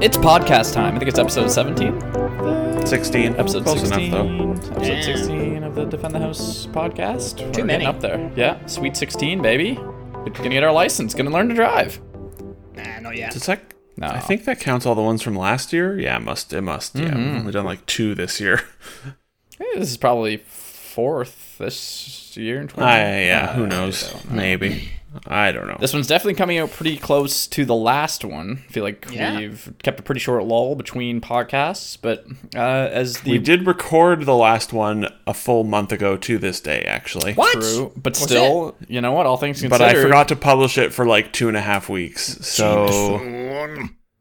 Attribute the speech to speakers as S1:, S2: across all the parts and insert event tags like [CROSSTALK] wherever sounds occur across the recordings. S1: It's podcast time. I think it's episode 17.
S2: 16.
S1: Episode
S2: Close
S1: 16.
S2: enough,
S1: Episode
S3: Damn.
S1: 16 of the Defend the House podcast. We're getting
S3: many.
S1: up there. Yeah, sweet 16, baby. We're gonna get our license. Gonna learn to drive.
S3: Nah, not
S2: though.
S3: yet.
S2: Does that,
S1: No.
S2: I think that counts all the ones from last year. Yeah, it must. It must. Yeah, we've only done like two this [LAUGHS] year.
S1: I think this is probably fourth this year in 20.
S2: I, yeah,
S1: Uh,
S2: who knows? Maybe. I don't know.
S1: This one's definitely coming out pretty close to the last one. I feel like
S3: Yeah.
S1: we've kept a pretty short lull between podcasts, but uh, as the
S2: we did record the last one a full month ago to this day, actually.
S3: What?
S1: True, but
S3: Was
S1: still, you know what? All things
S2: But
S1: considered,
S2: I forgot to publish it for like two and a half weeks. So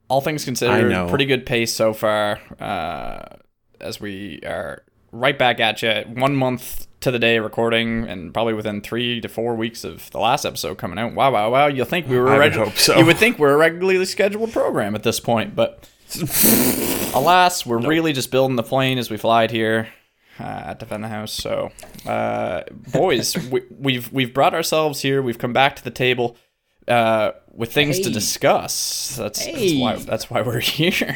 S1: all things considered,
S2: I know.
S1: pretty good pace so far. Uh, as we are right back at you, one month to the day of recording, and probably within three to four weeks of the last episode coming out. Wow, wow, wow! You think we were?
S2: I would
S1: regu-
S2: hope so.
S1: You would think we're a regularly scheduled program at this point,
S2: [LAUGHS]
S1: but alas, we're really just building the plane as we fly it here. Uh, at defend the house, so uh, boys,
S3: [LAUGHS]
S1: we, we've we've brought ourselves here. We've come back to the table uh, with things to
S3: Hey.
S1: discuss. That's, that's why
S3: Hey.
S1: that's why we're [LAUGHS] here.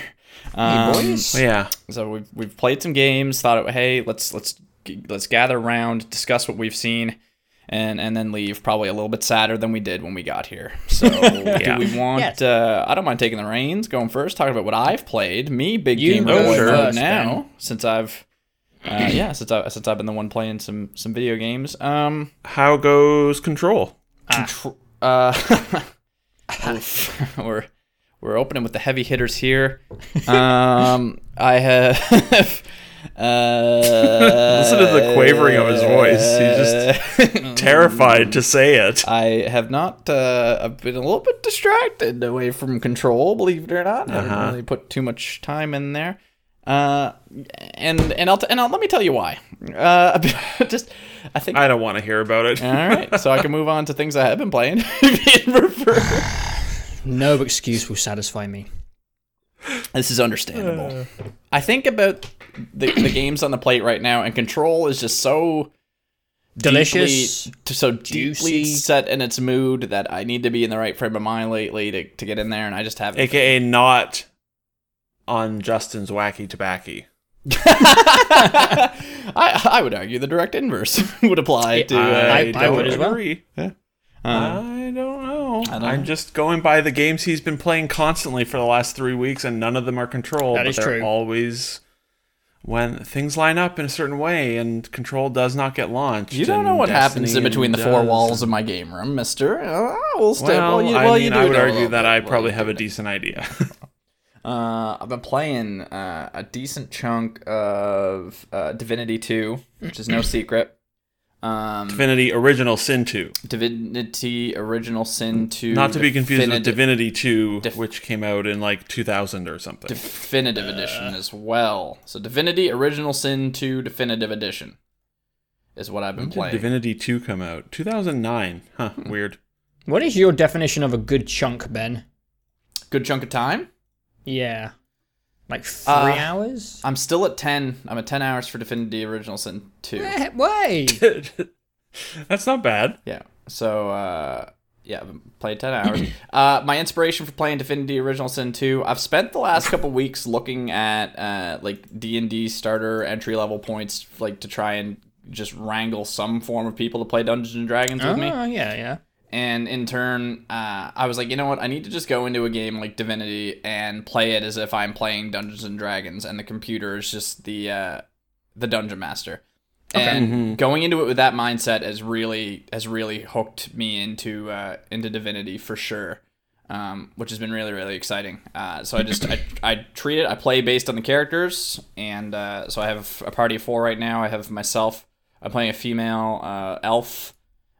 S3: Hey,
S1: Um,
S3: boys.
S2: yeah,
S1: so we've we've played some games. Thought, hey, let's let's g- let's gather around, discuss what we've seen, and and then leave probably a little bit sadder than we did when we got
S3: [LAUGHS]
S1: here. So
S2: Yeah.
S1: do we want?
S3: Yes.
S1: Uh, I don't mind taking the reins, going first, talking about what I've played. Me, big
S3: You
S1: gamer
S3: go
S1: boy
S3: sure.
S1: mode
S3: first,
S1: now
S3: then.
S1: since I've. Uh, yeah, since I since I've been the one playing some some video games. Um,
S2: how goes control?
S1: contr- uh, [LAUGHS] oof. [LAUGHS] we're we're opening with the heavy hitters here. Um, [LAUGHS] I have. [LAUGHS] Uh,
S2: Listen to the quavering of his voice. He's
S1: just.
S2: Terrified to say it.
S1: [LAUGHS] I have not. Uh, I've been a little bit distracted away from control, believe it or not. I
S2: Uh-huh.
S1: haven't really put too much time in there. Uh, and and I'll t- and I'll, let me tell you why. Uh, [LAUGHS] just I think
S2: I don't want to hear about it. [LAUGHS]
S1: all right, so I can move on to things I have been playing [LAUGHS] in reverse.
S3: Um, No excuse will satisfy me.
S1: This is understandable. I think about the, the games on the plate right now, and Control is just so
S3: Delicious.
S1: deeply, t- so deeply
S3: Juicy.
S1: set in its mood that I need to be in the right frame of mind lately to, to get in there, and I just haven't.
S2: AKA not on Justin's wacky tobacco.
S1: [LAUGHS] I, I would argue the direct inverse [LAUGHS] would apply to. Uh,
S3: I- I would as well.
S2: agree.
S1: uh,
S2: I don't know.
S1: don't
S2: I'm
S1: know.
S2: just going by the games he's been playing constantly for the last three weeks, and none of them are controlled.
S3: That
S2: but
S3: is
S2: they're
S3: true.
S2: Always when things line up in a certain way, and control does not get launched.
S1: you don't know
S2: and
S1: what happens in
S2: Destiny
S1: between the
S2: does.
S1: four walls of my game room, Mister. Uh, we'll step.
S2: Well,
S1: you,
S2: I
S1: well,
S2: mean,
S1: you do
S2: I would
S1: know a
S2: argue
S1: little
S2: that
S1: bit.
S2: I
S1: Well,
S2: probably
S1: you
S2: have
S1: do
S2: a
S1: know.
S2: decent idea. [LAUGHS]
S1: Uh, I've been playing uh, a decent chunk of uh, Divinity 2, which is no secret. Um,
S2: Divinity Original Sin 2.
S1: Divinity Original Sin 2.
S2: Not to be confused with
S1: Definit-
S2: Divinity 2,
S1: Def-
S2: which came out in like 2000 or something.
S1: Definitive
S2: Uh.
S1: Edition as well. So Divinity Original Sin 2 Definitive Edition is what I've been
S2: When did
S1: playing.
S2: Divinity 2 come out? 2009. Huh,
S1: Hmm.
S2: weird.
S3: What is your definition of a good chunk, Ben?
S1: Good chunk of time.
S3: Yeah. Like three
S1: Uh,
S3: hours?
S1: I'm still at 10. I'm at 10 hours for Divinity Original Sin 2.
S3: Eh, Way!
S2: [LAUGHS] That's not bad.
S1: Yeah. So uh yeah, I've played ten hours. [COUGHS] uh my inspiration for playing Divinity Original Sin 2, I've spent the last couple weeks looking at uh like D and D starter entry level points like to try and just wrangle some form of people to play Dungeons and Dragons
S3: Oh,
S1: with me.
S3: yeah, yeah.
S1: And in turn, uh, I was like, you know what? I need to just go into a game like Divinity and play it as if I'm playing Dungeons and Dragons, and the computer is just the uh, the dungeon master. And going into it with that mindset has really has really hooked me into uh, into Divinity for sure, um, which has been really really exciting. Uh, so I just I, I treat it. I play based on the characters, and uh, so I have a party of four right now. I have myself. I'm playing a female uh, elf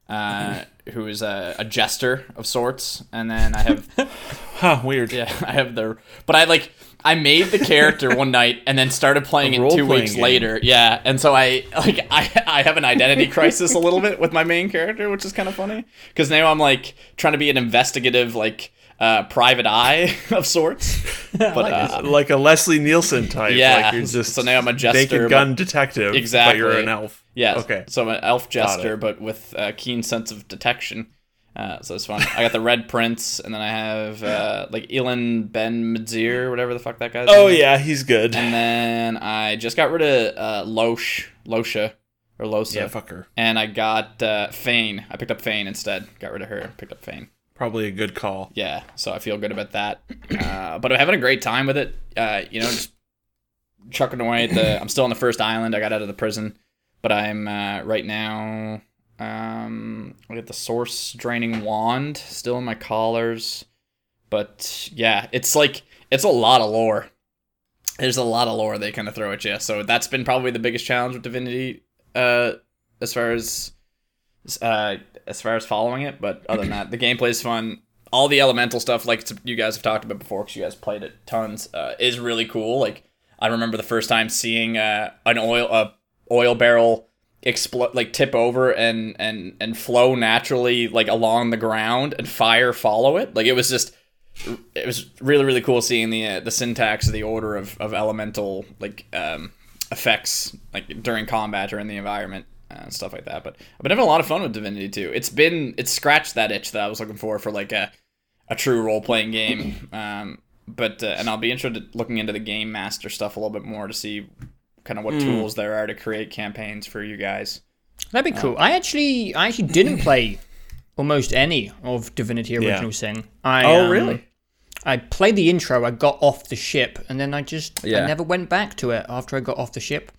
S1: uh, who is a, a jester of sorts, and then I have
S2: [LAUGHS] Huh, weird.
S1: yeah, I have the but I like I made the character one night and then started playing
S2: A
S1: it two
S2: role-playing
S1: weeks
S2: game.
S1: later. Yeah, and so I like I I have an identity crisis a little bit with my main character, which is kind of funny because now I'm like trying to be an investigative like. uh, private eye [LAUGHS] of sorts. But uh,
S2: [LAUGHS] like a Leslie Nielsen type.
S1: Yeah,
S2: Like you're just
S1: so now I'm a jester,
S2: Naked
S1: but-
S2: gun detective. But you're
S1: Exactly.
S2: an elf.
S1: yeah,
S2: Okay.
S1: So I'm an elf jester,
S2: it.
S1: but with a keen sense of detection. Uh, so it's fun. I got the
S2: [LAUGHS]
S1: Red Prince, and then I have uh, like Elon Ben Madzir, whatever the fuck that guy's
S2: Oh
S1: name is.
S2: yeah, he's good.
S1: And then I just got rid of uh, Losh, Losha, or Losa.
S2: Yeah, fucker.
S1: and I got uh, Fane. I picked up Fane instead. Got rid of her. Picked up Fane.
S2: Probably a good call.
S1: Yeah, so I feel good about that. Uh, but I'm having a great time with it. Uh, you know, just chucking away at the. I'm still on the first island. I got out of the prison, but I'm uh, right now. Um, I got the source draining wand still in my collars, but yeah, it's like it's a lot of lore. There's a lot of lore they kind of throw at you, so that's been probably the biggest challenge with Divinity, uh, as far as uh, as far as following it. But other than that, the gameplay's fun. All the elemental stuff, like you guys have talked about before, because you guys played it tons, uh, is really cool. Like I remember the first time seeing uh, an oil a oil barrel explode, like tip over and and and flow naturally like along the ground and fire follow it. Like it was just. It was really really cool seeing the uh, the syntax of the order of, of elemental like um, effects like during combat or in the environment uh, and stuff like that. But I've been having a lot of fun with Divinity 2. It's been it's scratched that itch that I was looking for for like a a true role playing [CLEARS THROAT] game. Um, but uh, and I'll be interested looking into the game master stuff a little bit more to see kind of what tools there are to create campaigns for you guys.
S3: That'd be
S1: Uh.
S3: cool. I actually, I actually didn't play almost any of Divinity Original Sin. I,
S1: Oh,
S3: um, I played the intro. I got off the ship, and then I just, I
S1: Yeah.
S3: never went back to it after I got off the ship.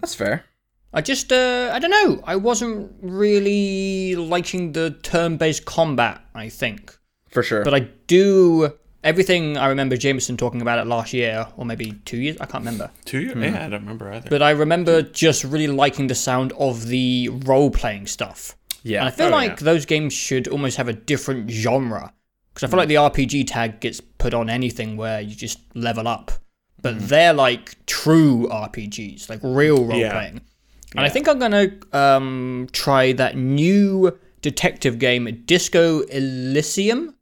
S1: That's fair.
S3: I just, uh, I don't know. I wasn't really liking the turn-based combat. I think,
S1: For sure.
S3: but I do everything. I remember Jameson talking about it last year, or maybe two years. I can't remember.
S2: Two
S1: Hmm.
S2: years. Yeah, I don't remember either.
S3: But I remember just really liking the sound of the role-playing stuff. And I
S1: yeah.
S3: feel
S2: Oh,
S3: like
S2: yeah.
S3: those games should almost have a different genre because I feel like the
S2: Hmm.
S3: RPG tag gets put on anything where you just level up, but they're like true RPGs, like real role
S2: Hmm. Yeah.
S3: playing. And I think I'm gonna um, try that new detective game, Disco Elysium,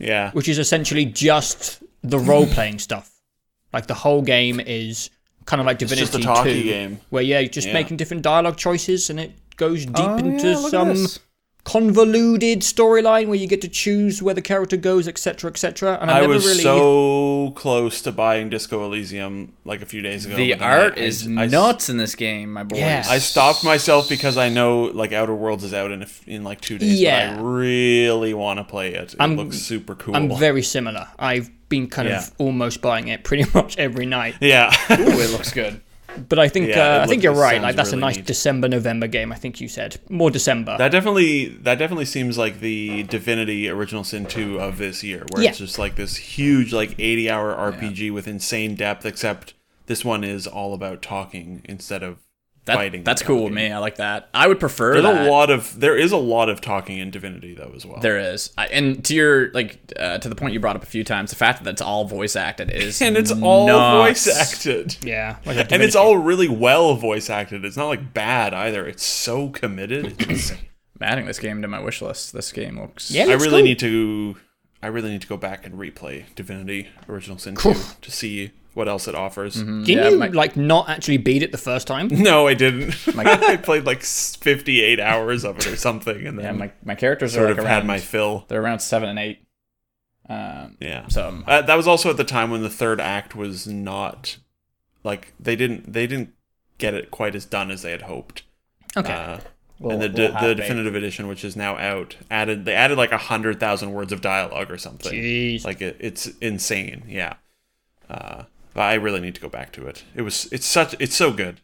S2: yeah.
S3: which is essentially just
S2: [LAUGHS]
S3: the role playing stuff. Like the whole game is kind of like Divinity
S2: just a talkie
S3: 2,
S2: game.
S3: where yeah, you're just
S2: Yeah. Oh,
S3: making different dialogue choices, and it goes deep
S1: Oh,
S3: into some convoluted storyline where you get to choose where the character goes, etc., etc. And I,
S2: I
S3: never
S2: was
S3: really.
S2: so close to buying Disco Elysium like a few days ago.
S1: The
S2: but then
S1: art
S2: I-
S1: is
S2: I-
S1: nuts in this game, my boys.
S3: Yeah.
S2: I stopped myself because I know like Outer Worlds is out in a f in like two days.
S3: Yeah.
S2: But I really want to play it. It
S3: I'm-
S2: looks super cool.
S3: I'm very similar. I've been kind
S2: Yeah.
S3: of almost buying it pretty [LAUGHS] much every night.
S2: yeah.
S1: Ooh, it looks good.
S3: But I think
S2: Yeah,
S3: uh,
S2: it
S3: I think
S2: look-
S3: you're
S2: it
S3: right.
S2: sounds
S3: Like that's
S2: really
S3: a nice
S2: neat.
S3: December November game. I think you said more December.
S2: [LAUGHS] That definitely that definitely seems like the Divinity Original Sin 2 of this year, where
S3: Yeah.
S2: it's just like this huge like 80 hour RPG with insane depth, except this one is all about talking instead of
S1: That,
S2: fighting.
S1: That's cool with me. I like that. I would prefer
S2: There's
S1: that.
S2: a lot of there is a lot of talking in Divinity though as well.
S1: There is, I, and to your like uh, to the point you brought up a few times, the fact that it's all voice acted
S2: [LAUGHS]
S1: is
S2: and it's all
S1: nuts.
S2: voice acted.
S3: yeah, like a
S2: And it's
S3: Divinity-
S2: all really well voice acted. It's not like bad either. It's so committed. It's insane.
S1: I'm adding this game to my wish list. This game looks
S3: Yeah,
S2: I
S3: it's
S2: really
S3: cool.
S2: need to I really need to go back and replay Divinity Original Sin 2 to see what else it offers.
S3: Didn't
S1: Yeah,
S3: you
S1: my-
S3: like not actually beat it the first time?
S2: [LAUGHS] No, I didn't. [LAUGHS] I played like s- 58 hours of it or something and
S1: Yeah,
S2: then
S1: my my characters
S2: sort
S1: are like
S2: of
S1: around,
S2: had my fill.
S1: they're around seven and eight. Um,
S2: Yeah.
S1: so um,
S2: Uh, that was also at the time when the third act was not like they didn't they didn't get it quite as done as they had hoped.
S3: Okay.
S2: Uh,
S1: Little-
S2: and the,
S1: little
S2: de- the
S1: half-baked.
S2: definitive edition, which is now out, added they added like a hundred thousand words of dialogue or something.
S3: Jeez.
S2: Like it, it's insane. Yeah. Uh, but I really need to go back to it. It was it's such it's so good.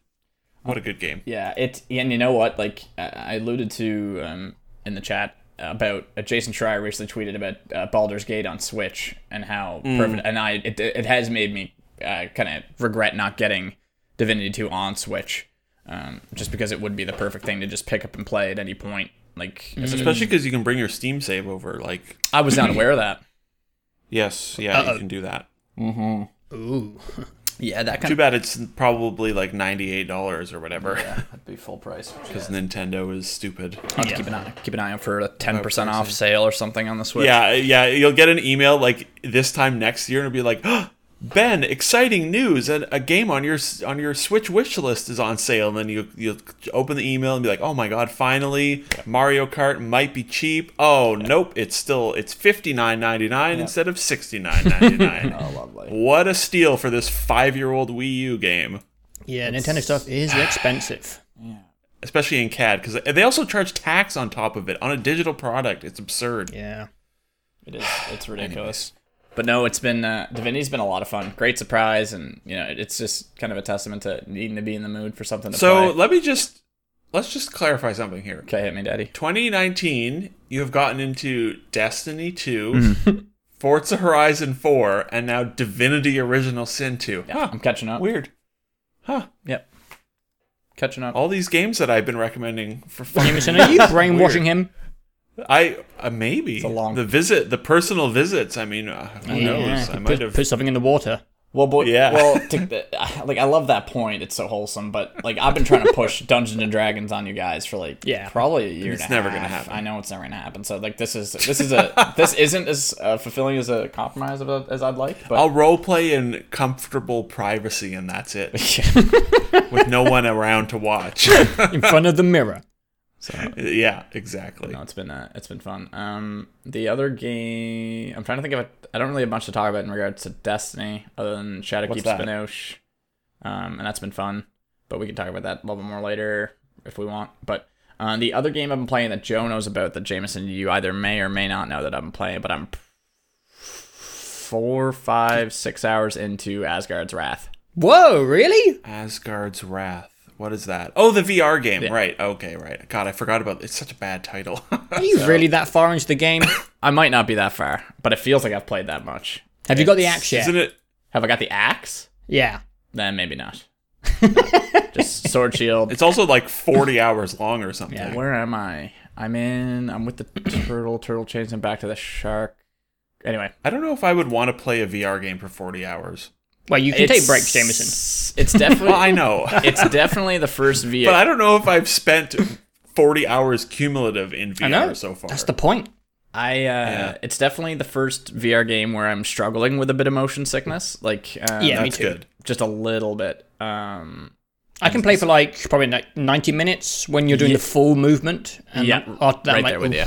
S2: What a good game.
S1: Yeah, it and you know what? Like uh, I alluded to um, in the chat about uh, Jason Schreier recently tweeted about uh, Baldur's Gate on Switch and how perfect. And I it, it has made me uh, kind of regret not getting Divinity Two on Switch, um, just because it would be the perfect thing to just pick up and play at any point. Like as a-
S2: Especially because you can bring your Steam save over. Like
S1: I was not aware of that.
S2: yes, yeah,
S3: Uh-oh.
S2: you can do that.
S3: Ooh.
S1: [CLEARS THROAT] Yeah, that kind
S2: Too bad it's probably like ninety-eight dollars or whatever, [LAUGHS]
S1: of that'd be full price.
S2: because Nintendo is stupid.
S1: I'll have to keep an eye keep an eye out for a ten percent off sale or something on the Switch.
S2: Yeah, yeah. You'll get an email like this time next year, and it'll be like, "Ben, exciting news! A, a game on your on your Switch wish list is on sale." And then you you open the email and be like, "Oh my god, finally! Mario Kart might be cheap. Oh nope, it's still it's fifty nine ninety nine instead of sixty nine ninety nine.
S1: Oh, lovely.
S2: What a steal for this five year old Wii U game."
S3: Yeah, Nintendo
S2: [SIGHS]
S3: stuff is expensive.
S2: Especially in CAD, because they also charge tax on top of it on a digital product. It's absurd. [LAUGHS]
S3: Yeah.
S1: It [SIGHS] is. It's ridiculous. But no, it's been uh, Divinity's been a lot of fun. Great surprise, and you know, it's just kind of a testament to needing to be in the mood for something to
S2: So
S1: play.
S2: let me just let's just clarify something here.
S1: Okay, hit me, Daddy.
S2: 2019, you have gotten into Destiny 2,
S1: Mm-hmm.
S2: [LAUGHS] Forza Horizon 4, and now Divinity Original Sin 2.
S1: Yeah, I'm catching up.
S2: Weird. Huh.
S1: Yep, catching up.
S2: All these games that I've been recommending for fun.
S3: Jameson, are you brainwashing him?
S2: I uh, maybe
S1: a long-
S2: the visit, the personal visits. I mean, uh, who knows? I might
S3: put,
S2: have.
S3: put something in the water.
S1: Well, boy,
S2: Yeah. [LAUGHS]
S1: Well, to, the- like I love that point. It's so wholesome. But like I've been trying to push [LAUGHS] Dungeons and Dragons on you guys for like
S3: Yeah.
S1: probably a year.
S2: It's
S1: and a
S2: never gonna
S1: half.
S2: happen.
S1: I know it's never gonna happen. So like this is this is a
S2: [LAUGHS]
S1: this isn't as uh, fulfilling as a compromise of a, as I'd like. But
S2: I'll roleplay in comfortable privacy, and that's it. With no one around to watch.
S3: In front of the mirror.
S2: yeah, exactly.
S1: No, it's been uh, it's been fun. Um, the other game I'm trying to think of. A, I don't really have much to talk about in regards to Destiny, other than Shadow
S2: What's
S1: Keeps
S2: that?
S1: Spinoche, um, and that's been fun. But we can talk about that a little bit more later if we want. But uh, the other game I've been playing that Joe knows about that Jameson, you either may or may not know that I'm playing, but I'm four, five, six hours into Asgard's Wrath.
S3: Whoa, really?
S2: Asgard's Wrath. What is that? Oh, the VR game. Right. Okay, right. God, I forgot about it's such a bad title. [LAUGHS]
S3: Are you really that far into the
S2: [COUGHS]
S3: game?
S1: I might not be that far, but it feels like I've played that much.
S3: Have you got the axe yet?
S2: Isn't it
S1: Have I got the axe?
S3: yeah.
S1: Then maybe
S3: [LAUGHS]
S1: not. Just sword shield.
S2: it's also like 40 hours long or something.
S1: Yeah, where am I? I'm in. I'm with the turtle. Turtle chains him back to the shark. Anyway,
S2: I don't know if I would want to play a VR game for 40 hours.
S3: Well, you can take
S1: it's-
S3: breaks, Jameson.
S1: It's definitely.
S2: [LAUGHS] Well, I know.
S1: It's definitely the first VR.
S2: but I don't know if I've spent 40 hours cumulative in
S3: I know.
S2: VR so far.
S3: That's the point.
S1: I. Uh, It's definitely the first VR game where I'm struggling with a bit of motion sickness, like uh,
S3: Yeah, me
S2: That's
S3: too.
S2: good.
S1: just a little bit. Um,
S3: I can play for like probably like 90 minutes when you're doing the full movement. And
S1: yeah,
S3: that- oh, that
S1: right
S3: might-
S1: there with you.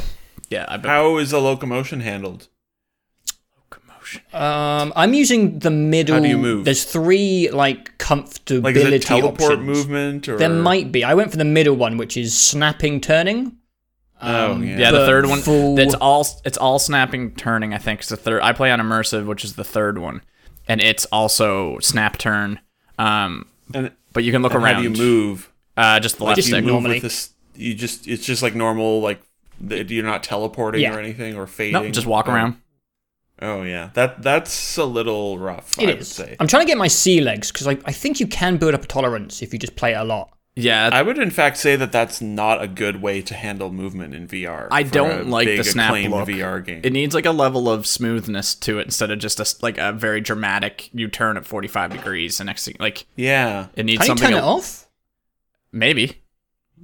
S1: Yeah, I've been
S2: How is the locomotion handled?
S1: commotion.
S3: Um, I'm using the middle.
S2: How do you move?
S3: There's three like comfortability
S2: Like, is it teleport
S3: options.
S2: movement or
S3: There might be. I went for the middle one, which is snapping, turning.
S2: Oh,
S3: Um,
S2: yeah.
S1: Yeah, the
S3: but
S1: third one.
S3: full-
S1: It's all it's all snapping, turning. I think is the third. I play on immersive, which is the third one, and it's also snap turn. Um,
S2: And
S1: but you can look around.
S2: how do you move?
S1: Uh, just the left
S3: Just
S2: Do you
S1: stick.
S2: move
S3: normally.
S2: with this you just it's just like normal like th- you're not teleporting
S3: Yeah.
S2: or anything or fading.
S1: No, just walk
S2: Oh.
S1: around.
S2: Oh yeah, that that's a little rough.
S3: It
S2: I would
S3: is.
S2: say.
S3: I'm trying to get my sea legs because I, I think you can build up a tolerance if you just play it a lot.
S1: Yeah,
S2: I would in fact say that that's not a good way to handle movement in VR.
S1: I
S2: for a
S1: don't like
S2: big
S1: the snap
S2: acclaimed
S1: look.
S2: VR game.
S1: It needs like a level of smoothness to it instead of just a s like a very dramatic you turn at 45 degrees and next thing like
S2: yeah,
S1: it needs
S3: Can you
S1: something
S3: turn it
S1: a-
S3: off?
S1: maybe.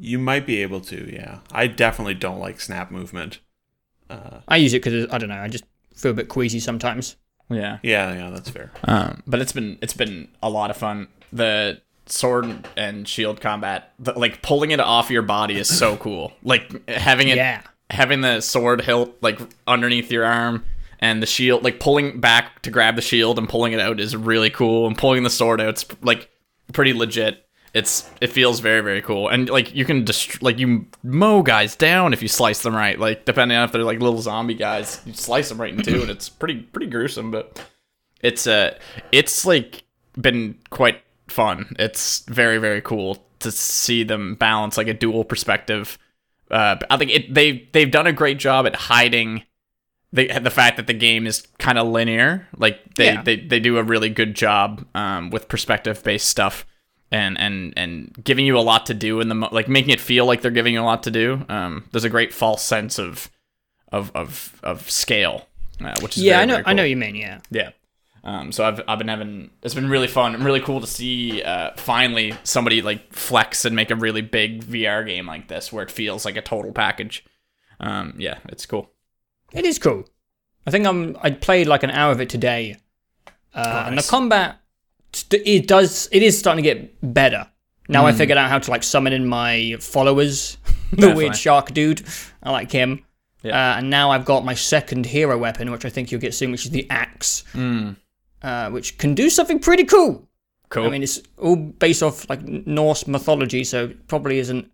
S2: you might be able to. Yeah, I definitely don't like snap movement.
S3: I use it because I don't know. I just feel a bit queasy sometimes.
S1: Yeah.
S2: Yeah, yeah, that's fair.
S1: Um, but it's been it's been a lot of fun. The sword and shield combat, the, like pulling it off your body is so cool. Like having it
S3: Yeah.
S1: having the sword hilt like underneath your arm and the shield like pulling back to grab the shield and pulling it out is really cool and pulling the sword out's like pretty legit it's it feels very very cool and like you can just like you mow guys down if you slice them right like depending on if they're like little zombie guys you slice them right in two and it's pretty pretty gruesome but it's uh it's like been quite fun it's very very cool to see them balance like a dual perspective uh i think it they they've done a great job at hiding the the fact that the game is kind of linear like they,
S3: Yeah.
S1: they they do a really good job um with perspective based stuff and and and giving you a lot to do in the mo- like making it feel like they're giving you a lot to do um there's a great false sense of of of of scale uh, which is
S3: Yeah,
S1: very,
S3: I know.
S1: very
S3: I
S1: cool.
S3: know what you mean. Yeah.
S1: Yeah. Um, so I've, I've been having it's been really fun and really cool to see uh, finally somebody like flex and make a really big VR game like this where it feels like a total package. Um, yeah, it's cool.
S3: It is cool. I think I'm. I played like an hour of it today, uh, and the
S2: Nice.
S3: combat st- it does it is starting to get better. Now I figured out how to like summon in my [LAUGHS] followers, the
S1: Definitely.
S3: weird shark dude. I like him.
S1: Yeah.
S3: Uh, and now I've got my second hero weapon, which I think you'll get soon, which is the axe, uh, which can do something pretty cool.
S1: Cool.
S3: I mean, it's all based off like Norse mythology, so it probably isn't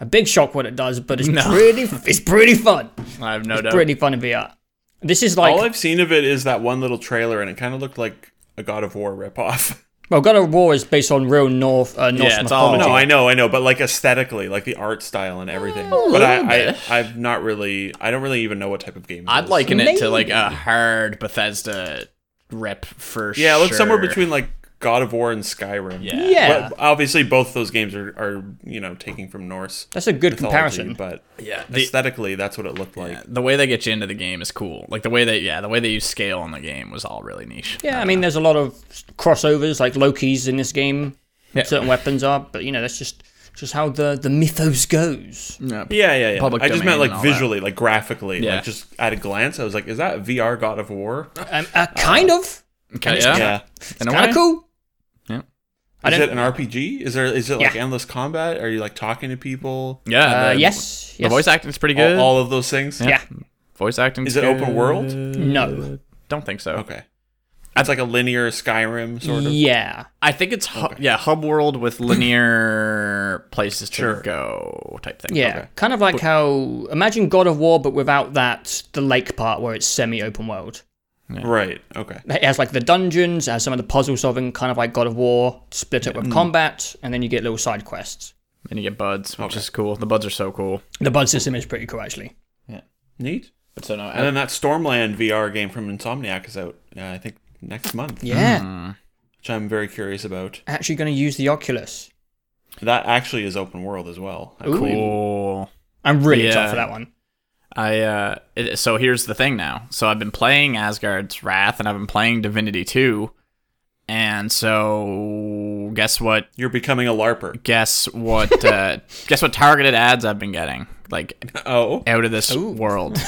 S3: a big shock what it does, but it's
S1: No.
S3: [LAUGHS] pretty it's pretty fun.
S1: I have no doubt.
S3: Pretty fun in VR. This is like
S2: All I've seen of it is that one little trailer, and it kind of looked like a God of War ripoff. [LAUGHS]
S3: well, God of War is based on real North uh, Norse
S1: Yeah, it's all-
S3: mythology.
S2: no, I know, I know, but like aesthetically, like the art style and everything. but I, I, I've not really, I don't really even know what type of game. It
S1: I'd
S2: is.
S1: liken it to like
S3: Maybe.
S1: a hard Bethesda rip for
S2: Yeah, it
S1: sure.
S2: looks somewhere between like God of War and Skyrim.
S1: Yeah.
S3: Yeah,
S2: But obviously, both those games are, are you know taking from Norse
S3: that's a good
S2: mythology,
S3: comparison.
S2: but
S1: Yeah, the-
S2: aesthetically, that's what it looked like.
S1: the way they get you into the game is cool. Like the way they yeah, the way they use scale on the game was all really niche.
S3: Yeah, I mean, there's a lot of crossovers, like Loki's in this game.
S1: Yeah.
S3: Certain weapons are, but you know, that's just just how the the mythos goes.
S1: Yeah.
S2: Yeah, yeah, yeah.
S1: Public
S2: I just
S1: domain and
S2: meant like
S1: all that.
S2: visually, like graphically,
S1: Yeah.
S2: like just at a glance, I was like, is that VR God of War?
S3: Um, uh, kind of,
S1: Okay, yeah.
S2: yeah.
S1: In a
S3: kind
S1: way.
S3: of cool.
S1: Yeah.
S3: I
S2: Is
S3: don't.
S2: it an RPG? Is there is it like
S3: Yeah.
S2: endless combat? Are you like talking to people?
S1: Yeah.
S3: uh,
S1: the-
S3: yes.
S1: The
S3: yes.
S1: voice acting's pretty
S2: All,
S1: good.
S2: all of those things?
S3: Yeah.
S1: voice acting
S2: Is it open world?
S3: Uh, No.
S1: Don't think so.
S2: Okay. That's like a linear Skyrim sort of.
S3: Yeah.
S1: I think it's hu- yeah, hub world with linear places to
S2: Sure.
S1: go type thing.
S3: Yeah, kind of like how imagine God of War, but without that the lake part where it's semi-open world.
S2: Right. Okay.
S3: It has like the dungeons, it has some of the puzzle solving, kind of like God of War, split up with
S2: Mm.
S3: combat, and then you get little side quests.
S1: And you get buds, which is cool. The buds are so cool.
S3: The bud system is pretty cool actually.
S2: Neat.
S1: But so no,
S2: And then that Stormland VR game from Insomniac is out. Uh, I think next month,
S3: Yeah,
S2: Mm. which I'm very curious about.
S3: actually going to use the Oculus.
S2: That actually is open world as well. I believe.
S1: cool.
S3: I'm really
S1: Yeah.
S3: excited for that one.
S1: I uh, it, so here's the thing now. So I've been playing Asgard's Wrath and I've been playing Divinity 2. And so guess what?
S2: You're becoming a larper.
S1: Guess what? Uh, guess what targeted ads I've been getting like
S2: [LAUGHS] Oh.
S1: out of this
S3: [LAUGHS]
S1: world.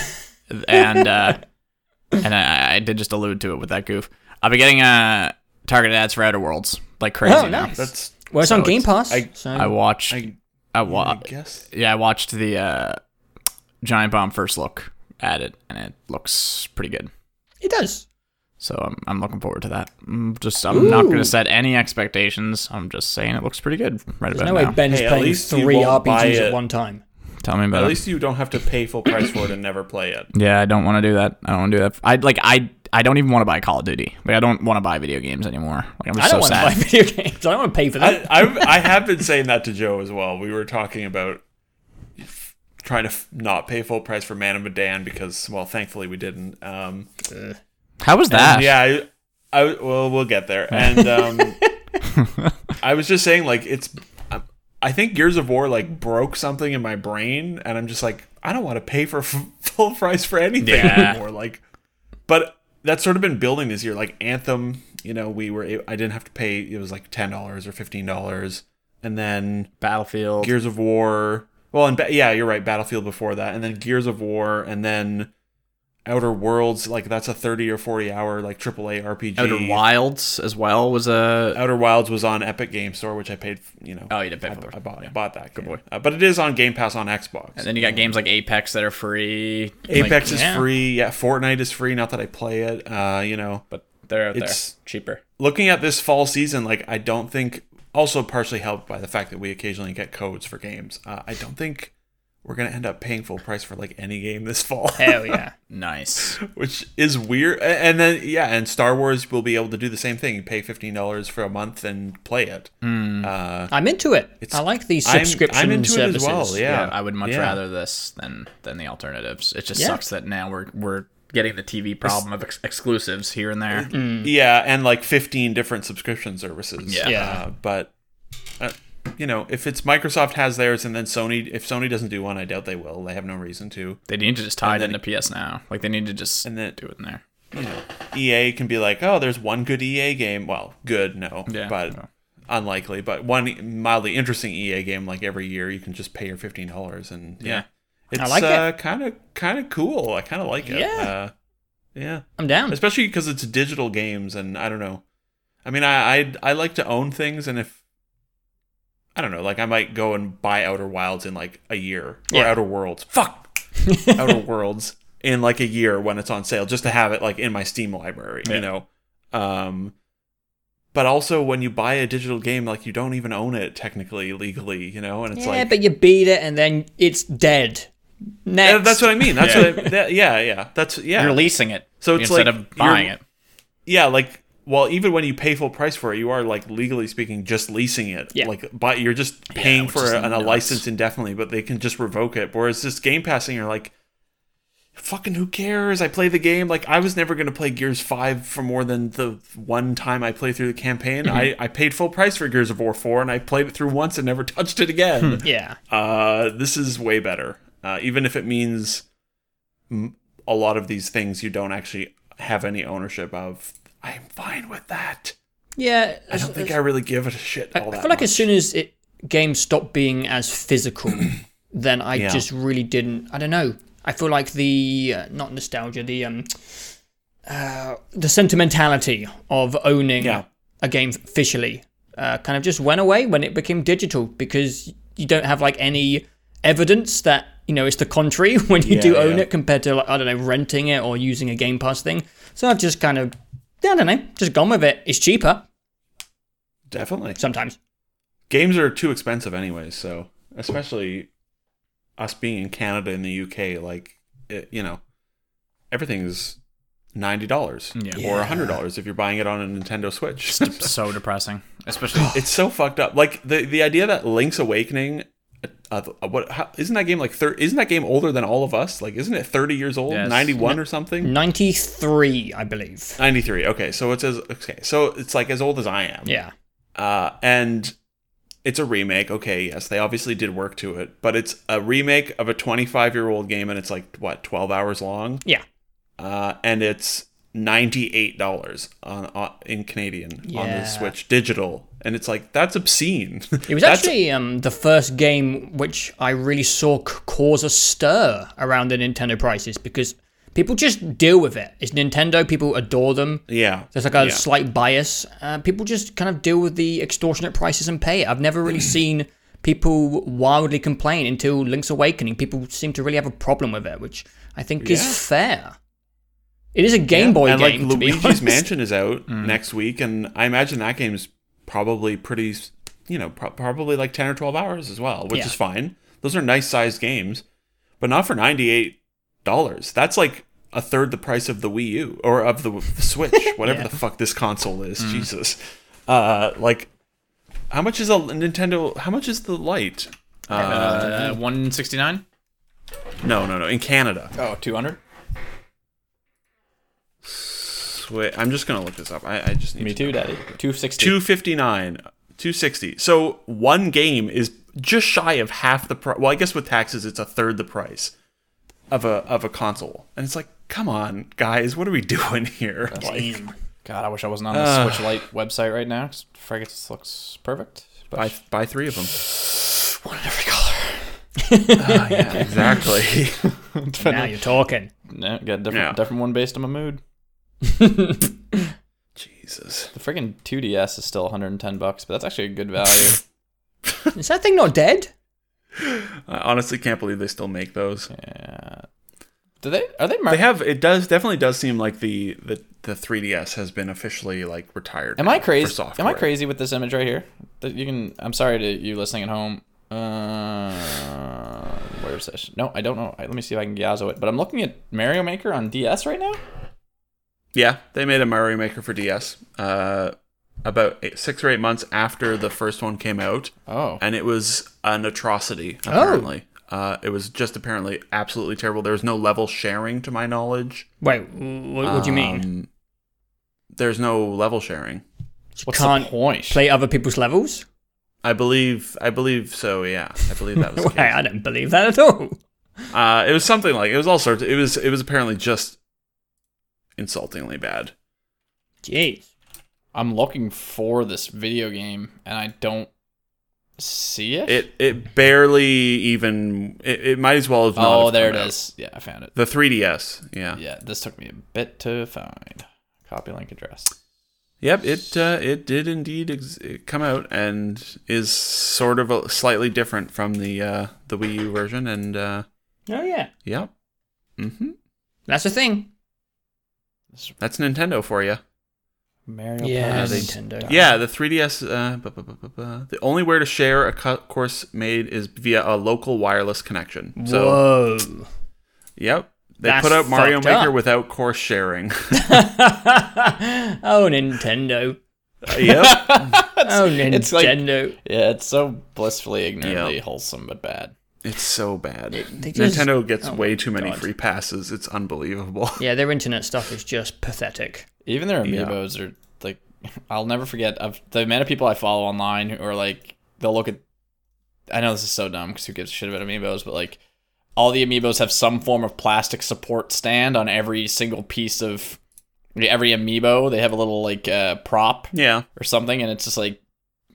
S1: and uh, and I, I did just allude to it with that goof. I've been getting uh targeted ads for Outer Worlds like crazy
S3: Oh,
S1: now.
S3: nice.
S2: That's
S3: Well, it's
S1: So
S3: on Game Pass,
S2: I-
S3: so
S1: I watched I,
S2: I- I
S1: wa-
S2: guess.
S1: yeah, I watched the uh, Giant Bomb first look at it and it looks pretty good.
S3: it does.
S1: So I'm, I'm looking forward to that. I'm just I'm not going to set any expectations. I'm just saying it looks pretty good right
S3: There's
S1: about
S3: no way
S1: now.
S3: Ben's
S2: Hey, at
S3: playing
S2: least you
S3: three
S2: won't buy
S3: RPGs at
S2: it. [LAUGHS]
S3: one time.
S1: Tell me about
S2: At
S1: it.
S2: least you don't have to pay full price for it and never play it.
S1: yeah, I don't want to do that. I don't want to do that. I like I I don't even want to buy Call of Duty. Like I don't want to buy video games anymore. Like I'm
S3: I don't
S1: so
S3: want to
S1: sad.
S3: buy [LAUGHS] video games. I don't want to pay for that.
S2: I, I've, I have been saying that to Joe as well. We were talking about f- trying to f- not pay full price for Man of Medan because, well, thankfully we didn't. Um,
S1: How was that?
S2: yeah, I, I, well, we'll get there. And um, I was just saying, like, it's. I- I think Gears of War like broke something in my brain, and I'm just like, I don't want to pay for f- [LAUGHS] full price for anything
S1: Yeah.
S2: anymore. Like, but that's sort of been building this year. Like Anthem, you know, we were I didn't have to pay. It was like ten dollars or fifteen dollars, and then
S1: Battlefield.
S2: Gears of War. Well, and ba- yeah, you're right. Battlefield before that, and then Gears of War, and then Outer Worlds. Like that's a thirty or forty hour like AAA RPG.
S1: Outer Wilds as well was a
S2: Outer Wilds was on Epic Game Store, which I paid. You know,
S1: Oh, you did pay for it.
S2: I, I bought. I bought that. Good
S1: boy.
S2: but it is on Game Pass on Xbox.
S1: and then you got games like Apex that are free.
S2: Apex
S1: Like,
S2: is
S1: yeah,
S2: free. Yeah, Fortnite is free. Not that I play it. Uh, you know,
S1: but they're out
S2: It's-
S1: there cheaper.
S2: looking at this fall season, like I don't think. Also, partially helped by the fact that we occasionally get codes for games. Uh, I don't think we're gonna end up paying full price for like any game this [LAUGHS] fall.
S3: Hell yeah.
S1: Nice.
S2: which is weird. A- And then yeah, and Star Wars will be able to do the same thing. You pay fifteen dollars for a month and play it. Uh,
S3: I'm into it. I like these
S2: I'm- I'm
S3: subscription
S2: into it as
S3: services.
S2: well, yeah.
S1: yeah, I would much
S2: yeah.
S1: rather this than than the alternatives. It just
S3: Yeah.
S1: sucks that now we're we're getting the TV problem of ex- exclusives here and there.
S2: Mm. yeah, and like fifteen different subscription services.
S1: Mm. Yeah.
S3: Yeah.
S2: Uh, but uh, you know, if it's Microsoft has theirs, and then Sony, if Sony doesn't do one, I doubt they will. They have no reason to.
S1: They need to just tie it into PS now. Like they need to just
S2: And then-
S1: do it in there.
S2: EA can be like, oh, there's one good EA game. Well, good, no,
S1: Yeah,
S2: but
S1: no.
S2: unlikely. But one mildly interesting EA game, like every year, you can just pay your fifteen dollars, and yeah,
S3: I
S2: it's
S3: like it.
S2: uh, kind of kind of cool. I kind of like it.
S3: Yeah.
S2: uh, yeah,
S3: I'm down.
S2: especially because it's digital games, and I don't know. I mean, I I I like to own things, and if I don't know, like I might go and buy Outer Wilds in like a year or
S3: Yeah.
S2: Outer Worlds. Fuck. Outer Worlds in like a year when it's on sale, just to have it like in my Steam library,
S1: Yeah.
S2: you know. Um, but also when you buy a digital game, like you don't even own it technically, legally, you know, and it's
S3: yeah,
S2: like
S3: but you beat it and then it's dead. Next.
S2: Yeah, that's what I mean. That's
S1: Yeah.
S2: what I, that, yeah, yeah. That's yeah.
S1: You're leasing it.
S2: So it's
S1: instead
S2: like
S1: of buying
S2: you're-
S1: it.
S2: yeah, like well, even when you pay full price for it, you are like legally speaking just leasing it.
S3: Yeah.
S2: Like but you're just paying
S1: which
S2: for
S1: is
S2: a, an- a
S1: nuts.
S2: license indefinitely, but they can just revoke it. Whereas this game passing, you're like fucking who cares? I play the game. Like I was never gonna play Gears Five for more than the one time I played through the campaign.
S1: Mm-hmm.
S2: I, I paid full price for Gears of War Four and I played it through once and never touched it
S1: Hmm.
S2: again.
S3: Yeah.
S2: Uh, this is way better. Uh, even if it means m- a lot of these things you don't actually have any ownership of, I'm fine with that.
S3: Yeah.
S2: I don't think I really give it a shit. All
S3: I
S2: that
S3: feel like
S2: much.
S3: as soon as it games stopped being as
S2: [CLEARS THROAT]
S3: physical, then I
S2: Yeah.
S3: just really didn't. I don't know. I feel like the uh, not nostalgia, the um, uh, the sentimentality of owning
S2: Yeah.
S3: a game officially uh, kind of just went away when it became digital because you don't have like any evidence that you know it's the contrary [LAUGHS] when you
S2: Yeah,
S3: do own
S2: yeah.
S3: it compared to like, I don't know renting it or using a Game Pass thing. So I've just kind of I don't know, just gone with it. It's cheaper
S2: definitely
S3: sometimes.
S2: games are too expensive anyway. So especially us being in Canada and the UK, like it, you know, everything's ninety dollars
S1: Yeah.
S2: or hundred dollars if you're buying it on a Nintendo Switch.
S1: It's so depressing, especially. [GASPS]
S2: It's so fucked up. Like the the idea that Link's Awakening, uh, uh, what how, isn't that game like? Thir- isn't that game older than all of us? Like, isn't it thirty years old?
S1: Yes.
S2: Ninety one or something?
S3: 93, I believe.
S2: Ninety three. Okay, so it's as okay, so it's like as old as I am.
S3: Yeah.
S2: Uh, and it's a remake. Okay, yes, they obviously did work to it, but it's a remake of a twenty five year old game, and it's like what twelve hours long.
S3: Yeah.
S2: uh, and it's ninety-eight dollars on, on in Canadian on
S3: Yeah.
S2: the Switch digital, and it's like that's obscene. [LAUGHS]
S3: It was
S2: That's-
S3: actually um, the first game which I really saw c- cause a stir around the Nintendo prices because people just deal with it. It's Nintendo, people adore them.
S2: yeah.
S3: There's like a
S2: yeah.
S3: slight bias. Uh, people just kind of deal with the extortionate prices and pay it. I've never
S2: [CLEARS THROAT]
S3: really seen people wildly complain until Link's Awakening. People seem to really have a problem with it, which I think
S2: Yeah.
S3: is fair. It is a Game Boy
S2: and
S3: game,
S2: like
S3: to be
S2: Luigi's
S3: honest. Mm.
S2: Mansion is
S3: [LAUGHS]
S2: out next week, and I imagine that game's probably pretty, you know, pro- probably like ten or twelve hours as well, which
S3: Yeah.
S2: is fine. Those are nice sized games, but not for ninety-eight dollars. That's like a third the price of the Wii U or of the
S3: [LAUGHS]
S2: Switch, whatever the fuck this console
S3: Mm.
S2: is. Jesus, uh, like how much is a Nintendo? How much is the light?
S1: Uh, 169?
S2: No, no, no. In Canada,
S1: Oh, 200?
S2: Swi- I'm just gonna look this up. I, I just need
S1: Me
S2: to
S1: too, Daddy. 260.
S2: 259 260 so one game is just shy of half the price well i guess with taxes it's a third the price of a of a console and it's like come on guys what are we [LAUGHS] doing here like
S1: God, I wish I wasn't on the Switch Lite website right now because Fregates looks perfect. But
S2: buy, buy
S1: [LAUGHS]
S2: three of them
S1: one in every color. Oh,
S2: yeah [LAUGHS] exactly
S1: [LAUGHS]
S3: [LAUGHS] Now you're talking.
S1: No, got a different,
S2: Yeah.
S1: different one based on my mood.
S2: jesus
S1: The friggin' 2DS is still 110 bucks, but that's actually a good [LAUGHS] value.
S3: Is that thing not dead?
S2: i honestly can't believe they still make those
S1: yeah. Do they? Are they? Mar-
S2: they have it does definitely does seem like the the the 3ds has been officially like retired
S1: Am
S2: now
S1: I
S2: for
S1: crazy?
S2: software.
S1: Am I crazy with this image right here? That you can. I'm sorry to you listening at home. Uh, where's this? No, I don't know. I, let me see if I can Yazo it. But I'm looking at Mario Maker on DS right now.
S2: Yeah, they made a Mario Maker for DS uh, about eight, six or eight months after the first one came out,
S1: Oh,
S2: and it was an atrocity. Apparently, uh, it was just apparently absolutely terrible. There was no level sharing, to my knowledge.
S3: Wait, what, what do you mean?
S2: Um, There's no level sharing.
S1: what's
S3: can't
S1: the point?
S3: Play other people's levels?
S2: I believe. I believe so. Yeah, I believe
S1: [LAUGHS]
S2: that
S3: [LAUGHS]
S2: was. the
S3: Wait,
S2: case.
S3: I don't believe that at all.
S2: Uh, it was something like it was all sorts. It was it was apparently just insultingly bad.
S3: Jeez.
S1: I'm looking for this video game and I don't see it.
S2: It it barely even it, it might as well have. not
S1: oh,
S2: have
S1: there it
S2: come out.
S1: is. Yeah, I found it.
S2: The 3DS. Yeah.
S1: Yeah, this took me a bit to find. Copy link address.
S2: Yep. It uh, it did indeed ex- come out and is sort of a, slightly different from the uh, the Wii U version and uh,
S3: Oh yeah.
S2: yep. Mm-hmm.
S3: That's the thing.
S2: That's Nintendo for you.
S1: Mario
S3: Yeah,
S1: Plus.
S2: they-
S3: Nintendo.
S2: Yeah, the 3DS. Uh, bu- bu- bu- bu- bu- the only way to share a co- course made is via a local wireless connection. So,
S3: Whoa. [LAUGHS]
S2: yep, they
S3: That's
S2: put out Mario
S3: fucked
S2: Maker
S3: up.
S2: without course
S3: [LAUGHS]
S2: sharing. [LAUGHS]
S3: oh Nintendo.
S1: [LAUGHS]
S2: yep,
S3: Oh Nintendo.
S1: it's like- Yeah, it's so blissfully ignorantly
S2: Yeah.
S1: wholesome but bad.
S2: it's so bad.
S3: they just-
S2: Nintendo gets
S3: oh
S2: way too many
S3: God.
S2: free passes. It's unbelievable.
S3: yeah, their internet stuff is just pathetic.
S1: Even their
S2: Yeah.
S1: amiibos are like, [LAUGHS] I'll never forget I've, the amount of people I follow online who are like, they'll look at. I know this is so dumb because who gives a shit about amiibos, but like, all the amiibos have some form of plastic support stand on every single piece of every amiibo. They have a little like uh, prop
S2: [LAUGHS] Yeah,
S1: or something, and it's just like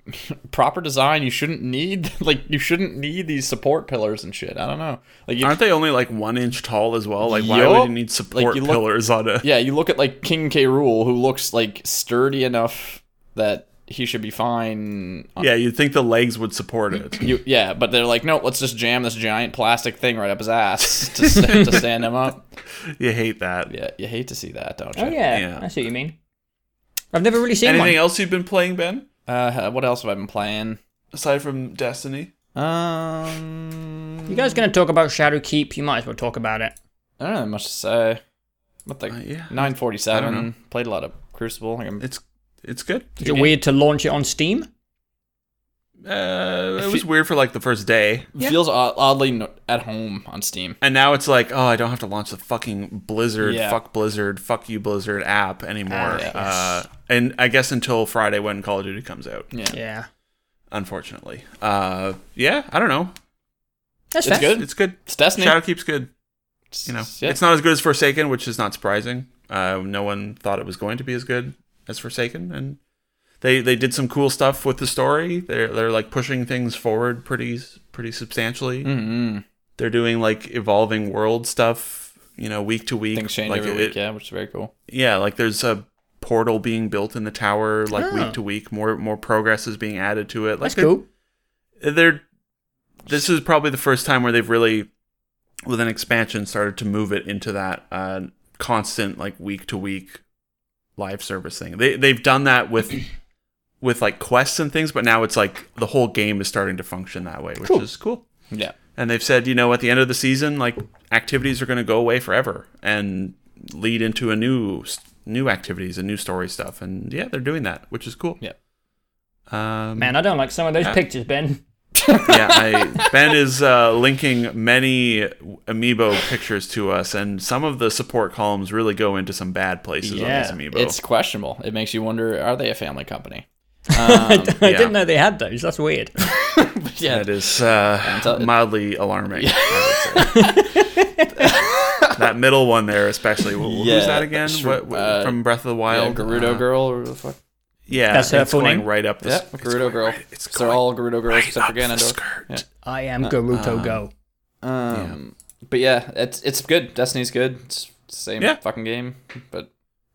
S1: [LAUGHS] proper design. You shouldn't need [LAUGHS] like you shouldn't need these support pillars and shit. I don't know. Like you,
S2: aren't they only like one inch tall as well? Like, why
S1: Yup.
S2: would you need support
S1: you look-
S2: pillars on a?
S1: yeah, you look at like King K. Rule, who looks like sturdy enough that he should be fine.
S2: Yeah, you'd think the legs would support it.
S1: You, yeah, but they're like, no, let's just jam this giant plastic thing right up his ass
S3: [LAUGHS]
S1: to, st- to stand him up.
S2: You hate that.
S1: Yeah, you hate to see that, don't you?
S3: Oh yeah,
S2: Yeah.
S3: I see what you mean. I've never really seen
S2: Anything
S3: one.
S2: else you've been playing, Ben,
S1: Uh, what else have I been playing?
S2: aside from Destiny?
S1: Um,
S3: You guys gonna talk about Shadow Keep? You might as well talk about it.
S1: I don't know much to say. What the
S2: Uh, yeah.
S1: nine forty
S2: I don't know.
S1: seven? Played a lot of Crucible. Like I'm,
S2: It's it's good.
S3: Is it weird to launch it on Steam?
S2: Uh, it
S1: If
S2: was
S1: you-
S2: weird for like the first day,
S1: feels odd, oddly no- at home on Steam.
S2: and now it's like, oh, I don't have to launch the fucking Blizzard,
S1: Yeah.
S2: fuck Blizzard, fuck you Blizzard app anymore.
S3: Ah, yes.
S2: uh, and I guess until Friday when Call of Duty comes out,
S1: Yeah,
S3: Yeah,
S2: unfortunately. Uh, yeah, I don't know.
S3: that's
S1: It's
S3: fair.
S1: good.
S2: It's good.
S1: it's Destiny.
S2: Shadow keeps good.
S1: It's-
S2: You know,
S1: yeah.
S2: it's not as good as Forsaken, which is not surprising. Uh, no one thought it was going to be as good as Forsaken, and they they did some cool stuff with the story. They're they're like pushing things forward pretty pretty substantially.
S1: Mm-hmm.
S2: they're doing like evolving world stuff you know week to week
S1: Things change
S2: like,
S1: every
S2: it-
S1: week, yeah, which is very cool.
S2: yeah like there's a portal being built in the tower like
S3: Oh.
S2: week to week more more progress is being added to it like
S3: That's
S2: they're,
S3: cool.
S2: they're this is probably the first time where they've really with an expansion started to move it into that uh, constant like week to week live service thing they they've done that with [CLEARS THROAT] with like quests and things but now it's like the whole game is starting to function that way which
S3: Cool.
S2: is cool
S1: Yeah,
S2: and they've said, you know, at the end of the season, like activities are going to go away forever and lead into a new new activities and new story stuff. And yeah, they're doing that, which is cool.
S1: Yeah.
S2: Um,
S3: Man, I don't like some of those
S2: Yeah.
S3: pictures, Ben.
S2: yeah, I, Ben is uh, linking many amiibo pictures to us, and some of the support columns really go into some bad places
S3: Yeah,
S2: on these amiibo.
S1: it's questionable. It makes you wonder: Are they a family
S2: [LAUGHS]
S1: company?
S3: I d- I
S2: yeah.
S3: didn't know they had those. That's weird.
S1: But yeah,
S2: That is uh,
S1: tell-
S2: mildly alarming.
S1: [LAUGHS]
S2: I [LAUGHS] would say. that middle one there, especially. Wh-
S1: Yeah,
S2: Who's that again?
S1: that's from,
S2: What, what-
S1: uh,
S2: from Breath of the
S1: yeah,
S2: Wild?
S1: Gerudo
S2: Uh,
S1: girl or the fuck?
S2: Yeah,
S3: That's her
S2: it's
S3: full
S2: going
S3: name?
S2: right up the
S1: Yeah,
S2: s- it's
S1: Gerudo
S2: going
S1: girl.
S2: right- it's
S1: they're
S2: going
S1: all Gerudo girls
S2: right
S1: except for
S2: up the
S1: Ganondorf.
S2: skirt.
S1: Yeah.
S3: I am
S2: Uh,
S3: Garuto Go.
S1: Um, but yeah, it's it's good. Destiny's good. It's the same
S2: Yeah.
S1: fucking game, but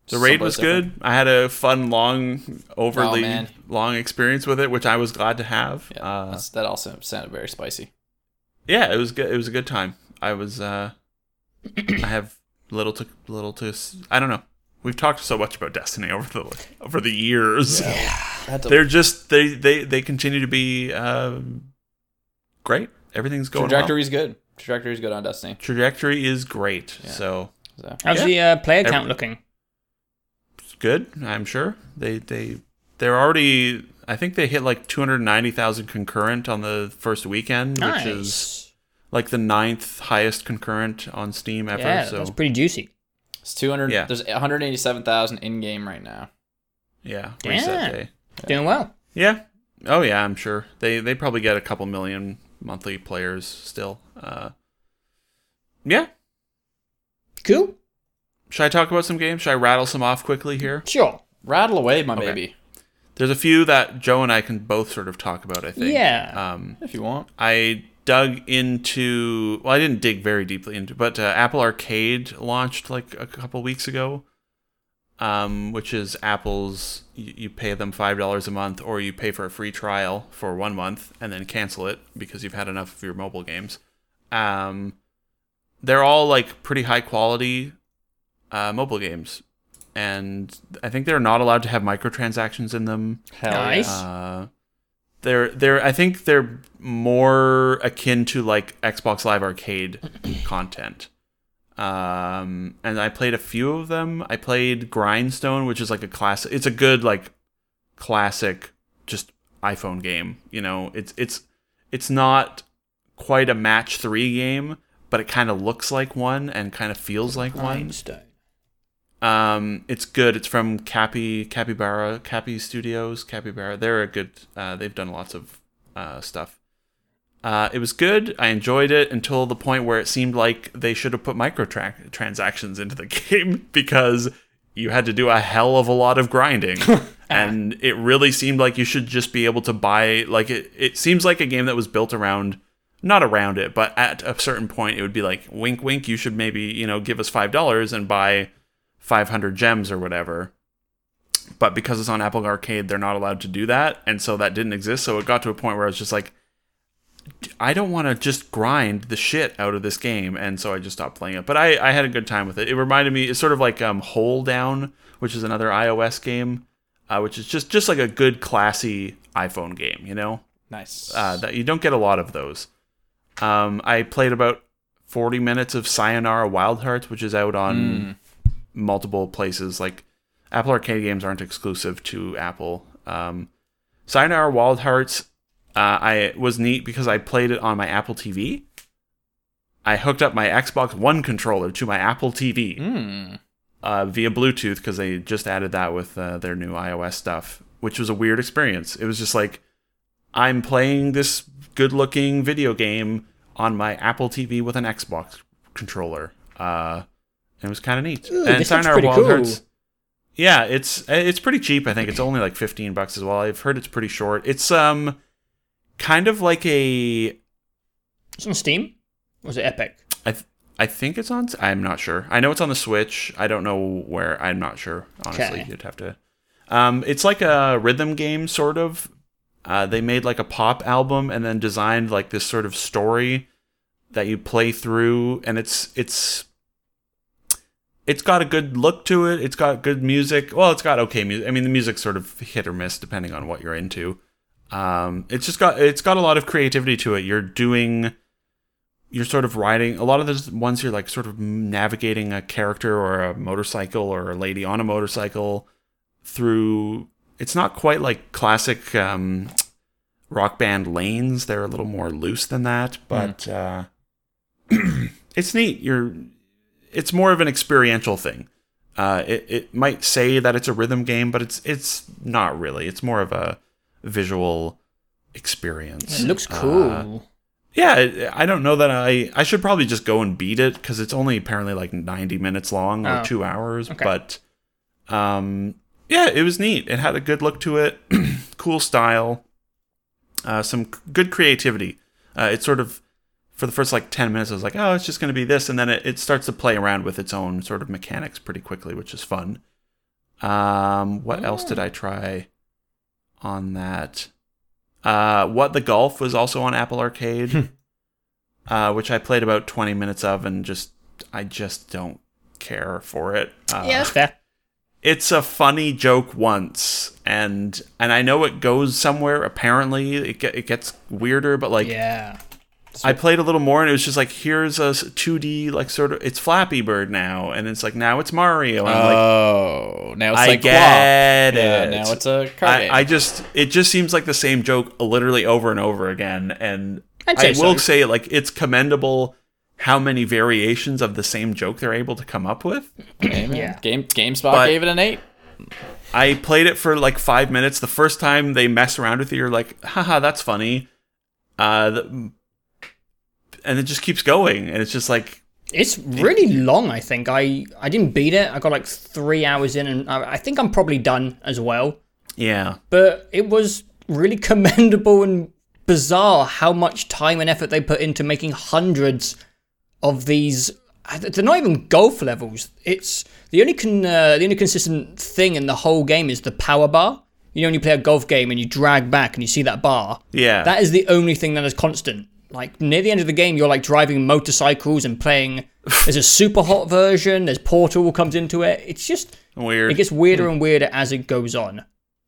S2: The raid was good. I had a fun, long, overly
S1: Oh, man.
S2: long experience with it, which I was glad to have.
S1: Yeah,
S2: uh,
S1: that's, that also sounded very spicy.
S2: yeah it was good. It was a good time. I was. Uh, I have little to little to. s- I don't know. We've talked so much about Destiny over the over the years.
S1: That's
S2: [SIGHS] They're just they they they continue to be um, great. Everything's going well.
S1: trajectory's good. Trajectory's good on Destiny.
S2: Trajectory is great.
S1: Yeah.
S2: So
S1: So
S3: How's
S2: Yeah.
S3: the uh, player count
S2: Every-
S3: looking?
S2: good. I'm sure they they they're already. I think they hit like 290,000 concurrent on the first weekend,
S3: Nice.
S2: which is like the ninth highest concurrent on Steam ever.
S3: yeah,
S2: so
S3: that's pretty juicy.
S1: it's two hundred.
S2: Yeah.
S1: There's one hundred eighty-seven thousand in game right now.
S2: yeah,
S3: Damn.
S2: reset day.
S3: Doing well.
S2: Yeah. Oh yeah, I'm sure they they probably get a couple million monthly players still. Uh, yeah.
S3: Cool.
S2: Should I talk about some games? Should I rattle some off quickly here?
S3: Sure.
S1: Rattle away, my baby,
S2: There's a few that Joe and I can both sort of talk about. I think.
S3: Yeah.
S2: Um,
S1: if you want.
S2: I dug into. Well, I didn't dig very deeply into, but uh, Apple Arcade launched like a couple weeks ago, um, which is Apple's. You, you pay them five dollars a month, or you pay for a free trial for one month and then cancel it because you've had enough of your mobile games. Um, they're all like pretty high quality uh, mobile games, and I think they're not allowed to have microtransactions in them.
S1: Hell
S3: Nice.
S2: Uh, they're they're I think they're more akin to like Xbox Live Arcade [CLEARS THROAT] content. Um, and I played a few of them. I played Grindstone, which is like a classic. It's a good like classic, just iPhone game. You know, it's it's it's not quite a match three game, but it kind of looks like one and kind of feels like one.
S3: Grindstone.
S2: Um, it's good. It's from Cappy Capybara Cappy Studios Capybara. They're a good. Uh, they've done lots of uh, stuff. Uh, it was good. I enjoyed it until the point where it seemed like they should have put microtransactions transactions into the [LAUGHS] game because you had to do a hell of a lot of grinding. and it really seemed like you should just be able to buy like it, it seems like a game that was built around not around it, but at a certain point it would be like wink wink, you should maybe, you know, give us five dollars and buy 500 gems or whatever. But because it's on Apple Arcade, they're not allowed to do that. And so that didn't exist. So it got to a point where I was just like, I don't want to just grind the shit out of this game. And so I just stopped playing it. But I, I had a good time with it. It reminded me, it's sort of like um, Hole Down, which is another iOS game, uh, which is just, just like a good, classy iPhone game, you know?
S1: Nice.
S2: uh, that you don't get a lot of those. Um, I played about 40 minutes of Sayonara Wild Hearts, which is out on multiple places. Like Apple Arcade games aren't exclusive to Apple. Um, Sayonara Wild Hearts, uh, I was neat because I played it on my Apple TV. I hooked up my Xbox One controller to my Apple TV
S1: Mm.
S2: uh, via Bluetooth because they just added that with uh, their new iOS stuff, which was a weird experience. It was just like, I'm playing this good looking video game on my Apple TV with an Xbox controller. Uh, and it was kind of neat.
S3: Ooh,
S2: and
S3: this looks
S2: Sayonara
S3: pretty
S2: Wild
S3: cool.
S2: Hearts- Yeah, it's it's pretty cheap. I think it's only like 15 bucks as well. I've heard it's pretty short. It's um kind of like a
S3: It's on Steam. Or is it Epic?
S2: I th- I think it's on. I'm not sure. I know it's on the Switch. I don't know where. I'm not sure. Honestly,
S3: Okay.
S2: you'd have to. Um, it's like a rhythm game, sort of. Uh, they made like a pop album and then designed like this sort of story that you play through, and it's it's it's got a good look to it. It's got good music. Well, it's got okay music. I mean, the music's sort of hit or miss depending on what you're into. Um, it's just got it's got a lot of creativity to it. You're doing you're sort of riding a lot of those ones you're like sort of navigating a character or a motorcycle or a lady on a motorcycle through it's not quite like classic um rock band lanes they're a little more loose than that but
S3: Hmm.
S2: uh [CLEARS THROAT] it's neat you're it's more of an experiential thing uh it, it might say that it's a rhythm game but it's it's not really it's more of a visual experience
S3: It looks
S2: Uh,
S3: cool.
S2: yeah, I- I don't know that I I should probably just go and beat it because it's only apparently like 90 minutes long or
S3: Oh.
S2: 2 hours,
S3: Okay.
S2: but um yeah, it was neat. It had a good look to it, [CLEARS THROAT] cool style, uh some c- good creativity. Uh it sort of for the first like 10 minutes I was like, "Oh, it's just going to be this." And then it, it starts to play around with its own sort of mechanics pretty quickly, which is fun. Um what else
S3: Oh.
S2: did I try on that? Uh, what the Golf was also on Apple Arcade,
S1: Hmm.
S2: uh, which I played about 20 minutes of, and just I just don't care for it. Uh,
S3: yeah, that's fair.
S2: It's a funny joke once, and and I know it goes somewhere. Apparently, it get, it gets weirder, but like
S3: yeah.
S2: I played a little more, and it was just like here's a s- 2D like sort of it's Flappy Bird now, and it's like now it's Mario. And I'm like,
S1: oh, now it's
S2: I
S1: like guap.
S2: get
S1: Yeah,
S2: it.
S1: now it's a card game.
S2: uh, I, I just it just seems like the same joke literally over and over again and
S3: I'd
S2: i
S3: say
S2: will
S3: so.
S2: say like it's commendable how many variations of the same joke they're able to come up with
S1: Amen.
S3: Yeah.
S1: Game GameSpot
S2: But-
S1: gave it an eight.
S2: i played it for like five minutes the first time they mess around with you you're like haha that's funny uh the, and it just keeps going and it's just like
S3: It's really long. I think I I didn't beat it. I got like three hours in, and I, I think I'm probably done as well.
S2: Yeah.
S3: But it was really commendable and bizarre how much time and effort they put into making hundreds of these. uh, They're not even golf levels. It's the only con, uh, the only consistent thing in the whole game is the power bar. You know, when you play a golf game and you drag back and you see that bar.
S2: Yeah.
S3: That is the only thing that is constant. Like near the end of the game, you're like driving motorcycles and playing. There's a super hot version. There's Portal comes into it. It's just
S2: Weird.
S3: it gets
S2: Hmm.
S3: weirder and weirder as it goes on.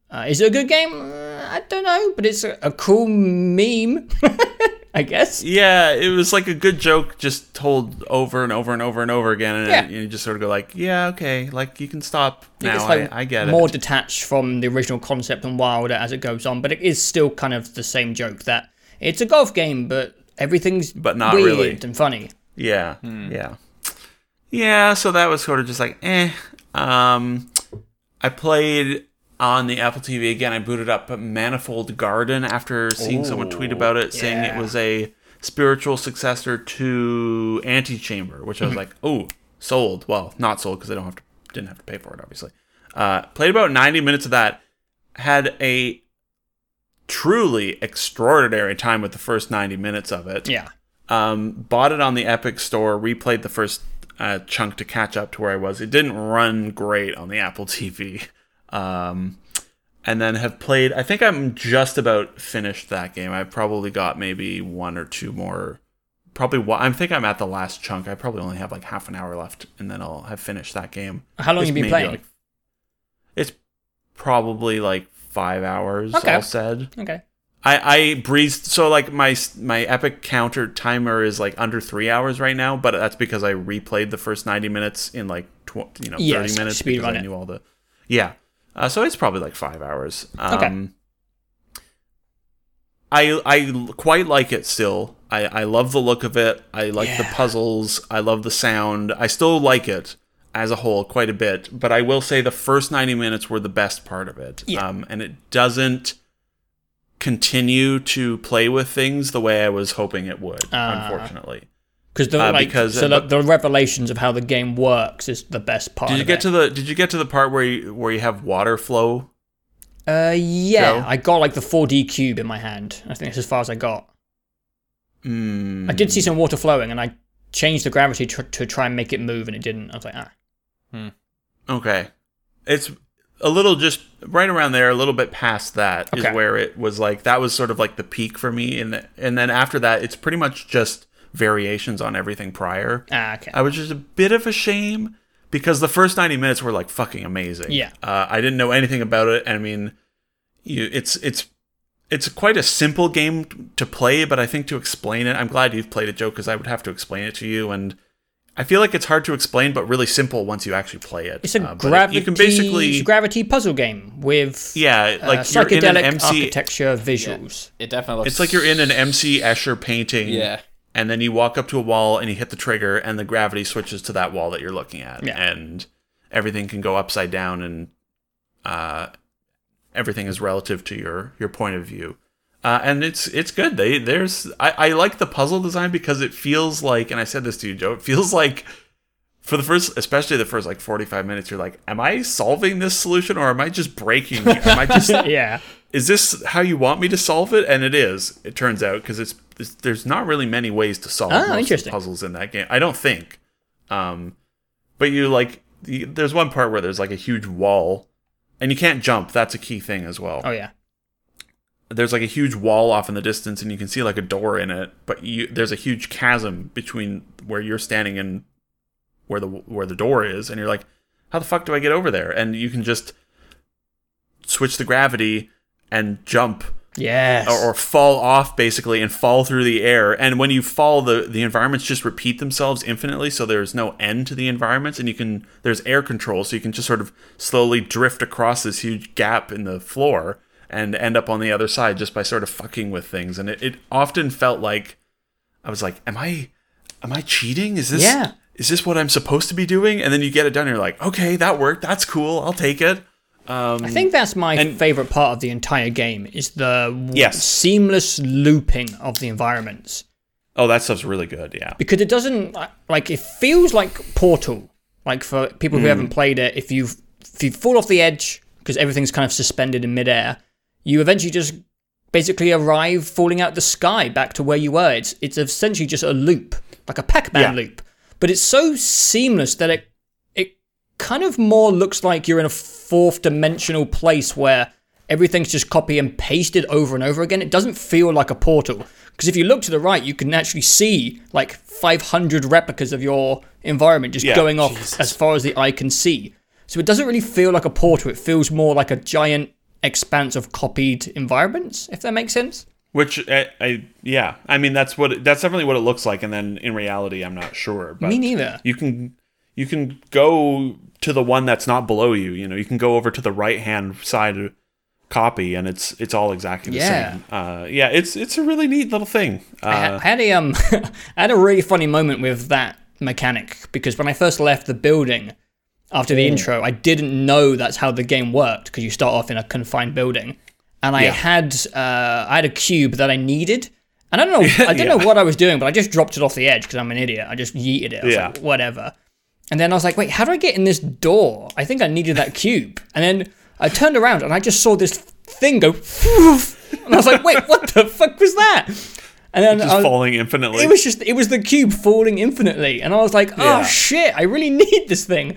S3: Uh, is it a good game? Uh, I don't know, but it's a, a cool meme, [LAUGHS] I guess.
S2: yeah, it was like a good joke just told over and over and over and over again, and,
S3: Yeah.
S2: you just sort of go like, "Yeah, okay, like you can stop now.
S3: it's
S2: I, I get
S3: more
S2: it."
S3: detached from the original concept and wilder as it goes on, but it is still kind of the same joke that it's a golf game, but everything's
S2: But not
S3: weird
S2: really.
S3: and funny.
S2: Yeah, yeah, yeah. So that was sort of just like, eh. Um, I played on the Apple TV again. I booted up Manifold Garden after seeing someone tweet about it, saying it
S3: yeah.
S2: was a spiritual successor to Antechamber, which I was like, oh, sold. Well, not sold because I don't have to didn't have to pay for it, obviously. Uh, played about ninety minutes of that. Had a truly extraordinary time with the first ninety minutes of it
S3: Yeah.
S2: um, bought it on the Epic Store, replayed the first uh, chunk to catch up to where I was. It didn't run great on the [LAUGHS] Apple TV. Um, and then have played, I think I'm just about finished that game. I probably got maybe one or two more. Probably, one, I think I'm at the last chunk. I probably only have like half an hour left, and then I'll have finished that game.
S3: How long
S2: It's
S3: you been
S2: maybe,
S3: playing?
S2: like- it's probably like five hours,
S3: Okay.
S2: all said.
S3: Okay.
S2: I, I breezed so like my my epic counter timer is like under three hours right now, but that's because I replayed the first ninety minutes in like tw- you know
S3: Yeah,
S2: thirty
S3: so
S2: minutes
S3: speed
S2: because
S3: run
S2: I
S3: it.
S2: knew all the yeah. Uh, so it's probably like five hours.
S3: Okay.
S2: Um, I I l- quite like it still. I I love the look of it. I like the
S3: Yeah.
S2: puzzles. I love the sound. I still like it as a whole quite a bit. But I will say the first ninety minutes were the best part of it.
S3: Yeah.
S2: Um, and it doesn't continue to play with things the way I was hoping it would.
S3: Ah.
S2: unfortunately,
S3: Because the
S2: Uh,
S3: like,
S2: because-
S3: so the, the revelations of how the game works is the best part.
S2: did you
S3: of
S2: get
S3: it.
S2: to the Did you get to the part where you, where you have water flow?
S3: Uh, yeah,
S2: Joe?
S3: I got like the 4D cube in my hand. I think that's as far as I got.
S2: Mm.
S3: I did see some water flowing, and I changed the gravity tr- to try and make it move, and it didn't. I was like, ah,
S2: Okay. It's a little just right around there, a little bit past that is
S3: Okay.
S2: where it was like that was sort of like the peak for me and the, and then after that it's pretty much just variations on everything prior.
S3: ah, okay,
S2: I was just a bit of a shame because the first 90 minutes were like fucking amazing.
S3: Yeah.
S2: Uh, I didn't know anything about it and I mean you it's it's it's quite a simple game t- to play, but I think to explain it, I'm glad you've played it, Joe, because I would have to explain it to you. And I feel like it's hard to explain, but really simple once you actually play it.
S3: it's a
S2: Uh, but it-
S3: gravity.
S2: You can basically,
S3: it's a gravity puzzle game with
S2: yeah,
S3: uh,
S2: like you're in an
S3: psychedelic
S2: MC.
S3: architecture visuals.
S1: It definitely looks.
S2: It's like you're in an MC Escher painting.
S1: Yeah.
S2: And then you walk up to a wall and you hit the trigger, and the gravity switches to that wall that you're looking at,
S3: Yeah.
S2: and everything can go upside down, and uh, everything is relative to your your point of view. Uh, and it's it's good. They there's I, I like the puzzle design because it feels like, and I said this to you, Joe. It feels like for the first, especially the first like 45 minutes, you're like, am I solving this solution or am I just breaking? here? Am I just
S3: Yeah,
S2: is this how you want me to solve it? And it is. It turns out because it's, it's there's not really many ways to solve
S3: Ah,
S2: most of the
S3: interesting.
S2: puzzles in that game. I don't think. Um, but you like you, there's one part where there's like a huge wall, and you can't jump. That's a key thing as well
S3: oh yeah,
S2: there's like a huge wall off in the distance and you can see like a door in it but you there's a huge chasm between where you're standing and where the where the door is and you're like how the fuck do i get over there and you can just switch the gravity and jump
S3: yes,
S2: or, or fall off basically and fall through the air and when you fall the the environments just repeat themselves infinitely so there's no end to the environments and you can there's air control so you can just sort of slowly drift across this huge gap in the floor and end up on the other side just by sort of fucking with things and it, it often felt like i was like am i am i cheating is this
S3: Yeah.
S2: is this what i'm supposed to be doing and then you get it done and you're like okay that worked that's cool i'll take it um
S3: I think that's my favorite part of the entire game is the w-
S2: Yes.
S3: seamless looping of the environments.
S2: Oh, that stuff's really good. Yeah.
S3: because it doesn't like it feels like Portal. Like for people who haven't played it, if you've if you fall off the edge because everything's kind of suspended in midair, you eventually just basically arrive falling out the sky back to where you were. It's it's essentially just a loop, like a Pac-Man
S2: Yeah.
S3: loop, but it's so seamless that it it kind of more looks like you're in a fourth dimensional place where everything's just copy and pasted over and over again. It doesn't feel like a portal. Because if you look to the right, you can actually see like 500 replicas of your environment just
S2: Yeah,
S3: going off as far as the eye can see. So it doesn't really feel like a portal. It feels more like a giant expanse of copied environments, if that makes sense.
S2: Which I, I yeah, I mean that's what that's definitely what it looks like, and then in reality, I'm not sure. But
S3: Me neither.
S2: You can you can go to the one that's not below you. You know, you can go over to the right hand side copy, and it's it's all exactly the
S3: Yeah.
S2: same. Uh, yeah, it's it's a really neat little thing.
S3: I
S2: Uh,
S3: ha- had a um, [LAUGHS] I had a really funny moment with that mechanic because when I first left the building after
S2: Hmm.
S3: the intro, I didn't know that's how the game worked because you start off in a confined building, and I
S2: Yeah.
S3: had uh, I had a cube that I needed, and I
S2: [LAUGHS]
S3: don't know I don't
S2: Yeah.
S3: know what I was doing, but I just dropped it off the edge because I'm an idiot. I just yeeted it. I was
S2: Yeah.
S3: like, whatever. And then I was like, wait, how do I get in this door? I think I needed that cube. And then I turned around and I just saw this thing go. And I was like, wait, what the fuck was that? And then
S2: just
S3: I was,
S2: falling infinitely.
S3: it was just it was the cube falling infinitely, and I was like, oh
S2: Yeah.
S3: shit, I really [LAUGHS] need this thing.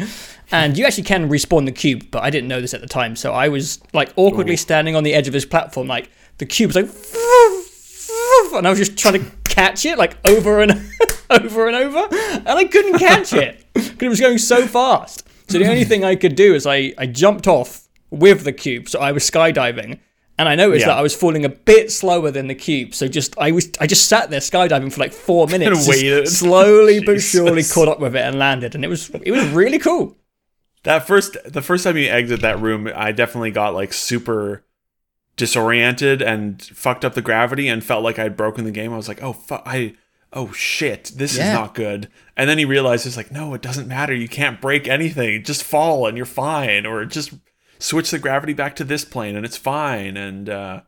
S3: And you actually can respawn the cube, but I didn't know this at the time, so I was like awkwardly standing on the edge of this platform, like the cube's like, and I was just trying to catch it like over and [LAUGHS] over and over, and I couldn't catch it because it was going so fast. So the only thing I could do is I I jumped off with the cube, so I was skydiving. And I noticed
S2: Yeah.
S3: that I was falling a bit slower than the cube, so just I was I just sat there skydiving for like four
S2: [LAUGHS]
S3: minutes
S2: And
S3: just
S2: waited.
S3: slowly but surely
S2: Jesus.
S3: caught up with it and landed, and it was it was really cool.
S2: That first, the first time you exit that room, I definitely got like super disoriented and fucked up the gravity and felt like I'd broken the game. I was like, oh fuck, I, oh shit, this
S3: Yeah.
S2: is not good. And then you realize it's like, no, it doesn't matter. You can't break anything. Just fall and you're fine, or just switch the gravity back to this plane and it's fine. And uh,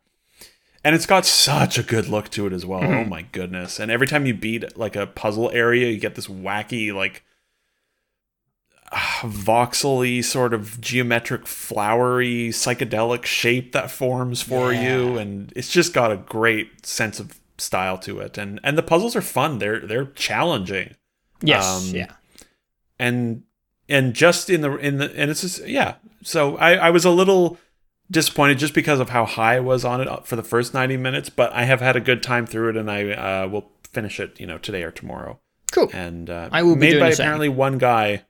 S2: and it's got such a good look to it as well. Oh my goodness! And every time you beat like a puzzle area, you get this wacky like voxely sort of geometric flowery psychedelic shape that forms for you and it's just got a great sense of style to it and and the puzzles are fun they're they're challenging
S3: Yes,
S2: Um,
S3: yeah,
S2: and and just in the in the and it's just yeah so i i was a little disappointed just because of how high i was on it for the first 90 minutes but i have had a good time through it and i uh, will finish it you know today or tomorrow
S3: cool.
S2: and uh,
S3: I will be
S2: made
S3: doing
S2: by
S3: the same.
S2: apparently one guy.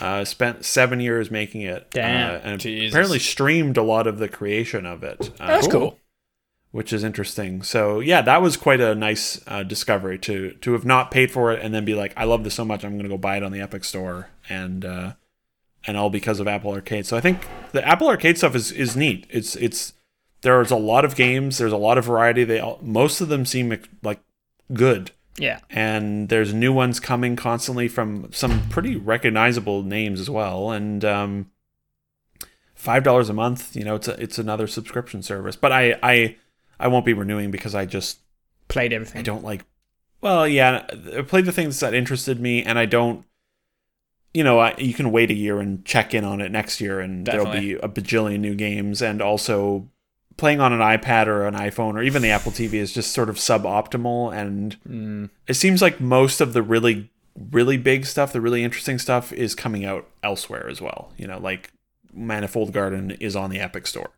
S2: Uh, spent seven years making it,
S3: Damn.
S2: uh, and
S1: Jesus.
S2: apparently streamed a lot of the creation of it, uh,
S3: That's cool.
S2: which is interesting. So yeah, that was quite a nice uh, discovery to to have not paid for it and then be like, I love this so much, I'm going to go buy it on the Epic Store, and uh, and all because of Apple Arcade. So I think the Apple Arcade stuff is is neat. It's it's there's a lot of games, there's a lot of variety. They all, most of them seem like good
S3: Yeah,
S2: and there's new ones coming constantly from some pretty recognizable names as well and um five dollars a month you know it's a, it's another subscription service but i i i won't be renewing because i just
S3: played
S2: i
S3: everything.
S2: don't like well yeah i played the things that interested me and i don't you know I, you can wait a year and check in on it next year and
S1: Definitely.
S2: there'll be a bajillion new games and also playing on an ipad or an iphone or even the apple tv is just sort of suboptimal and
S1: Mm,
S2: it seems like most of the really really big stuff the really interesting stuff is coming out elsewhere as well you know like manifold garden is on the epic store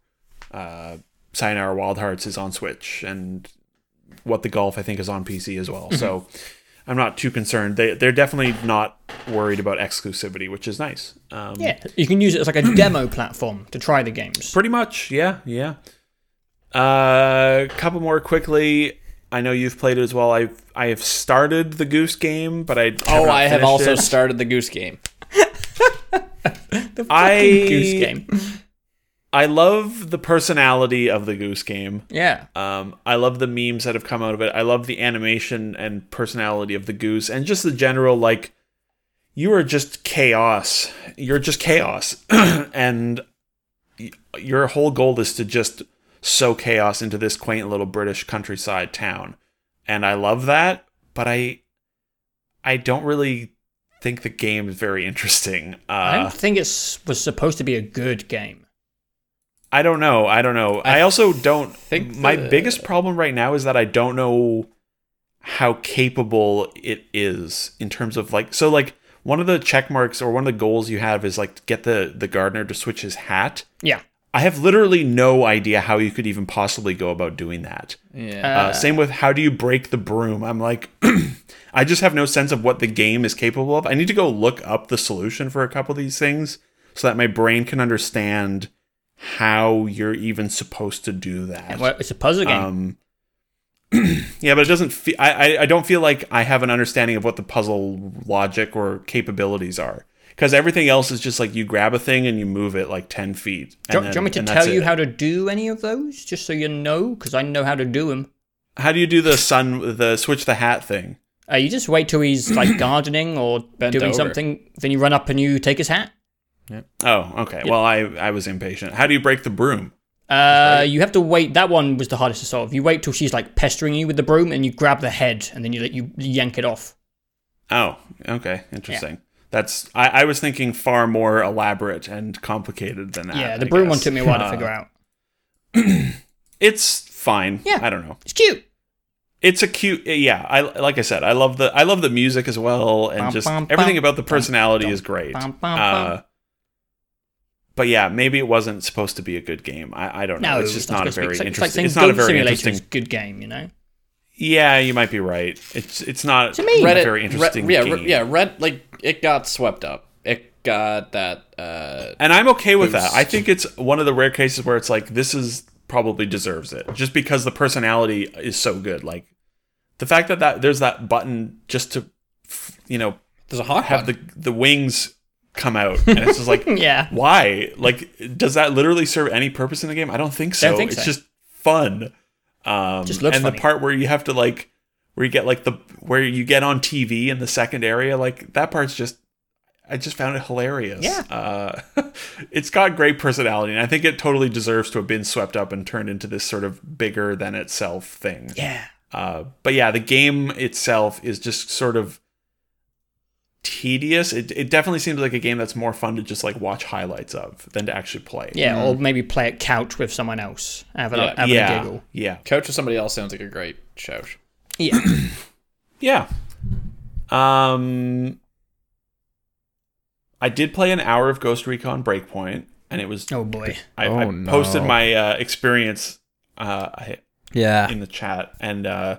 S2: uh sayonara wild hearts is on switch and what the golf i think is on pc as
S1: Mm-hmm.
S2: well so i'm not too concerned they, they're definitely not worried about exclusivity which is nice um
S3: Yeah, you can use it as [CLEARS THROAT] like a demo platform to try the games.
S2: Pretty much, yeah, yeah. A uh, couple more quickly. I know you've played it as well. I've I have started the Goose game, but I have
S1: oh,
S2: not
S1: I have
S2: finished
S1: also
S2: it.
S1: started the goose game.
S2: I
S3: Goose game.
S2: I love the personality of the Goose game.
S3: Yeah,
S2: Um, I love the memes that have come out of it. I love the animation and personality of the goose, and just the general like, you are just chaos. You're just chaos, [CLEARS THROAT] and y- your whole goal is to just sow chaos into this quaint little British countryside town. And I love that, but I I don't really think the game is very interesting. Uh,
S3: I don't think it was supposed to be a good game.
S2: I don't know. I don't know. I, also don't
S1: think
S2: think my
S1: the-
S2: biggest problem right now is that I don't know how capable it is in terms of like so like one of the check marks or one of the goals you have is like to get the the gardener to switch his hat.
S3: Yeah.
S2: I have literally no idea how you could even possibly go about doing that.
S1: Yeah.
S2: Uh, same with how do you break the broom? I'm like, [CLEARS THROAT] I just have no sense of what the game is capable of. I need to go look up the solution for a couple of these things so that my brain can understand how you're even supposed to do that.
S3: Well, it's a puzzle game.
S2: Um, [CLEARS THROAT] yeah, but it doesn't. Fe- I, I I don't feel like I have an understanding of what the puzzle logic or capabilities are because everything else is just like you grab a thing and you move it like ten feet.
S3: do, you-
S2: and
S3: do you want me to
S2: then- and that's
S3: tell you
S2: it.
S3: how to do any of those, just so you know? Because I know how to do them.
S2: How do you do the sun the switch the hat thing?
S3: Uh, you just wait till he's [CLEARS THROAT] like gardening or
S1: Bent
S3: doing
S1: over.
S3: something, then you run up and you take his hat.
S2: Oh, okay. Well, I I was impatient. How do you break the broom?
S3: Uh, you have to wait. That one was the hardest to solve. You wait till she's like pestering you with the broom, and you grab the head, and then you you yank it off.
S2: Oh, okay. Interesting. That's I, I was thinking far more elaborate and complicated than that.
S3: yeah, the
S2: I
S3: broom one
S2: guess.
S3: took me a while to
S2: Uh, [LAUGHS]
S3: figure out.
S2: It's fine.
S3: Yeah.
S2: I don't know.
S3: It's cute.
S2: It's a cute yeah, I like I said, I love the I love the music as well and
S3: Bum,
S2: just
S3: bum,
S2: everything
S3: bum,
S2: about the
S3: bum,
S2: personality
S3: bum,
S2: is great.
S3: bum, bum,
S2: Uh,
S3: bum.
S2: but yeah, maybe it wasn't supposed to be a good game. I, I don't know.
S3: No,
S2: it's just not a
S3: supposed to
S2: very
S3: be- it's like-
S2: interesting.
S3: It's like saying
S2: It's not a
S3: Goat
S2: very
S3: Simulator
S2: interesting.
S3: is a good game, you know.
S2: Yeah, you might be right. It's it's not
S3: To me-
S2: a
S1: Reddit,
S2: very interesting
S1: Re- yeah,
S2: game.
S1: Re- yeah, Red like it got swept up. It got that uh
S2: And I'm okay with that.
S1: Boost.
S2: I think it's one of the rare cases where it's like this is probably deserves it just because the personality is so good. Like the fact that, that there's that button just to f- you know
S1: there's a hawk
S2: have the the wings come out and it's just like
S3: [LAUGHS] Yeah.
S2: why like does that literally serve any purpose in the game i don't think so
S3: Don't think
S2: it's
S3: so.
S2: just fun um
S3: Just looks
S2: and
S3: funny.
S2: the part where you have to like where you get like the where you get on tv in the second area like that part's just i just found it hilarious
S3: Yeah.
S2: uh [LAUGHS] it's got great personality and i think it totally deserves to have been swept up and turned into this sort of bigger than itself thing
S3: Yeah.
S2: uh, but yeah, the game itself is just sort of tedious. It, it definitely seems like a game that's more fun to just like watch highlights of than to actually play.
S3: Yeah, or maybe play at couch with someone else, have a,
S1: Yeah.
S3: have a
S2: Mm. yeah,
S3: giggle.
S2: yeah,
S1: coach or somebody else sounds like a great show.
S3: Yeah,
S2: yeah. Um, I did play an hour of Ghost Recon Breakpoint, and it was
S3: oh boy.
S2: I,
S1: Oh,
S2: I
S1: no.
S2: posted my uh, experience uh, I-
S1: Yeah.
S2: in the chat and uh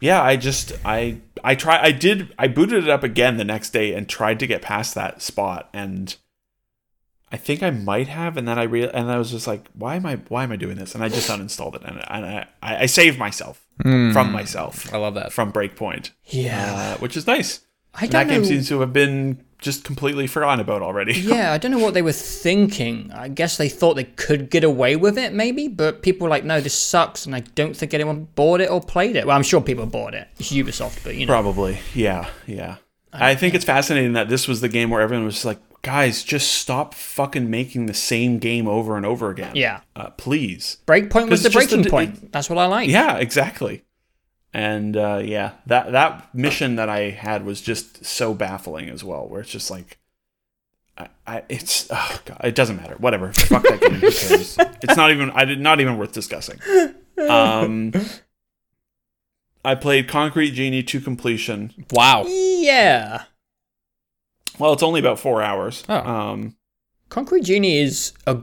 S2: yeah i just i i try i did i booted it up again the next day and tried to get past that spot and i think i might have and then i real and i was just like why am i why am i doing this and i just uninstalled it and, and i i I saved myself
S1: Hmm.
S2: from myself
S1: I love that.
S2: from breakpoint
S3: Yeah,
S2: uh, which is nice
S3: I
S2: and that
S3: don't
S2: game
S3: know.
S2: seems to have been just completely forgotten about already
S1: [LAUGHS]
S3: yeah, I don't know what they were thinking. I guess they thought they could get away with it, maybe, but people were like, no, this sucks, and I don't think anyone bought it or played it. Well, I'm sure people bought it. It's Ubisoft, but you know.
S2: Probably. Yeah. Yeah. I think it's fascinating that this was the game where everyone was just like, guys, just stop fucking making the same game over and over again.
S3: Yeah.
S2: Uh, please.
S3: Breakpoint
S2: Because
S3: was the
S2: it's just
S3: breaking
S2: a-
S3: point. That's what I like.
S2: Yeah, exactly. And uh, yeah, that that mission that I had was just so baffling as well, where it's just like, I, I it's oh god, it doesn't matter. Whatever, fuck that game. Who [LAUGHS] cares? It's not even I did not even worth discussing. Um, I played Concrete Genie to completion.
S1: Wow.
S3: Yeah.
S2: Well, it's only about four hours.
S1: Oh.
S2: Um,
S3: Concrete Genie is a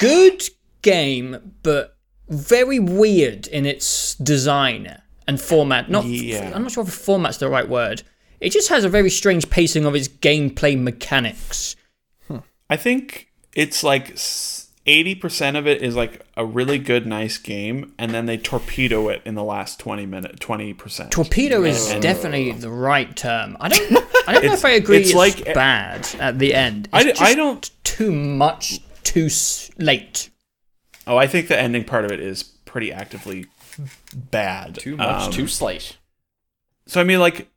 S3: good game, but very weird in its design and format. Not,
S2: Yeah.
S3: I'm not sure if format's the right word. It just has a very strange pacing of its gameplay mechanics.
S2: I think it's like eighty percent of it is like a really good, nice game, and then they torpedo it in the last twenty minute, twenty percent.
S3: Torpedo is definitely the right term. I don't, I don't know if I agree. It's,
S2: it's like-
S3: bad at the end.
S2: I,
S3: It's
S2: I
S3: just
S2: don't.
S3: too much, too s- late.
S2: Oh, I think the ending part of it is pretty actively bad.
S1: Too much,
S2: Um,
S1: too slight.
S2: So I mean, like,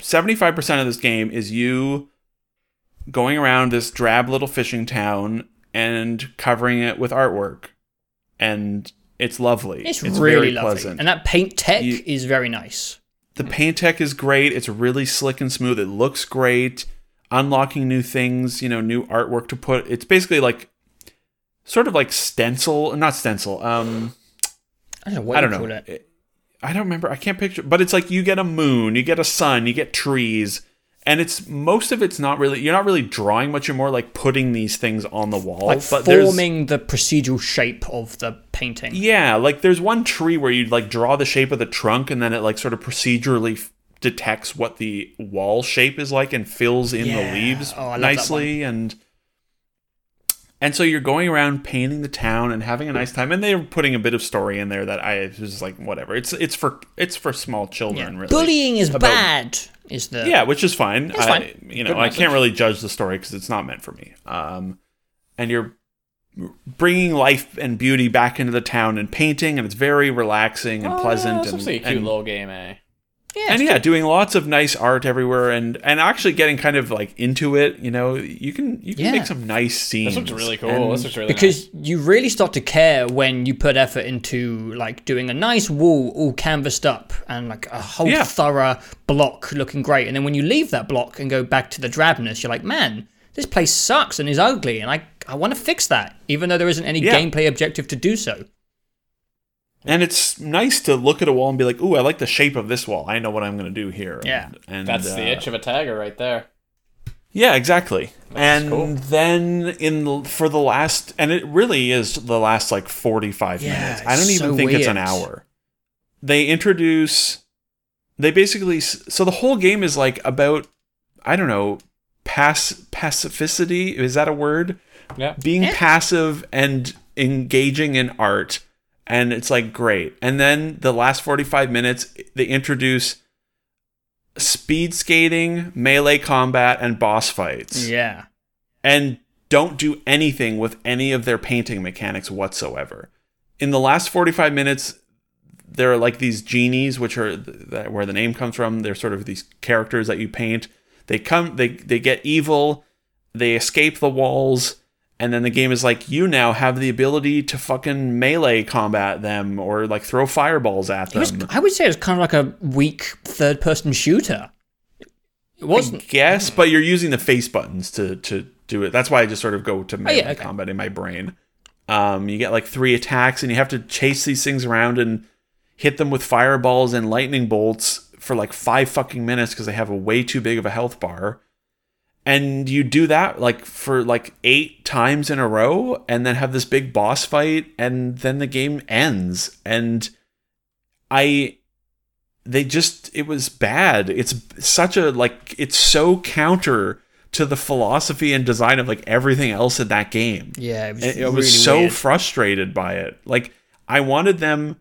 S2: seventy-five percent of this game is you going around this drab little fishing town and covering it with artwork and It's lovely.
S3: It's, really
S2: very
S3: lovely.
S2: pleasant.
S3: And that paint tech
S2: You-
S3: is very nice.
S2: the paint tech is great. It's really slick and smooth. It looks great. Unlocking new things, you know, new artwork to put. It's basically like sort of like stencil, not stencil. Um,
S3: I don't know what
S2: I
S3: you
S2: don't
S3: call
S2: know.
S3: it.
S2: It- I don't remember. I can't picture, but it's like you get a moon, you get a sun, you get trees, and it's most of it's not really. You're not really drawing much. You're more like putting these things on the wall,
S3: Like
S2: but there's-
S3: forming the procedural shape of the painting.
S2: yeah, like there's one tree where you like draw the shape of the trunk and then it like sort of procedurally f- detects what the wall shape is like and fills in
S3: Yeah.
S2: the leaves
S3: Oh, I love that
S2: nicely and and so you're going around painting the town and having a nice time and they're putting a bit of story in there that I was just like whatever. It's it's for it's for small
S3: Yeah.
S2: children really.
S3: Bullying is
S2: About-
S3: bad. Is the
S2: Yeah, which is fine.
S3: That's
S2: I,
S3: fine.
S2: You know,
S1: Good
S2: I
S1: message.
S2: can't really judge the story because it's not meant for me. Um, and you're bringing life and beauty back into the town and painting, and it's very relaxing and
S1: Oh,
S2: pleasant.
S1: That's
S2: and,
S1: obviously a cute
S2: and,
S1: little game, eh?
S3: yeah,
S2: and
S3: it's
S2: yeah, doing lots of nice art everywhere, and and actually getting kind of like into it. You know, you can you can
S3: Yeah.
S2: make some nice scenes.
S1: This looks really cool.
S2: and-
S1: this looks really nice.
S3: because you really start to care when you put effort into like doing a nice wall all canvassed up and like a whole
S2: Yeah.
S3: thorough block looking great and then when you leave that block and go back to the drabness you're like man this place sucks and is ugly and i i want to fix that even though there isn't any
S2: Yeah.
S3: gameplay objective to do so
S2: and it's nice to look at a wall and be like, "Ooh, I like the shape of this wall. I know what I'm going to do here."
S3: Yeah.
S2: and, and,
S1: That's the
S2: uh,
S1: itch of a tiger right there.
S2: Yeah, exactly. and
S1: cool.
S2: then in the, for the last, and it really is the last like forty five
S3: Yeah,
S2: minutes.
S3: it's
S2: I don't even
S3: so
S2: think it's an
S3: weird.
S2: hour. They introduce, they basically s- so the whole game is like about I don't know, pass pacificity is that a word?
S1: Yeah.
S2: Being
S3: Yeah.
S2: passive and engaging in art, and it's like great. And then the last forty five minutes, they introduce speed skating, melee combat, and boss fights
S3: yeah
S2: and don't do anything with any of their painting mechanics whatsoever. In the last 45 minutes, there are like these genies, which are th- that where the name comes from. They're sort of these characters that you paint. They come, they they get evil, they escape the walls, and then the game is like, you now have the ability to fucking melee combat them or like throw fireballs at
S3: it
S2: them.
S3: was, i would say it's kind of like a weak third person shooter it wasn't Mm.
S2: guess, but you're using the face buttons to to do it. That's why I just sort of go to melee
S3: Oh, okay.
S2: combat in my brain. Um, you get like three attacks, and you have to chase these things around and hit them with fireballs and lightning bolts for like five fucking minutes because they have a way too big of a health bar. And you do that like for like eight times in a row, and then have this big boss fight, and then the game ends. And I they just it was bad it's such a like it's so counter to the philosophy and design of like everything else in that game
S3: yeah it was,
S2: And i
S3: really
S2: was so
S3: weird.
S2: frustrated by it like i wanted them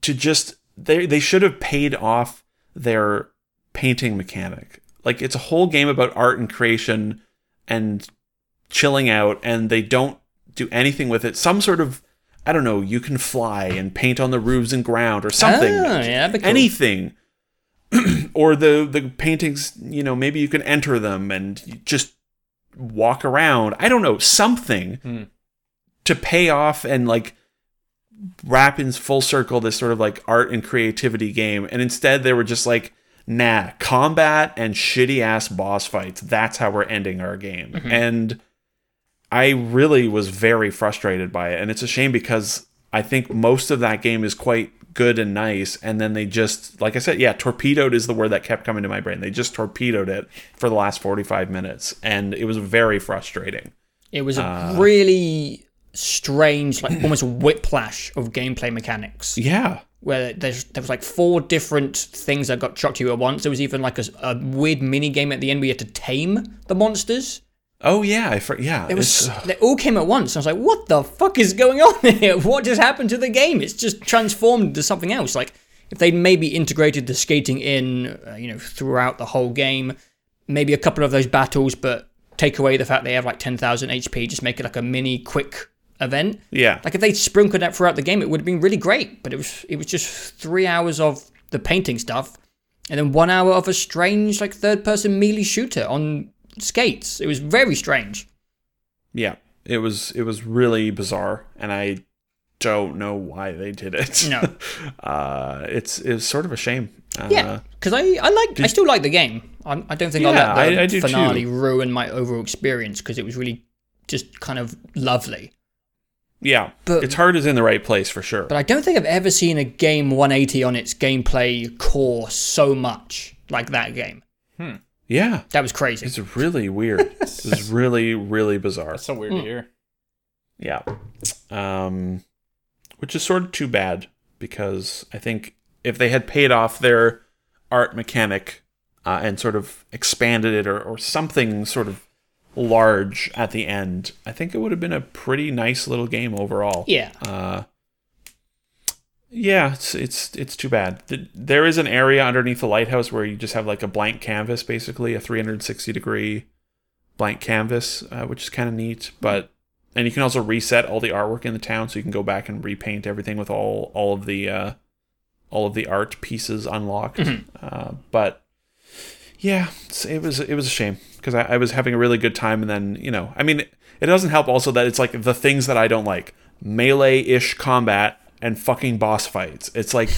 S2: to just they they should have paid off their painting mechanic like it's a whole game about art and creation and chilling out and they don't do anything with it some sort of i don't know you can fly and paint on the roofs and ground or something
S3: Ah, yeah, that'd be cool.
S2: anything [CLEARS THROAT] or the the paintings you know maybe you can enter them and you just walk around i don't know something
S1: Hmm.
S2: to pay off and like wrap in full circle this sort of like art and creativity game and instead they were just like nah combat and shitty ass boss fights that's how we're ending our game and i really was very frustrated by it and it's a shame because i think most of that game is quite good and nice and then they just like i said yeah torpedoed is the word that kept coming to my brain they just torpedoed it for the last 45 minutes and it was very frustrating
S3: It was a really strange, like almost whiplash of gameplay mechanics,
S2: yeah
S3: where there's, there was like four different things that got chucked to you at once. There was even like a, s- a weird mini game at the end where you had to tame the monsters.
S2: oh yeah i for- yeah
S3: It was
S2: it's-
S3: they all came at once. I was like, what the fuck is going on [LAUGHS] here? What just happened to the game? It's just transformed into something else. Like if they'd maybe integrated the skating in, uh, you know, throughout the whole game, maybe a couple of those battles, but take away the fact they have like ten thousand HP, just make it like a mini quick event.
S2: yeah
S3: Like if they sprinkled that throughout the game, it would have been really great. But it was it was just three hours of the painting stuff, and then one hour of a strange like third person melee shooter on skates. It was very strange.
S2: yeah it was it was really bizarre and i don't know why they did it.
S3: No.
S2: [LAUGHS] uh, it's it's sort of a shame. Uh,
S3: Yeah, because I, I like I still like the game. I, I don't think I
S2: Yeah,
S3: let the
S2: I- I do
S3: finale
S2: too.
S3: ruin my overall experience because it was really just kind of lovely.
S2: yeah.
S3: But-
S2: its heart is in the right place for sure.
S3: But I don't think I've ever seen a game 180 on its gameplay core so much like that game.
S2: yeah.
S3: That was crazy.
S2: It's really weird. it's really, really bizarre.
S1: That's so weird to hear.
S2: Yeah. Um, which is sort of too bad because I think if they had paid off their art mechanic uh, and sort of expanded it or, or something sort of large at the end, I think it would have been a pretty nice little game overall.
S3: Yeah.
S2: Uh, yeah, it's it's it's too bad. Th- There is an area underneath the lighthouse where you just have like a blank canvas, basically a 360 degree blank canvas, uh, which is kind of neat. But and you can also reset all the artwork in the town, so you can go back and repaint everything with all all of the uh, all of the art pieces unlocked. Uh, but yeah, it's, it was it was a shame because I, I was having a really good time, and then you know, I mean, it doesn't help also that it's like the things that I don't like melee ish combat and fucking boss fights. It's like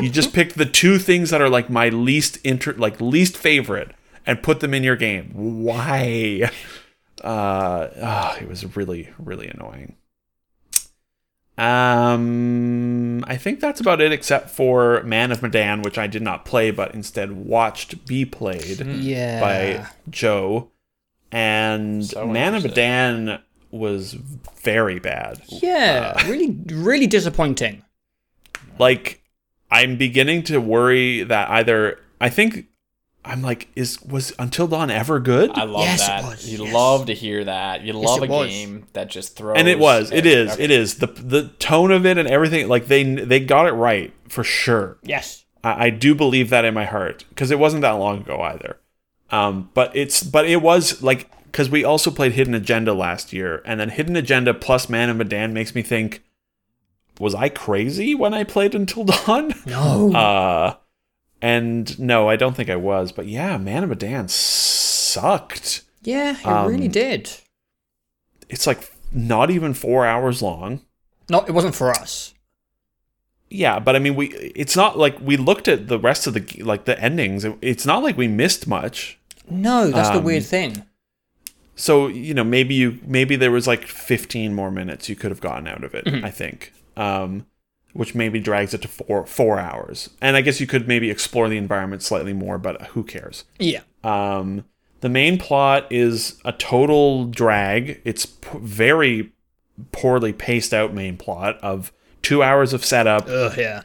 S2: you just picked the two things that are like my least inter like least favorite and put them in your game. Why? Uh, ah, it was really really annoying. Um, I think that's about it, except for Man of Medan, which I did not play, but instead watched be played
S3: yeah.
S2: by Joe. And
S1: So
S2: Man of
S1: interesting.
S2: Medan was very bad.
S3: yeah.
S2: uh,
S3: really, really disappointing.
S2: Like, I'm beginning to worry that either I think I'm like, is was Until Dawn ever good?
S1: I love
S3: Yes, it
S1: that.
S3: was,
S1: You
S3: yes.
S1: love to hear that. You love
S3: it
S1: a
S3: was.
S1: game that just throws.
S2: and it was, it is,
S1: Okay.
S2: it is the the tone of it and everything. Like they they got it right for sure.
S3: Yes.
S2: I, I do believe that in my heart because it wasn't that long ago either. Um, but it's but it was like because we also played Hidden Agenda last year, and then Hidden Agenda plus Man and Medan makes me think, was I crazy when I played Until Dawn? [LAUGHS]
S3: No.
S2: Uh, and no, I don't think I was. But yeah, Man and Medan sucked.
S3: yeah, it
S2: um,
S3: really did.
S2: It's like not even four hours long.
S3: No, it wasn't for us.
S2: Yeah, but I mean, we it's not like we looked at the rest of the like the endings. It's not like we missed much.
S3: No, that's the
S2: Um,
S3: weird thing.
S2: so you know maybe you maybe there was like 15 more minutes you could have gotten out of it i think um which maybe drags it to four four hours and i guess you could maybe explore the environment slightly more but who cares
S3: Yeah.
S2: um, the main plot is a total drag. It's p- very poorly paced out main plot of two hours of setup,
S3: Ugh, yeah.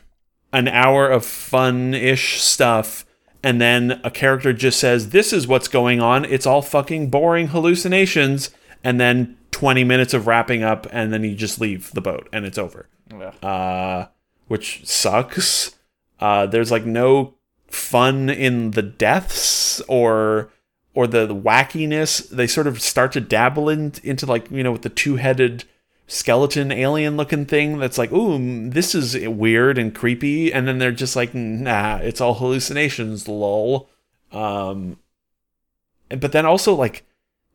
S2: an hour of fun-ish stuff, and then a character just says, "This is what's going on. It's all fucking boring hallucinations," and then 20 minutes of wrapping up, and then you just leave the boat, and it's over
S1: Yeah.
S2: uh, which sucks. Uh, there's like no fun in the deaths or or the, the wackiness. They sort of start to dabble in, into like you know with the two headed skeleton alien looking thing that's like ooh mm, this is weird and creepy and then they're just like nah it's all hallucinations lol um and- but then also like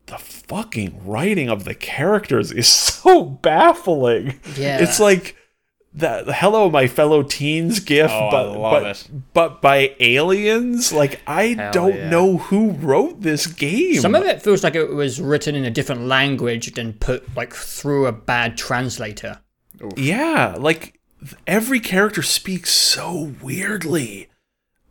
S2: the fucking writing of the characters is [LAUGHS] so baffling
S3: Yeah.
S2: it's like the, the hello my fellow teens gif
S1: Oh, I
S2: but
S1: love
S2: but,
S1: it.
S2: but by aliens like i don't
S1: yeah.
S2: know who wrote this game
S3: Some of it feels like it was written in a different language and put like through a bad translator.
S2: yeah like th- every character speaks so weirdly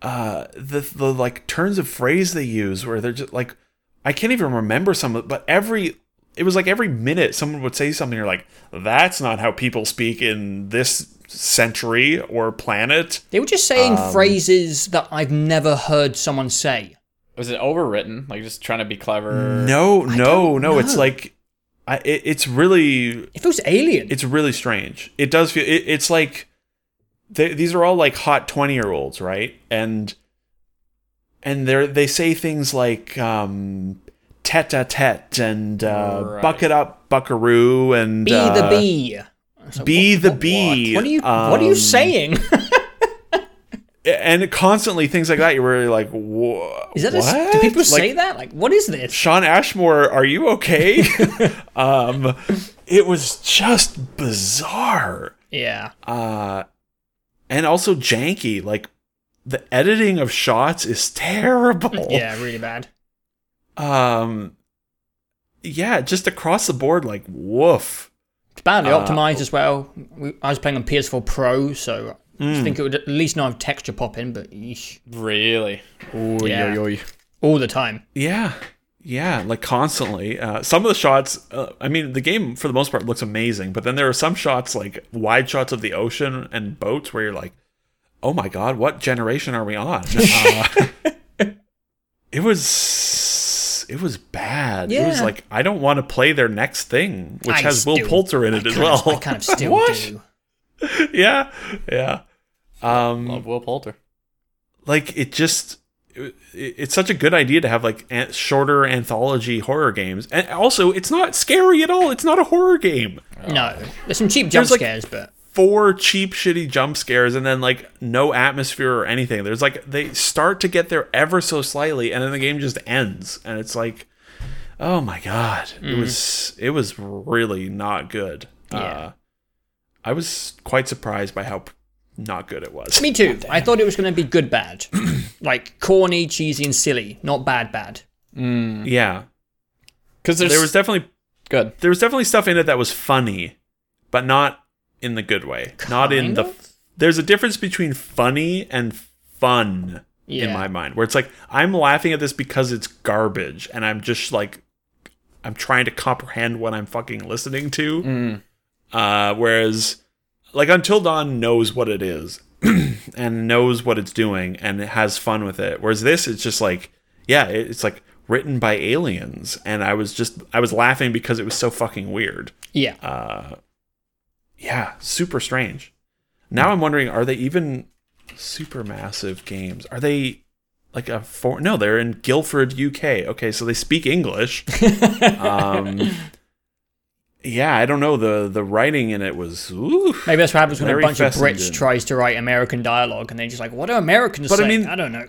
S2: uh the the like turns of phrase they use where they're just like i can't even remember some of but every it was like every minute someone would say something you're like that's not how people speak in this century or planet
S3: They were just saying
S2: Um,
S3: phrases that I've never heard someone say.
S1: Was it overwritten? Like just trying to be clever?
S2: No, no,
S3: don't
S2: no. It's
S3: know.
S2: like, I, it, it's really,
S3: It feels alien.
S2: it's really strange. It does feel. It, it's like, they, these are all like hot twenty year olds, right? And and they are they say things like um, tete a tete and uh,
S1: Right.
S2: buck it up, buckaroo, and
S3: be the
S2: uh,
S3: bee. I was like,
S2: be
S3: what-
S2: the
S3: what-
S2: bee.
S3: What, what are you? what are you
S2: um,
S3: saying? [LAUGHS]
S2: And constantly things like that. You're really like, wha-
S3: Is that a,
S2: what?
S3: s- do people
S2: Like,
S3: say that? Like, what is this?
S2: Sean Ashmore, are
S3: [LAUGHS]
S2: you okay? um, it was just bizarre.
S3: Yeah.
S2: uh and also janky like the editing of shots is [LAUGHS] terrible
S3: Yeah, really bad.
S2: um yeah just across the board like woof
S3: It's badly
S2: Uh,
S3: optimized as well. We, I was playing on PS4 Pro, so
S2: Hmm.
S3: I think it would at least not have texture pop in, but yeesh,
S1: Really? Ooh,
S3: Yeah.
S1: yo, yo.
S3: all the time.
S2: yeah yeah like constantly uh some of the shots uh, i mean the game for the most part looks amazing but then there are some shots like wide shots of the ocean and boats where you're like oh my god what generation are we
S3: [LAUGHS]
S2: on uh, it was it was bad it was
S3: Yeah.
S2: like i don't want to play their next thing which
S3: I
S2: has will
S3: still-
S2: poulter in
S3: I
S2: it as
S3: kind
S2: well
S3: of- I kind of
S2: [LAUGHS]
S3: still
S2: What?
S3: do.
S2: yeah yeah um
S1: Love Will Poulter.
S2: like it just it, it's such a good idea to have like an- shorter anthology horror games and also it's not scary at all it's not a horror game
S3: No, there's some cheap jump
S2: There's, like-
S3: scares, but
S2: four cheap shitty jump scares and then like no atmosphere or anything there's like they start to get there ever so slightly and then the game just ends and it's like oh my god it was it was really not good uh, i was quite surprised by how p- not good it was
S3: me too. I thought it was going to be
S2: [CLEARS THROAT]
S3: good bad, like corny, cheesy, and silly, not bad bad.
S2: yeah
S1: Because there's
S2: Mm. there was definitely
S1: good.
S2: there was definitely stuff in it that was funny, but not in the good way. not in
S3: Kind
S2: the.
S3: of?
S2: There's a difference between funny and fun in
S3: Yeah.
S2: my mind, where it's like I'm laughing at this because it's garbage, and I'm just like, I'm trying to comprehend what I'm fucking listening to. Uh, whereas, like Until Dawn knows what it is, [CLEARS THROAT] and knows what it's doing, and it has fun with it. Whereas this, it's just like, yeah, it- it's like written by aliens, and I was just I was laughing because it was so fucking weird.
S3: Yeah,
S2: Uh, Yeah, super strange. Now I'm wondering, are they even super massive games? Are they like a four? No, they're in Guildford, UK. Okay, so they speak
S1: [LAUGHS]
S2: English. um, yeah, I don't know. the The writing in it was. Ooh.
S3: maybe that's what happens when
S2: Larry
S3: a bunch of Brits
S2: Fessenden.
S3: tries to write American dialogue, and they're just like, "What do Americans
S2: But I
S3: say?"
S2: mean-
S3: I don't know.
S2: [LAUGHS]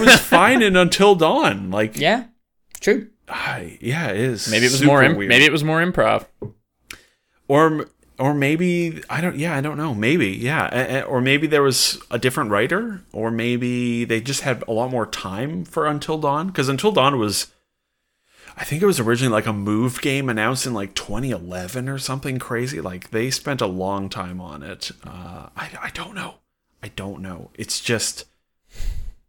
S1: [LAUGHS]
S2: was fine in Until Dawn. Like, yeah,
S3: yeah, true.
S2: yeah it is.
S1: Maybe it was
S2: super
S1: more. Im-
S2: weird.
S1: maybe it was more improv.
S2: or or maybe I don't. Yeah, I don't know. Maybe yeah, A- a- or maybe there was a different writer, or maybe they just had a lot more time for Until Dawn because Until Dawn was, I think it was originally like a move game announced in like 2011 or something crazy. Like they spent a long time on it. Uh, I I don't know. I don't know. It's just.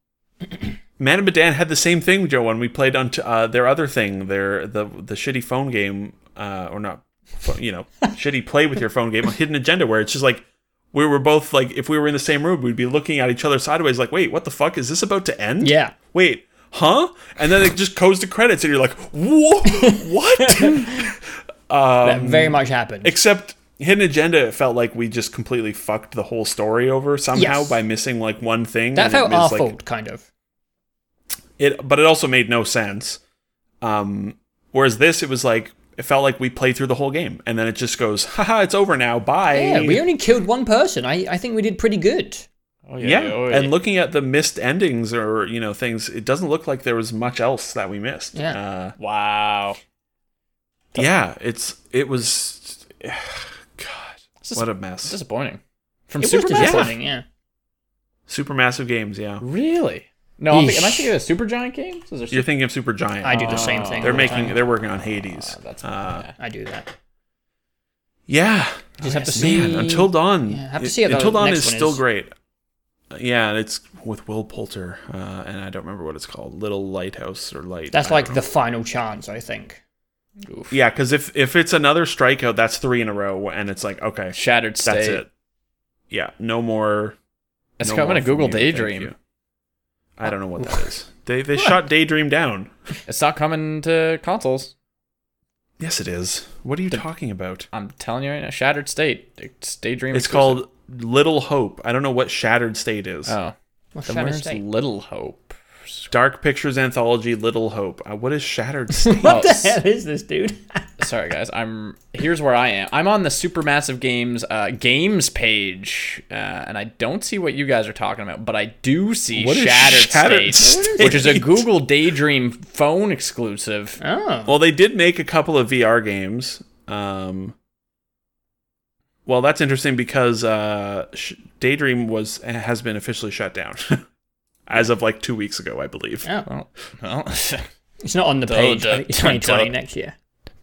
S2: [CLEARS THROAT] Man and Medan had the same thing, Joe, when we played on t- uh, their other thing, their the the shitty phone game, uh, or not, pho- you know, shitty play with your phone game, Hidden Agenda, where it's just like we were both like, if we were in the same room, we'd be looking at each other sideways, like, wait, what the fuck is this about to end?
S3: Yeah.
S2: wait, huh? And then it just goes to credits, and you're like,
S3: [LAUGHS]
S2: whoa, what? [LAUGHS] Uh,
S3: that very much happened.
S2: Except Hidden Agenda, it felt like we just completely fucked the whole story over somehow
S3: Yes.
S2: by missing like one thing.
S3: that
S2: and it
S3: felt
S2: was, like,
S3: our fault, kind of.
S2: it but it also made no sense um whereas this it was like it felt like we played through the whole game and then it just goes haha it's over now bye
S3: Yeah, we only killed one person. I, I think we did pretty good.
S1: Oh
S2: yeah and looking at the missed endings or you know things it doesn't look like there was much else that we missed
S3: Yeah.
S2: uh,
S1: Wow.
S2: yeah it's it was
S1: It's dis-
S2: what a mess
S1: disappointing. From
S2: Um,
S3: It was
S1: Superman.
S3: disappointing, yeah.
S2: super massive games yeah
S1: Really? No, I'm
S3: Yeesh.
S1: thinking, am I thinking of Super Giant Games? Is there
S2: you're thinking of super giant
S3: I do the same
S1: Oh.
S3: thing.
S2: they're
S3: all the
S2: making
S3: time.
S2: they're working on hades
S1: that's
S2: uh,
S1: yeah.
S3: I do that.
S2: Yeah.
S3: Just have to
S2: Man,
S3: see-
S2: Until Dawn.
S3: yeah, have to
S2: it-
S3: see how the
S2: Until Dawn
S3: next
S2: is
S3: one
S2: still
S3: is.
S2: great. Uh, Yeah, and it's with Will Poulter, uh, and I don't remember what it's called. Little Lighthouse or Light.
S3: That's
S2: I
S3: like
S2: don't
S3: the final chance, I think.
S2: know. Yeah, because if if it's another strikeout, that's three in a row, and it's like okay,
S1: Shattered State.
S2: that's it. Yeah, no more.
S1: It's
S2: no
S1: got- I'm
S2: more
S1: gonna
S2: from
S1: Google
S2: you, thank
S1: Daydream.
S2: you. I don't know what
S3: [LAUGHS]
S2: that is. They they shot Daydream down.
S1: It's not coming to consoles.
S2: Yes, it is. What are you talking about?
S1: I'm telling you right now. Shattered State. It's Daydream.
S2: It's
S1: exclusive.
S2: called Little Hope. I don't know what Shattered State is.
S1: Oh.
S3: What's
S1: Then
S3: that
S1: where's
S3: mistake?
S1: Little Hope?
S2: Dark Pictures Anthology Little Hope. Uh, what is Shattered State?
S3: [LAUGHS] What the
S1: s-
S3: hell is this, dude?
S1: Sorry guys, I'm here's where I am. I'm on the Supermassive Games uh, games page, uh, and I don't see what you guys are talking about, but I do see
S2: What is
S1: Shattered,
S2: Shattered
S1: State,
S2: State?
S1: which is a Google Daydream phone exclusive.
S3: Oh.
S2: Well, they did make a couple of VR games. Um, Well, that's interesting because uh, Sh- Daydream was has been officially shut down [LAUGHS] as of like two weeks ago, I believe.
S3: Oh,
S4: Well,
S3: it's not on the page. I think it's
S4: don't-
S3: 2020
S4: don't.
S3: next year.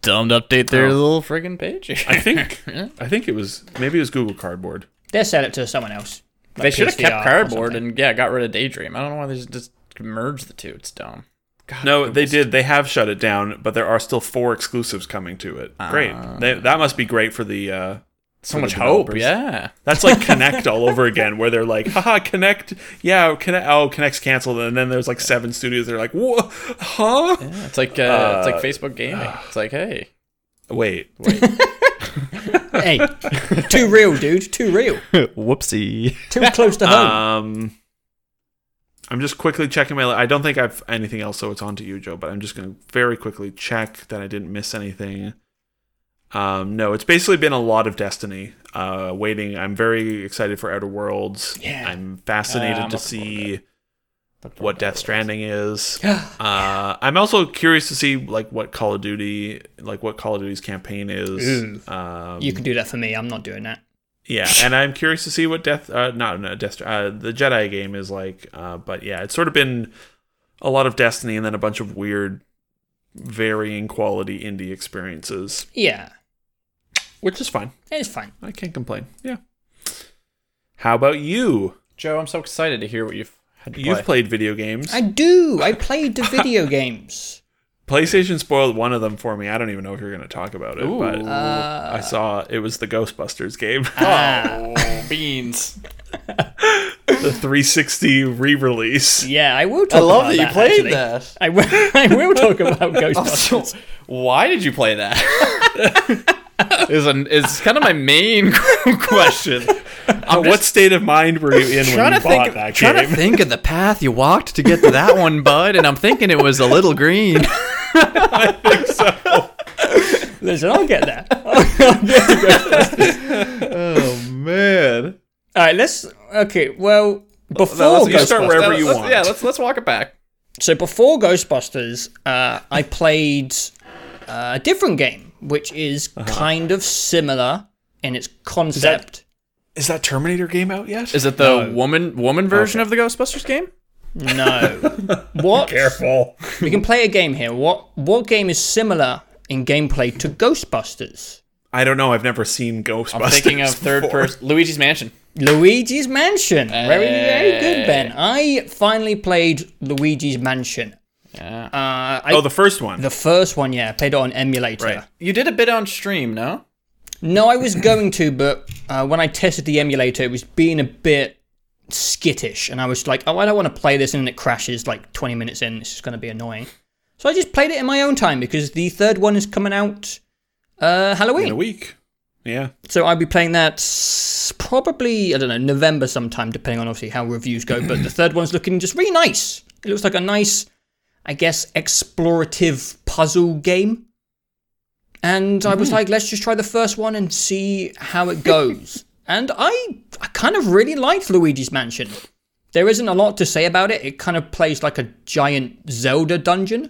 S4: dumb to update their
S2: Oh.
S4: little friggin' page.
S2: [LAUGHS] I think I think it was maybe it was Google Cardboard.
S3: They'll sell it to someone else. like
S1: They should have
S3: PSVR
S1: kept
S3: or
S1: cardboard
S3: something.
S1: and yeah, got rid of Daydream. I don't know why they just merged the two. It's dumb. God,
S2: No, they
S1: Google's-
S2: did. They have shut it down, but there are still four exclusives coming to it. Great. They, that must be great for the. Uh,
S1: So
S2: for
S1: much
S2: the
S1: hope.
S2: developers.
S1: Yeah.
S2: That's like Connect all over again, where they're like, haha, Connect, yeah, Connect, oh, Connect's canceled, and then there's like seven studios. They're like, what, huh?
S1: It's like uh, it's like Facebook gaming. It's like hey,
S2: Wait, wait,
S3: hey,
S1: [LAUGHS]
S3: too real, dude. Too real.
S4: Whoopsie.
S3: Too close to home.
S2: um, I'm just quickly checking my. Li- I don't think I've anything else, so it's on to you, Joe. But I'm just gonna very quickly check that I didn't miss anything. Um, no, it's basically been a lot of Destiny. Uh, waiting. I'm very excited for Outer Worlds.
S3: Yeah.
S2: I'm fascinated
S1: Uh, I'm
S2: to
S1: looking forward to
S2: see.
S1: Look
S2: what
S1: forward
S2: Death
S1: to it.
S2: Stranding is. uh, I'm also curious to see like what Call of Duty, like what Call of Duty's campaign is.
S3: Ooh.
S2: Um,
S3: you can do that for me. I'm not doing that.
S2: yeah, and I'm curious to see what Death, uh, not no, Death, Str- uh, the Jedi game is like. Uh, but yeah, it's sort of been a lot of Destiny and then a bunch of weird, varying quality indie experiences,
S3: Yeah,
S2: which is fine.
S3: it's fine.
S2: I can't complain. Yeah. How about you?
S1: Joe, I'm so excited to hear what you've had to
S2: You've
S1: play.
S2: played video games.
S3: I do. I played the [LAUGHS] video games.
S2: PlayStation spoiled one of them for me. I don't even know if you're going to talk about it,
S1: Ooh.
S2: but I saw it was the Ghostbusters game,
S3: Uh,
S1: Oh, beans.
S2: the 360 re-release.
S3: Yeah, I will. Talk
S1: I love
S3: about
S1: that you played
S3: actually.
S1: that.
S3: I will. [LAUGHS] I will talk about Ghostbusters.
S1: [LAUGHS] So, why did you play that? [LAUGHS] is an is kind of my main [LAUGHS] question.
S2: But Uh, what state of mind were you
S3: [LAUGHS]
S2: in when you bought that
S1: trying to
S2: game?
S1: think of the path you walked to get to that one, bud. And I'm thinking it was a little green.
S3: Listen, I'll get there. All
S1: Man,
S3: right, let's. Okay, well, before
S2: you
S3: Ghostbusters.
S2: start wherever you want.
S1: Yeah, let's let's walk it back.
S3: So before Ghostbusters, uh, I played uh, a different game, which is
S2: Uh-huh.
S3: kind of similar in its concept.
S2: Is that Terminator game out yet?
S1: Is it the woman woman version of the Ghostbusters game?
S2: [LAUGHS]
S3: No, what
S2: Careful.
S3: we can play a game here. What what game is similar in gameplay to Ghostbusters?
S2: [LAUGHS] I don't know. I've never seen Ghostbusters.
S1: I'm thinking [LAUGHS] of third
S2: before.
S1: person Luigi's Mansion.
S3: Luigi's Mansion. Very very
S2: Eh.
S3: good, Ben. I finally played Luigi's Mansion. Uh, I,
S2: [LAUGHS] Oh, the first one.
S3: the first one, yeah, I played it on emulator.
S2: Right.
S1: You did a bit on stream, no?
S3: No, I was going to, but uh, when I tested the emulator, it was being a bit skittish, and I was like, "Oh, I don't want to play this," and then it crashes like 20 minutes in. This is going to be annoying. So I just played it in my own time because the third one is coming out uh,
S2: in a
S3: Halloween.
S2: week. Yeah.
S3: So I'll be playing that s- probably I don't know November sometime, depending on obviously how reviews go. But the third one's looking just really nice. It looks like a nice, I guess, explorative puzzle game. And I was like, let's just try the first one and see how it goes. and I, I kind of really liked Luigi's Mansion. There isn't a lot to say about it. It kind of plays like a giant Zelda dungeon.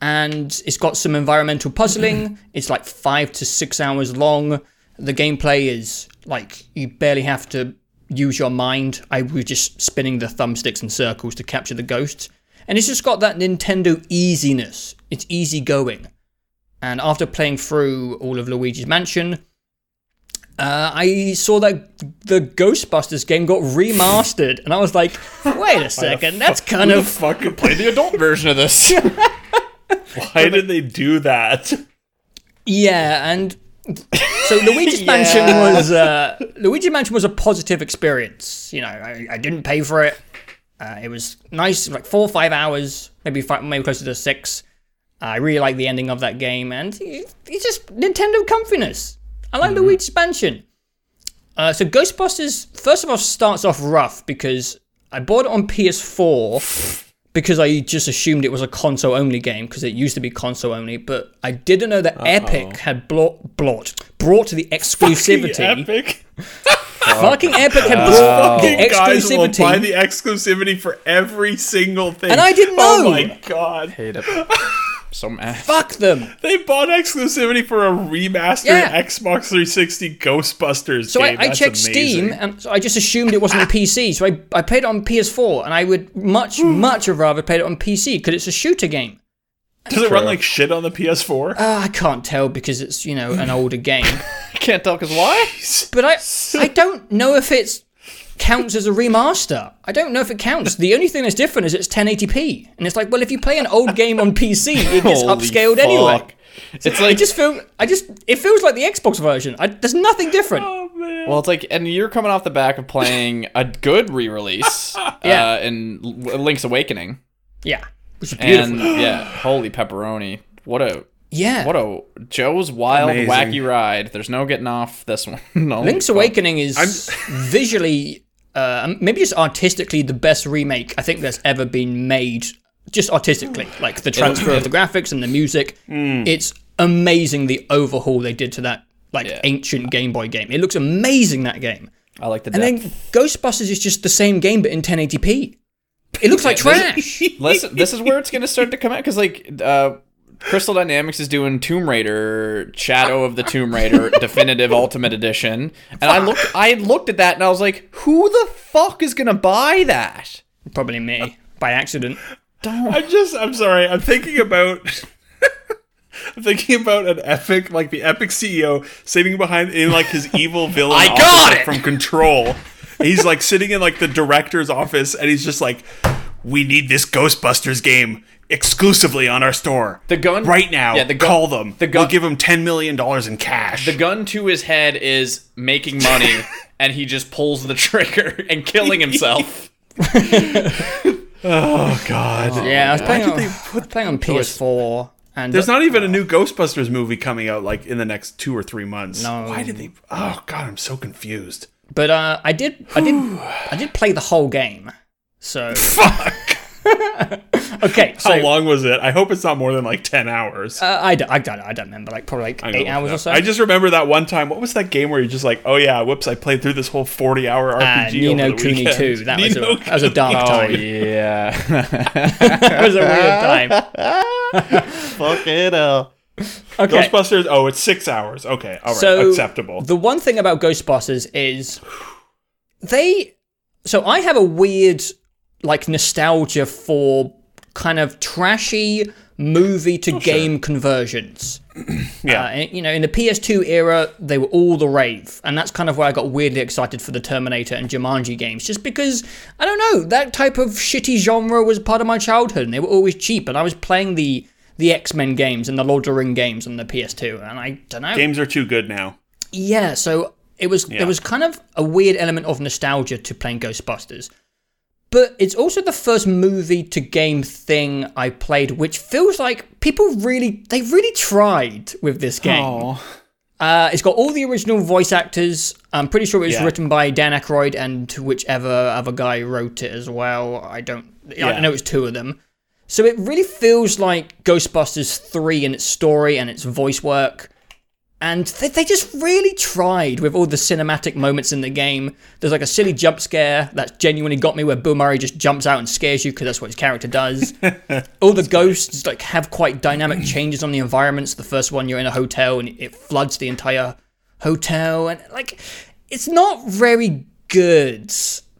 S3: And it's got some environmental puzzling. it's like five to six hours long. The gameplay is like you barely have to use your mind. I was just spinning the thumbsticks in circles to capture the ghosts. And it's just got that Nintendo easiness. It's easygoing. And after playing through all of Luigi's Mansion, uh, I saw that the Ghostbusters game got remastered, and I was like, "Wait a second, that's kind of
S2: Fucking
S1: Play the adult [LAUGHS] version of this.
S2: [LAUGHS] Why did they do that?
S3: Yeah, and so Luigi's Mansion was uh, Luigi's Mansion was a positive experience. You know, I, I didn't pay for it. Uh, it was nice, like four or five hours, maybe five, maybe closer to six. I really like the ending of that game, and it- it's just Nintendo comfiness. I
S2: Mm-hmm.
S3: like Luigi's Mansion. Uh, so Ghostbusters, first of all, starts off rough because I bought it on PS4 because I just assumed it was a console only game because it used to be console only, but I didn't know that Epic had brought brought brought the exclusivity. Fucking Epic,
S2: [LAUGHS] Epic.
S3: had brought the
S2: Fucking guys will
S3: Oh. exclusivity.
S2: buy the exclusivity for every single thing.
S3: And I didn't
S2: Oh
S3: know.
S2: my god.
S1: Hate it. [LAUGHS] so mad.
S3: Fuck them.
S2: They bought exclusivity for a remastered
S3: Yeah.
S2: Xbox 360 Ghostbusters
S3: So
S2: game.
S3: I, I
S2: That's
S3: checked Steam,
S2: amazing.
S3: and so I just assumed it wasn't on PC. So I, I played it on PS4, and I would much, much have rather played it on PC because it's a shooter game.
S2: Does it run like shit on the PS4?
S3: Uh, I can't tell because it's, you know, an older game.
S1: Can't tell because why?
S3: But I, I don't know if it counts as a remaster. I don't know if it counts. The only thing that's different is it's 1080p. And it's like, well, if you play an old game on PC, it gets
S1: Holy
S3: upscaled anyway.
S1: fuck. It's like
S3: It just feel, I just it feels like the Xbox version. I, there's nothing different.
S1: Oh, Well, it's like, and you're coming off the back of playing a good [LAUGHS] re-release,
S3: Yeah.
S1: uh, in L- Link's Awakening,
S3: Yeah, which is beautiful.
S1: and yeah, holy pepperoni, what a
S3: yeah,
S1: what a Joe's wild
S2: Amazing.
S1: wacky ride. There's no getting off this [LAUGHS] one. no,
S3: Link's Awakening is [LAUGHS] visually, uh, maybe just artistically, the best remake I think that's ever been made. Just artistically, like the transfer of the graphics and the music,
S2: Hmm.
S3: it's amazing the overhaul they did to that like ancient Game Boy game. It looks amazing that game.
S1: I like the
S3: And then
S1: depth.
S3: Ghostbusters is just the same game but in 1080p. It looks
S2: [LAUGHS]
S3: like trash.
S1: Listen, this is where it's gonna start to come out because like uh, Crystal Dynamics is doing Tomb Raider, Shadow of the Tomb [LAUGHS] Raider Definitive Ultimate Edition, and I looked, I looked at that and I was like, who the fuck is gonna buy that?
S3: Probably me by accident.
S2: I'm just I'm sorry. I'm thinking about [LAUGHS] I'm thinking about an epic like the epic CEO sitting behind in like [LAUGHS] his evil villain
S1: I got
S2: office
S1: it!
S2: from control. He's like sitting in like the director's office and he's just like we need this Ghostbusters game exclusively on our store.
S1: The gun-
S2: right now.
S1: Yeah, the gun-
S2: call them.
S1: the gun-
S2: we'll give them 10 million dollars in cash.
S1: The gun to his head is making [LAUGHS] money, and he just pulls the trigger and killing [LAUGHS] himself.
S2: oh god.
S3: Yeah, I was playing on,
S2: they
S3: I was playing on PS4 and
S2: There's not even a new Ghostbusters movie coming out like in the next 2 or 3 months.
S3: No.
S2: Why did they Oh god, I'm so confused.
S3: But uh, I did,
S2: [SIGHS]
S3: I did, I did play the whole game. So fuck. okay, so
S2: How long was it? I hope it's not more than like 10 hours.
S3: Uh, I, don't, I don't, I don't remember. Like probably like
S2: I'm gonna
S3: eight
S2: look
S3: hours
S2: it
S3: or
S2: up.
S3: so.
S2: I just remember that one time. What was that game where you're just like, oh yeah, whoops, I played through this whole 40 hour
S3: Ah,
S2: RPG.
S3: Nino
S2: over the
S3: Cooney
S2: weekend.
S3: two. That was a,
S2: Nino Oh,
S3: that was a dark time.
S1: Oh, yeah.
S3: [LAUGHS]
S1: [LAUGHS]
S3: That was a weird
S2: [LAUGHS]
S3: time.
S4: Fuck it up.
S3: [LAUGHS] Okay.
S2: Ghostbusters, oh, it's six hours. Okay, all right,
S3: so
S2: acceptable.
S3: The one thing about Ghostbusters is they. So I have a weird like nostalgia for kind of trashy movie to game
S2: [CLEARS THROAT]
S3: conversions.
S2: Oh, Yeah.
S3: Uh, and, you know, in the PS2 era, they were all the rave, and that's kind of where I got weirdly excited for the Terminator and Jumanji games, just because I don't know that type of shitty genre was part of my childhood, and they were always cheap, and I was playing the the X Men games and the Lord of the Ring games on the PS2, and I don't know.
S2: Games are too good now.
S3: Yeah, so it was there was kind of a weird element of nostalgia to playing Ghostbusters. But it's also the first movie to game thing I played, which feels like people really they really tried with this game.
S1: Oh,
S3: Uh, it's got all the original voice actors. I'm pretty sure it was
S2: Yeah.
S3: written by Dan Aykroyd and whichever other guy wrote it as well. I don't. I
S2: Yeah.
S3: know it's two of them. So it really feels like Ghostbusters 3 in its story and its voice work. And they, they just really tried with all the cinematic moments in the game. There's like a silly jump scare that genuinely got me where Bill Murray just jumps out and scares you because that's what his character does. all the ghosts like have quite dynamic changes on the environments. The first one you're in a hotel and it floods the entire hotel and like it's not very good.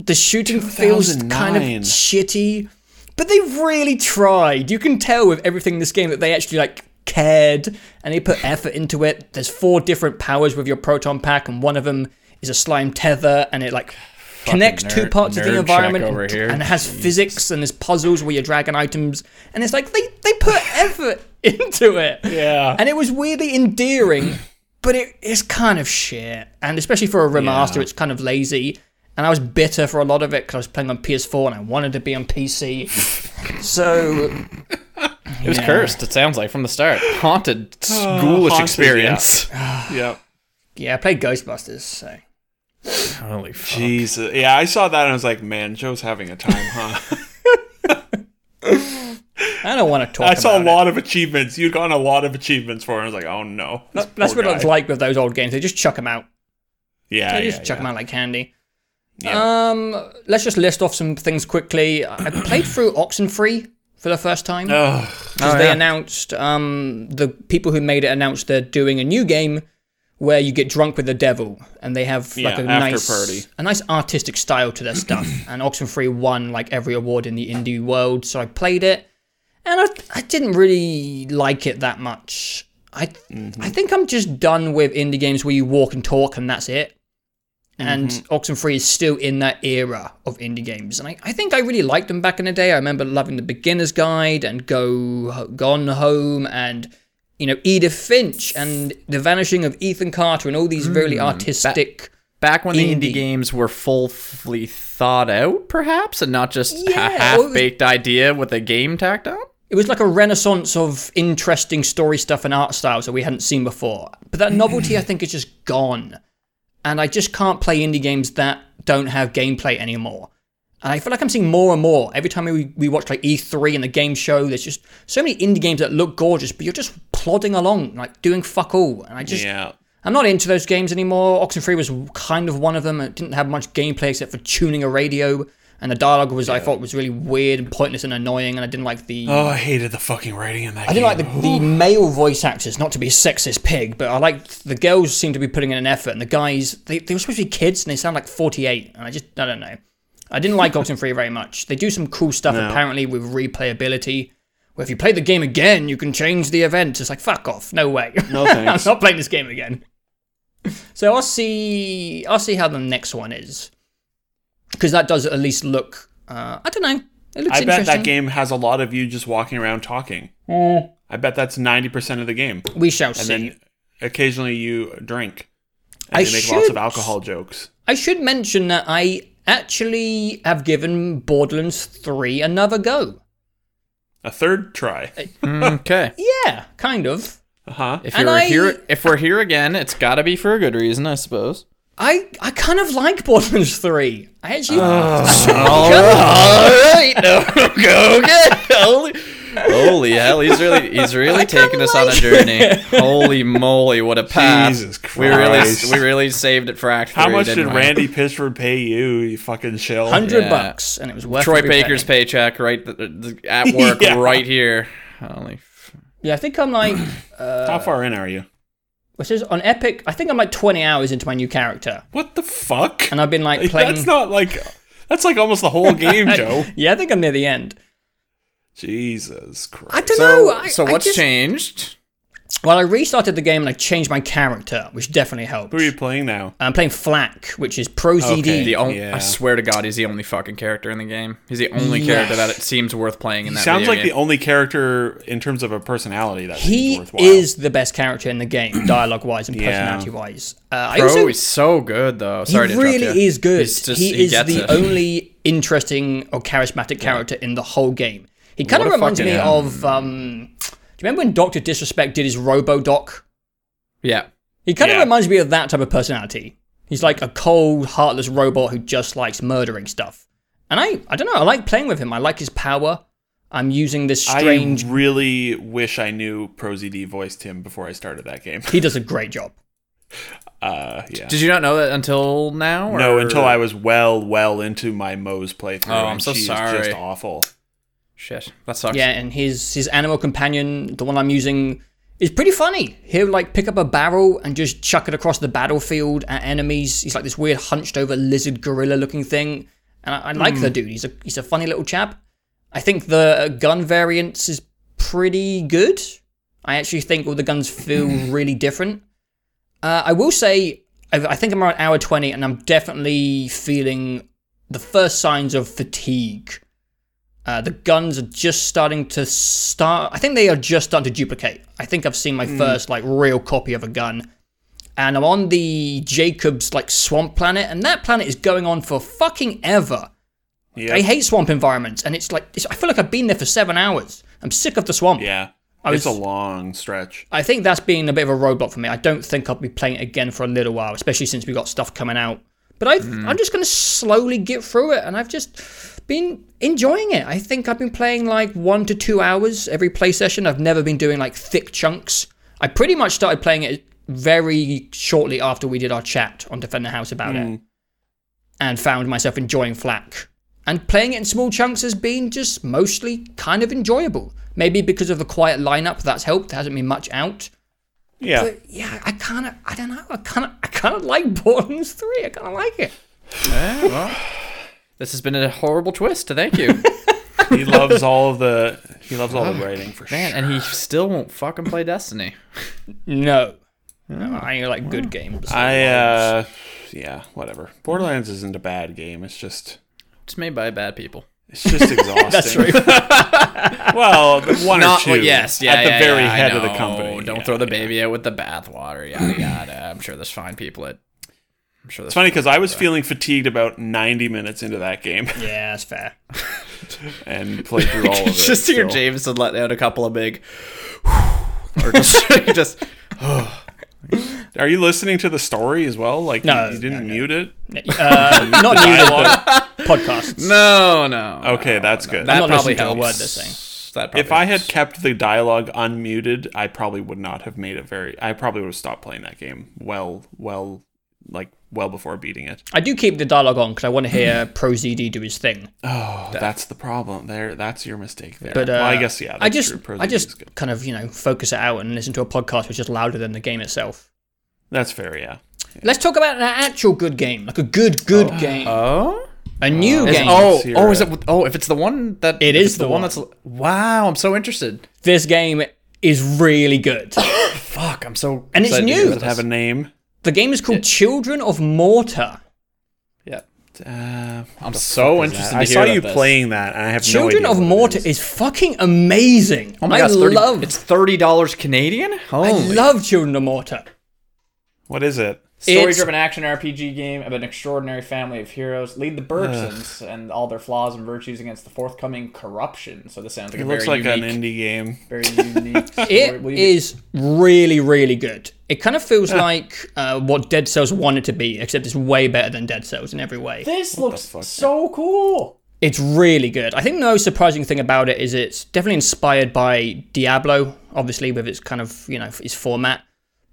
S3: The shooting feels kind of
S2: 2009.
S3: shitty. But they really tried. You can tell with everything in this game that they actually like cared and they put effort into it. There's four different powers with your proton pack, and one of them is a slime tether, and it like connects two
S1: nerd-
S3: parts of
S1: nerd
S3: the
S1: check
S3: environment
S1: over
S3: and,
S1: here.
S3: and has physics and there's puzzles where you're dragging items and it's like they, they put effort into it
S2: Yeah.
S3: and it was weirdly endearing but it is kind of shit and especially for a remaster it's kind of lazy and i was bitter for a lot of it because i was playing on ps4 and i wanted to be on pc so
S1: It was cursed, it sounds like, from the start. Haunted, ghoulish
S2: haunted,
S1: experience.
S2: yeah.
S3: yeah i played ghostbusters so
S1: [LAUGHS] Holy fuck.
S2: Jesus. Yeah, I saw that and I was like, man, Joe's having a time, huh?
S3: i don't want to talk
S2: [LAUGHS] I saw a
S3: about it.
S2: lot of achievements. You'd gotten a lot of achievements for it. I was like, oh no. This
S3: that's
S2: poor
S3: what it's
S2: guy.
S3: like with those old games they just chuck them out
S2: Yeah.
S3: They
S2: yeah,
S3: just chuck
S2: yeah.
S3: them out like candy.
S2: Yeah.
S3: Um, let's just list off some things quickly. I I played through Oxenfree, for the first time.
S2: Ugh.
S3: because
S1: Oh,
S3: they
S1: yeah.
S3: announced um, the people who made it announced they're doing a new game where you get drunk with the devil, and they have like
S2: Yeah,
S3: a
S2: after
S3: nice
S2: party.
S3: a nice artistic style
S2: [CLEARS THROAT]
S3: to their stuff. and Oxenfree won like every award in the indie world, so I played it, and I, I didn't really like it that much. I
S2: Mm-hmm.
S3: I think I'm just done with indie games where you walk and talk and that's it. And Oxenfree is still in that era of indie games. And I, I think I really liked them back in the day. I remember loving The Beginner's Guide and Go Gone Home and, you know, Edith Finch and The Vanishing of Ethan Carter and all these really artistic.
S1: Back when the
S3: Indie.
S1: indie games were fully thought out, perhaps, and not just
S3: Yeah,
S1: a
S3: well, it was-
S1: half-baked idea with a game tacked on.
S3: It was like a renaissance of interesting story stuff and art styles that we hadn't seen before. But that novelty, I think, is just gone. And I just can't play indie games that don't have gameplay anymore. And I feel like I'm seeing more and more. Every time we, we watch like E3 and the game show, there's just so many indie games that look gorgeous, but you're just plodding along, like doing fuck all. And I just,
S2: yeah.
S3: I'm not into those games anymore. Oxenfree was kind of one of them. It didn't have much gameplay except for tuning a radio. And the dialogue was, I thought, was really weird and pointless and annoying. And I didn't like the.
S2: Oh, I hated the fucking writing in that.
S3: I
S2: game.
S3: didn't like the, the male voice actors, not to be a sexist pig, but I liked the girls seemed to be putting in an effort, and the guys, they, they were supposed to be kids and they sound like 48, and I just, I don't know. I didn't like Oxenfree very much. They do some cool stuff, apparently, with replayability, where if you play the game again, you can change the event. It's like, fuck off, no way. [LAUGHS]
S2: No
S3: I'm
S2: thanks.
S3: not playing this game again. So I'll see, I'll see how the next one is. Because that does at least look, uh, I don't know, it looks
S2: I bet
S3: interesting.
S2: that game has a lot of you just walking around talking. I bet that's ninety percent of the game,
S3: We shall
S2: and
S3: see.
S2: then occasionally you drink.
S3: I
S2: And they make lots
S3: should-
S2: of alcohol jokes.
S3: I should mention that I actually have given Borderlands 3 another go.
S2: A third try.
S3: [LAUGHS]
S1: Okay.
S3: Yeah, kind of.
S2: Uh-huh.
S1: If
S3: And
S1: you're
S3: I-
S1: here, if we're here again, it's got to be for a good reason, I suppose.
S3: I, I kind of like Borderlands 3. I actually.
S2: Ah,
S1: All right, no, [LAUGHS]
S3: [LAUGHS]
S1: okay. Holy, holy hell, he's really, he's really taking us on a journey. Holy moly,
S3: [LAUGHS]
S1: what a path!
S2: Jesus
S1: we really,
S2: Christ.
S1: we really saved it for Act
S2: [LAUGHS] How
S1: Three,
S2: much did
S1: didn't we?
S2: Randy Pitchford pay you? You fucking shill.
S3: 100
S1: Yeah.
S3: bucks, and it was worth
S1: Troy
S3: every penny.
S1: Baker's paycheck right th- th-
S3: [LAUGHS]
S1: at work
S2: Yeah.
S1: right here. Holy. f-
S3: Yeah, I think I'm like. Uh,
S2: How far in are you?
S3: Which is on Epic, I think I'm like 20 hours into my new character.
S2: What the fuck?
S3: And I've been like
S2: Like,
S3: playing.
S2: That's not like. That's like almost the whole game, Joe.
S3: Yeah, I think I'm near the end.
S2: Jesus
S3: I
S2: Christ.
S3: don't know.
S1: So,
S3: I,
S1: so
S3: I
S1: what's
S3: just-
S1: changed?
S3: Well, I restarted the game and I changed my character, which definitely helped.
S2: Who are you playing now?
S3: I'm playing Flack, which is Pro ZD.
S2: Okay.
S1: The only,
S2: Yeah.
S1: I swear to God, he's the only fucking character in the game. He's the only character that it seems worth playing in that.
S2: Sounds
S1: video
S2: like the
S1: game.
S2: only character in terms of a personality that
S3: He
S2: worthwhile.
S3: is the best character in the game, [CLEARS THROAT] dialogue wise and
S2: Yeah.
S3: personality wise. Uh, I
S1: Bro,
S3: also,
S1: he's so good though.
S3: he
S1: Sorry to interrupt
S3: really
S1: you.
S3: is good.
S1: He's just-
S3: he,
S1: he
S3: is
S1: gets
S3: the
S1: it. [LAUGHS]
S3: only interesting or charismatic character in the whole game. He kind
S1: What
S3: of
S1: a
S3: reminds me
S1: fucking-
S3: of. Um, do you remember when Doctor Disrespect did his RoboDoc?
S1: Yeah.
S3: He kind of
S2: Yeah.
S3: reminds me of that type of personality. He's like a cold, heartless robot who just likes murdering stuff. And I, I don't know. I like playing with him. I like his power. I'm using this strange.
S2: I really wish I knew ProZD voiced him before I started that game.
S3: He does a great job.
S2: Uh, yeah.
S1: Did you not know that until now? Or?
S2: No, until I was well, well into my Moe's playthrough.
S1: Oh, I'm
S2: and
S1: so
S2: she is
S1: sorry.
S2: just awful.
S1: Shit, that sucks.
S3: Yeah, and his his animal companion, the one I'm using, is pretty funny. He'll like pick up a barrel and just chuck it across the battlefield at enemies. He's like this weird hunched over lizard gorilla looking thing, and I, I like the dude. He's a he's a funny little chap. I think the gun variance is pretty good. I actually think all the guns feel really different. Uh, I will say, I, I think I'm around hour 20, and I'm definitely feeling the first signs of fatigue. Uh, the guns are just starting to start. I think they are just starting to duplicate. I think I've seen my first like real copy of a gun, and I'm on the Jacobs like swamp planet, and that planet is going on for fucking ever.
S2: Yeah.
S3: I hate swamp environments, and it's like it's, I feel like I've been there for seven hours. I'm sick of the swamp.
S2: yeah.
S3: was-
S2: It's a long stretch.
S3: I think that's been a bit of a roadblock for me. I don't think I'll be playing it again for a little while, especially since we got stuff coming out. But I, I'm just going to slowly get through it, and I've just been enjoying it. I think I've been playing like one to two hours every play session. I've never been doing like thick chunks. I pretty much started playing it very shortly after we did our chat on Defend the House about it, and found myself enjoying Flack. and playing it in small chunks has been just mostly kind of enjoyable. Maybe because of the quiet lineup, that's helped. There hasn't been much out.
S2: Yeah.
S3: But yeah, I kind of, I don't know, I kind of, I kind of [LAUGHS] like Borderlands Three. I kind of like it.
S1: This has been a horrible twist. Thank
S3: [LAUGHS]
S1: you,
S2: [LAUGHS] he loves all of the he loves all the writing for
S1: Oh, man.
S2: sure.
S1: And he still won't fucking play Destiny.
S3: No, no, Oh, I like good games.
S2: I uh yeah, whatever. Borderlands isn't a bad game. It's just
S1: It's made by bad people. [LAUGHS]
S2: it's just exhausting.
S3: That's true.
S2: [LAUGHS] Well, one
S1: Not
S2: or two.
S1: Uh, yes, yeah,
S2: at the
S1: yeah,
S2: very
S1: yeah, I
S2: head of the
S1: know.
S2: company.
S1: Don't
S2: Yeah,
S1: throw the
S2: yeah.
S1: baby out with the bathwater. Yada yada. I'm sure there's fine people at. I'm sure there's
S2: It's funny because I was feeling fatigued about 90 minutes into that game
S3: yeah, that's fair. [LAUGHS]
S2: and played
S1: [LAUGHS]
S2: through all of it.
S1: just to hear
S2: so-
S1: Jameson let out a couple of
S2: [LAUGHS]
S1: big, or just [LAUGHS] just
S2: Are you listening to the story as well? Like
S3: No,
S2: you, you didn't mute it.
S3: Uh, not
S2: [LAUGHS]
S3: new but podcasts.
S1: no no.
S2: Okay,
S1: no,
S2: that's
S1: no.
S2: good.
S1: That
S3: I'm not
S1: probably
S3: listening to a
S1: helps.
S3: word they're saying.
S1: That probably
S2: if I had
S1: helps.
S2: kept the dialogue unmuted, I probably would not have made it very. I probably would have stopped playing that game. Well, well, like well before beating it. [SIGHS]
S3: I do keep the dialogue on because I want
S2: [LAUGHS]
S3: to hear Pro ZD do his thing.
S2: Oh, that's the problem. There, that's your mistake. There.
S3: But uh,
S2: well, I guess yeah. That's
S3: I just
S2: true. Pro
S3: I
S2: League is
S3: just
S2: good.
S3: kind of you know focus it out and listen to a podcast which is louder than the game itself.
S2: That's fair. Yeah.
S3: Let's talk about an actual good game, like a good good game,
S1: oh.
S3: a new
S1: Is-
S3: game.
S1: oh,
S2: Let's
S1: oh,
S2: hear
S1: is
S2: it.
S1: it? Oh, if it's the one that
S3: It
S1: if
S3: is
S1: it's
S3: the
S1: that's wow. I'm so interested.
S3: This game is really good.
S1: Fuck, I'm so
S3: And it's
S1: excited to
S3: new.
S1: hear
S2: Does it
S1: about
S2: have a
S1: this.
S2: name?
S3: the game is called Children of Morta.
S1: Yeah,
S2: Uh,
S1: I'm so interested. To
S2: I
S1: hear
S2: saw
S1: about
S2: you
S1: this.
S2: playing that, and I have
S3: Children
S2: no idea
S3: of
S2: what it
S3: Morta
S2: is.
S3: is. fucking amazing.
S1: Oh my
S3: I
S1: god, it's 30
S3: love
S1: it's thirty dollars Canadian.
S3: I
S1: Holy
S3: love Children of Morta.
S2: What is it?
S1: Story-driven action RPG game of an extraordinary family of heroes. Lead the Bergsons and all their flaws and virtues against the forthcoming corruption. So this sounds like
S2: It
S1: a
S2: looks
S1: very
S2: like
S1: unique,
S2: an indie game.
S1: very unique. story.
S3: [LAUGHS] It
S1: Will you be-
S3: is really, really good. It kind of feels like uh, what Dead Cells wanted to be, except it's way better than Dead Cells in every way.
S1: This looks so cool.
S3: It's really good. I think the most surprising thing about it is it's definitely inspired by Diablo, obviously with its kind of you know its format,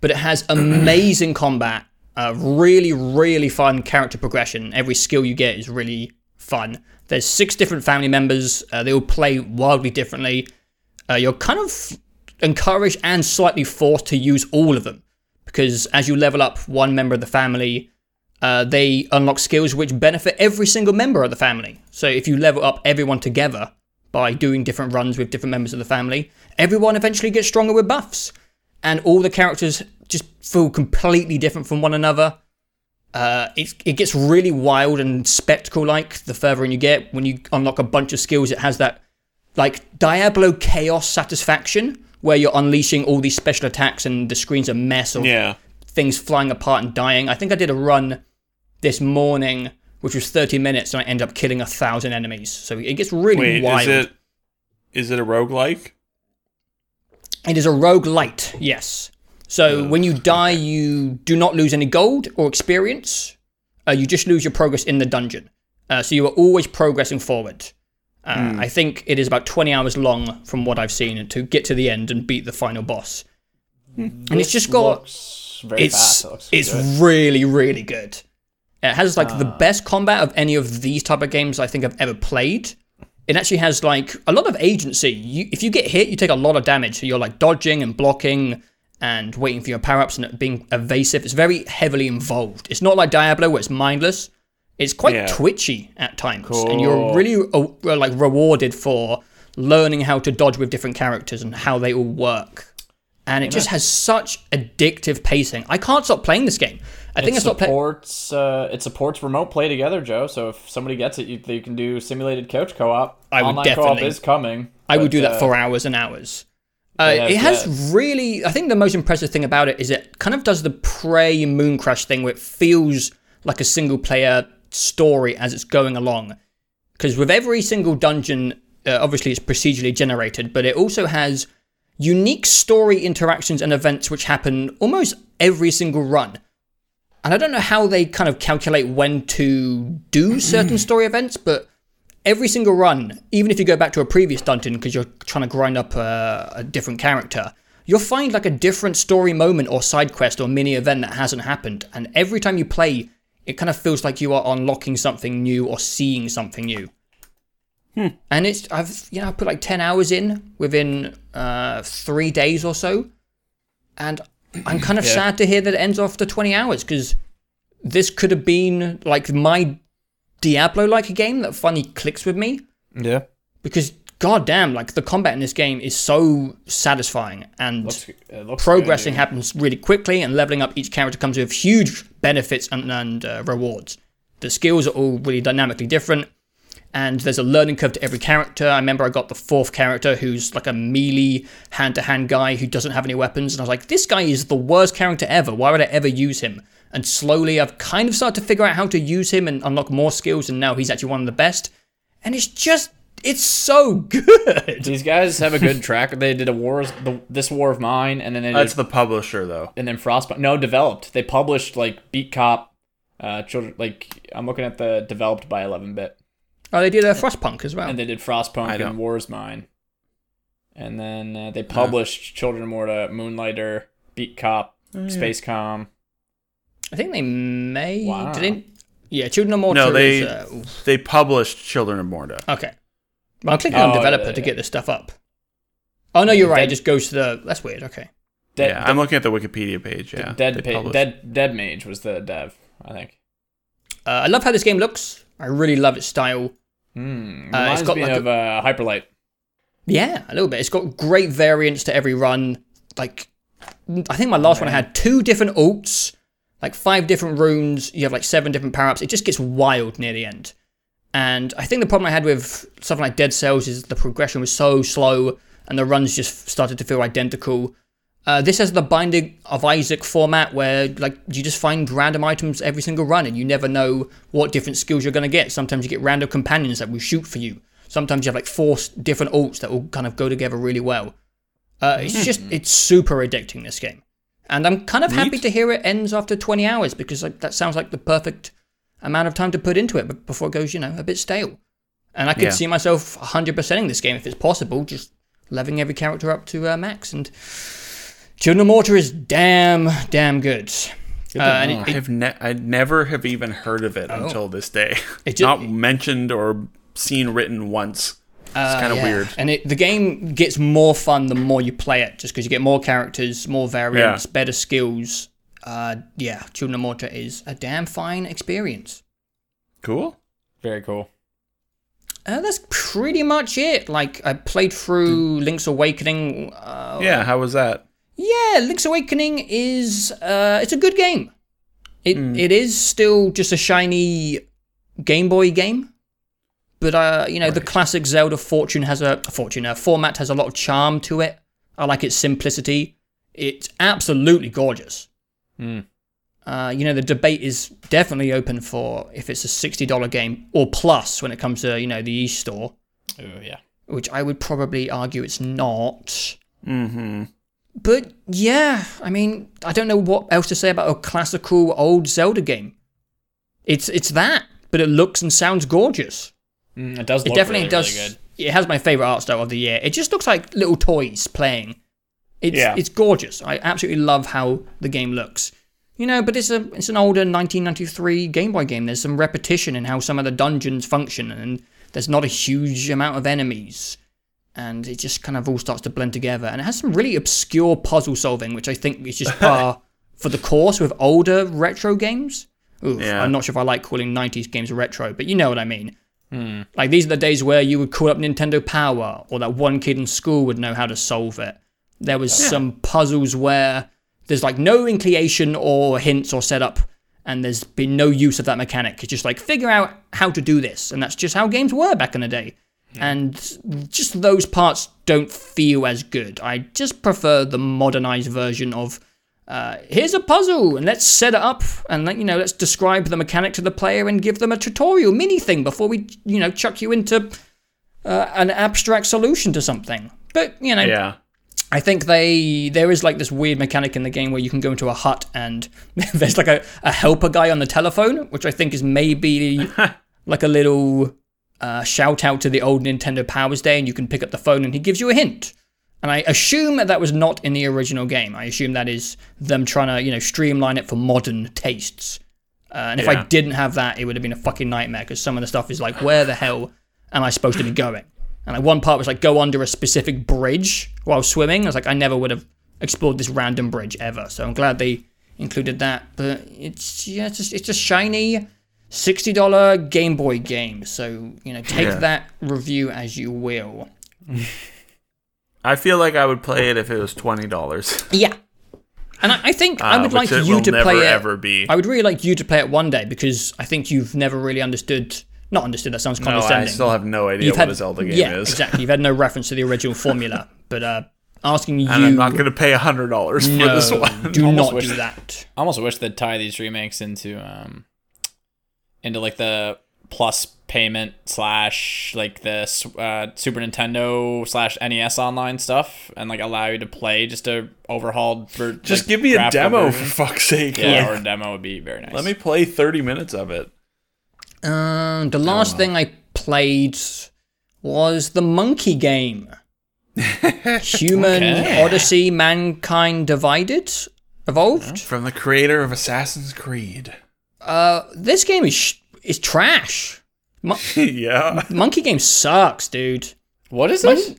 S3: but it has amazing combat, uh, really really fun character progression. Every skill you get is really fun. There's six different family members. Uh, they all play wildly differently. Uh, you're kind of encouraged and slightly forced to use all of them because as you level up one member of the family, uh, they unlock skills which benefit every single member of the family. So if you level up everyone together by doing different runs with different members of the family, everyone eventually gets stronger with buffs. And all the characters just feel completely different from one another. Uh, it, it gets really wild and spectacle like the further in you get. When you unlock a bunch of skills, it has that like Diablo chaos satisfaction where you're unleashing all these special attacks and the screen's a mess of
S2: Yeah.
S3: things flying apart and dying. I think I did a run this morning, which was 30 minutes, and I ended up killing a thousand enemies. So it gets really
S2: Wait,
S3: wild.
S2: is it is it a roguelike?
S3: It is a rogue light, yes. So
S2: Oh,
S3: when you die, you do not lose any gold or experience. Uh, you just lose your progress in the dungeon. Uh, so you are always progressing forward. Uh,
S2: Hmm.
S3: I think it is about 20 hours long from what I've seen to get to the end and beat the final boss.
S2: Hmm.
S3: and it's just got
S1: Looks very
S3: it's
S1: fast. It looks
S3: it's
S1: good. Ah.
S3: really really good. It has like the best combat of any of these type of games I think I've ever played. It actually has like a lot of agency. You, if you get hit, you take a lot of damage. So you're like dodging and blocking and waiting for your power ups and being evasive. It's very heavily involved. It's not like Diablo where it's mindless. It's quite
S2: Yeah.
S3: twitchy at times, and you're really uh, like rewarded for learning how to dodge with different characters and how they all work and it just has such addictive pacing. I can't stop playing this game. I think I
S1: it
S3: stopped playing.
S1: supports uh, it supports remote play together, Joe. So if somebody gets it, you, you can do simulated couch co-op.
S3: I would
S1: Online co-op
S3: definitely-
S1: is coming.
S3: I would
S1: but,
S3: do that
S1: uh,
S3: for hours and hours. Uh,
S1: yes,
S3: it has
S1: yes.
S3: really. I think the most impressive thing about it is it kind of does the Prey Moon Crash thing, where it feels like a single player story as it's going along. Because with every single dungeon, uh, obviously it's procedurally generated, but it also has unique story interactions and events which happen almost every single run. And I don't know how they kind of calculate when to
S1: [CLEARS THROAT]
S3: do certain story events, but every single run, even if you go back to a previous dungeon because you're trying to grind up a, a different character, you'll find like a different story moment or side quest or mini event that hasn't happened. And every time you play, it kind of feels like you are unlocking something new or seeing something new. And it's I've you know I put like ten hours in within uh, three days or so, and I'm kind of sad to hear that it ends after twenty hours because this could have been like my Diablo like a game that finally clicks with me
S1: Yeah.
S3: because goddamn like the combat in this game is so satisfying and
S2: It looks
S3: progressing happens really quickly and leveling up each character comes with huge benefits and, and uh, rewards the skills are all really dynamically different and there's a learning curve to every character i remember i got the fourth character who's like a melee hand-to-hand guy who doesn't have any weapons and i was like this guy is the worst character ever why would i ever use him and slowly i've kind of started to figure out how to use him and unlock more skills and now he's actually one of the best and it's just it's so [LAUGHS] good
S1: These guys have a good track. They did a wars, the, this war of mine, and then they
S2: That's
S1: did,
S2: the publisher though.
S1: and then Frostbite. No, developed. They published like Beat Cop, uh, children. Like I'm looking at the developed by 11-bit,
S3: oh they did a frostpunk as well
S1: and they did Frostpunk
S2: know.
S1: and Wars Mine, and then uh, they published Children of Morta, Moonlighter, Beat Cop, Space Com.
S3: I think they may
S1: Wow.
S3: didn't. Yeah, Children of Mortar.
S2: No, they
S3: Is, uh, oof.
S2: they published Children of Morta.
S3: okay. Well, I'm clicking
S1: Oh,
S3: on developer
S1: yeah,
S3: to
S1: yeah.
S3: get this stuff up. Oh no, you're right. It
S1: Dead-
S3: just goes to the. That's weird. Okay.
S1: Dead,
S2: yeah, I'm looking at the Wikipedia page. Yeah,
S1: Dead,
S2: they
S1: Pa-
S2: published-
S1: Dead, Dead Mage was the dev, I think.
S3: Uh, I love how this game looks. I really love its style.
S1: Hmm.
S3: Uh, it's
S1: Reminds
S3: got
S1: me
S3: like a-
S1: of uh, Hyperlight.
S3: Yeah, a little bit. It's got great variance to every run. Like, I think my last one had two different alts, like five different runes. You have like seven different power ups. It just gets wild near the end. And I think the problem I had with something like Dead Cells is the progression was so slow and the runs just started to feel identical. Uh, this has the Binding of Isaac format where like you just find random items every single run and you never know what different skills you're going to get. Sometimes you get random companions that will shoot for you. Sometimes you have like four s- different alts that all kind of go together really well. Uh, it's just it's super addicting this game, and I'm kind of happy
S2: Hmm. Neat.
S3: to hear it ends after 20 hours because like that sounds like the perfect amount of time to put into it be- before it goes you know a bit stale. And I could
S2: Yeah.
S3: see myself 100%ing this game if it's possible, just leveling every character up to uh, max. And Children of Mortar is damn damn good. Uh, and it-
S2: I have ne- I never have even heard of it until this day.
S3: Oh. It
S2: It's
S3: ju-
S2: not mentioned or seen written once. It's kind of
S3: Uh, Yeah.
S2: weird.
S3: And it, the game gets more fun the more you play it, just because you get more characters, more variants,
S2: Yeah.
S3: better skills. Uh, yeah, Children of Mortar is a damn fine experience.
S2: Cool.
S1: Very cool.
S3: Uh, that's pretty much it. Like I played through
S2: Mm.
S3: Link's Awakening. Uh,
S2: yeah, how was that?
S3: yeah, Link's Awakening is uh, it's a good game. It it is still just a shiny Game Boy game, but uh, you know the classic Zelda fortune has a fortune. A format has a lot of charm to it. I like its simplicity. It's absolutely gorgeous. Uh, you know the debate is definitely open for if it's a sixty dollar game or plus when it comes to you know the e-store,
S1: Ooh, yeah.
S3: which I would probably argue it's not.
S2: Mm-hmm.
S3: But yeah, I mean, I don't know what else to say about a classical old Zelda game. It's it's that, but it looks and sounds gorgeous.
S1: Mm, it does.
S3: It
S1: look
S3: definitely
S1: really,
S3: does.
S1: Really good.
S3: It has my favorite art style of the year. It just looks like little toys playing. It's
S2: Yeah.
S3: it's gorgeous. I absolutely love how the game looks. You know, but it's a it's an older 1993 Game Boy game. There's some repetition in how some of the dungeons function, and there's not a huge amount of enemies, and it just kind of all starts to blend together. And it has some really obscure puzzle solving, which I think is
S1: [LAUGHS]
S3: just par for the course with older retro games. Oof,
S2: Yeah.
S3: I'm not sure if I like calling 90s games retro, but you know what I mean. Like these are the days where you would call up Nintendo Power, or that one kid in school would know how to solve it. There was some puzzles where there's like no inclination or hints or setup, and there's been no use of that mechanic. It's just like figure out how to do this, and that's just how games were back in the day. And just those parts don't feel as good. I just prefer the modernized version of uh, here's a puzzle and let's set it up and let you know let's describe the mechanic to the player and give them a tutorial mini thing before we you know chuck you into uh, an abstract solution to something but you know
S2: Yeah.
S3: i think they there is like this weird mechanic in the game where you can go into a hut and [LAUGHS] there's like a, a helper guy on the telephone which i think is maybe like a little uh, shout out to the old nintendo powers day and you can pick up the phone and he gives you a hint and I assume that was not in the original game. I assume that is them trying to, you know, streamline it for modern tastes. Uh, and if I
S2: Yeah.
S3: didn't have that, it would have been a fucking nightmare because some of the stuff is like, where the hell am I supposed to be going? And like one part was like go under a specific bridge while swimming. I was like, I never would have explored this random bridge ever. So I'm glad they included that. But it's yeah, it's just it's a shiny sixty dollar Game Boy game. So you know, take
S2: Yeah.
S3: that review as you will.
S2: I feel like I would play it if it was twenty dollars.
S3: Yeah. And I, I think I
S2: Uh,
S3: would
S2: which
S3: like
S2: it
S3: you
S2: will
S3: to play
S2: never,
S3: it.
S2: ever be.
S3: I would really like you to play it one day because I think you've never really understood. Not understood. That sounds
S2: No, Oh, I
S3: condescending.
S2: still have no idea
S3: You've
S2: what
S3: had-
S2: a Zelda game
S3: yeah,
S2: is,
S3: exactly. You've had no reference to the original formula, [LAUGHS] but uh, asking you
S2: and I'm not going to pay hundred dollars for
S3: no,
S2: this one. [LAUGHS]
S3: [LAUGHS] do
S1: Almost
S3: not
S1: wish-
S3: do that.
S1: I almost wish they'd tie these remakes into um into like the plus payment slash like the s- uh, Super Nintendo slash NES online stuff and like allow you to play just a overhauled ver-
S2: Just
S1: like,
S2: give me a
S1: graphical
S2: demo
S1: version.
S2: for fuck's sake.
S1: yeah,
S2: Like,
S1: or a demo would be very nice.
S2: let me play thirty minutes of it. Oh,
S3: Um, the last thing I played was the
S2: [LAUGHS]
S3: monkey game. Human
S1: Okay.
S3: Odyssey, Mankind Divided, Evolved.
S2: From the creator of Assassin's Creed.
S3: Uh, this game is sh- is trash. Mon-
S2: [LAUGHS] yeah.
S3: monkey game sucks, dude.
S1: What is this?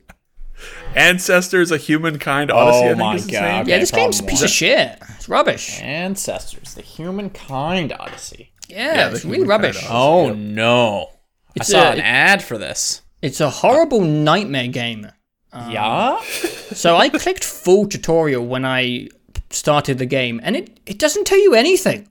S2: Ancestors a Humankind Odyssey. I
S1: Oh
S2: think
S1: my
S2: is its
S1: god!
S2: name.
S3: yeah, this game's a piece of
S1: shit.
S3: shit. It's rubbish.
S1: Ancestors, the Humankind Odyssey.
S3: Yeah,
S2: Yeah,
S3: it's
S2: the
S3: really
S2: Humankind
S3: rubbish.
S2: Odyssey.
S1: Oh no!
S3: It's
S1: I saw
S3: a-
S1: an ad for this.
S3: It's a horrible nightmare game.
S1: yeah.
S2: Um,
S1: [LAUGHS]
S3: So I clicked full tutorial when I started the game, and it, it doesn't tell you anything.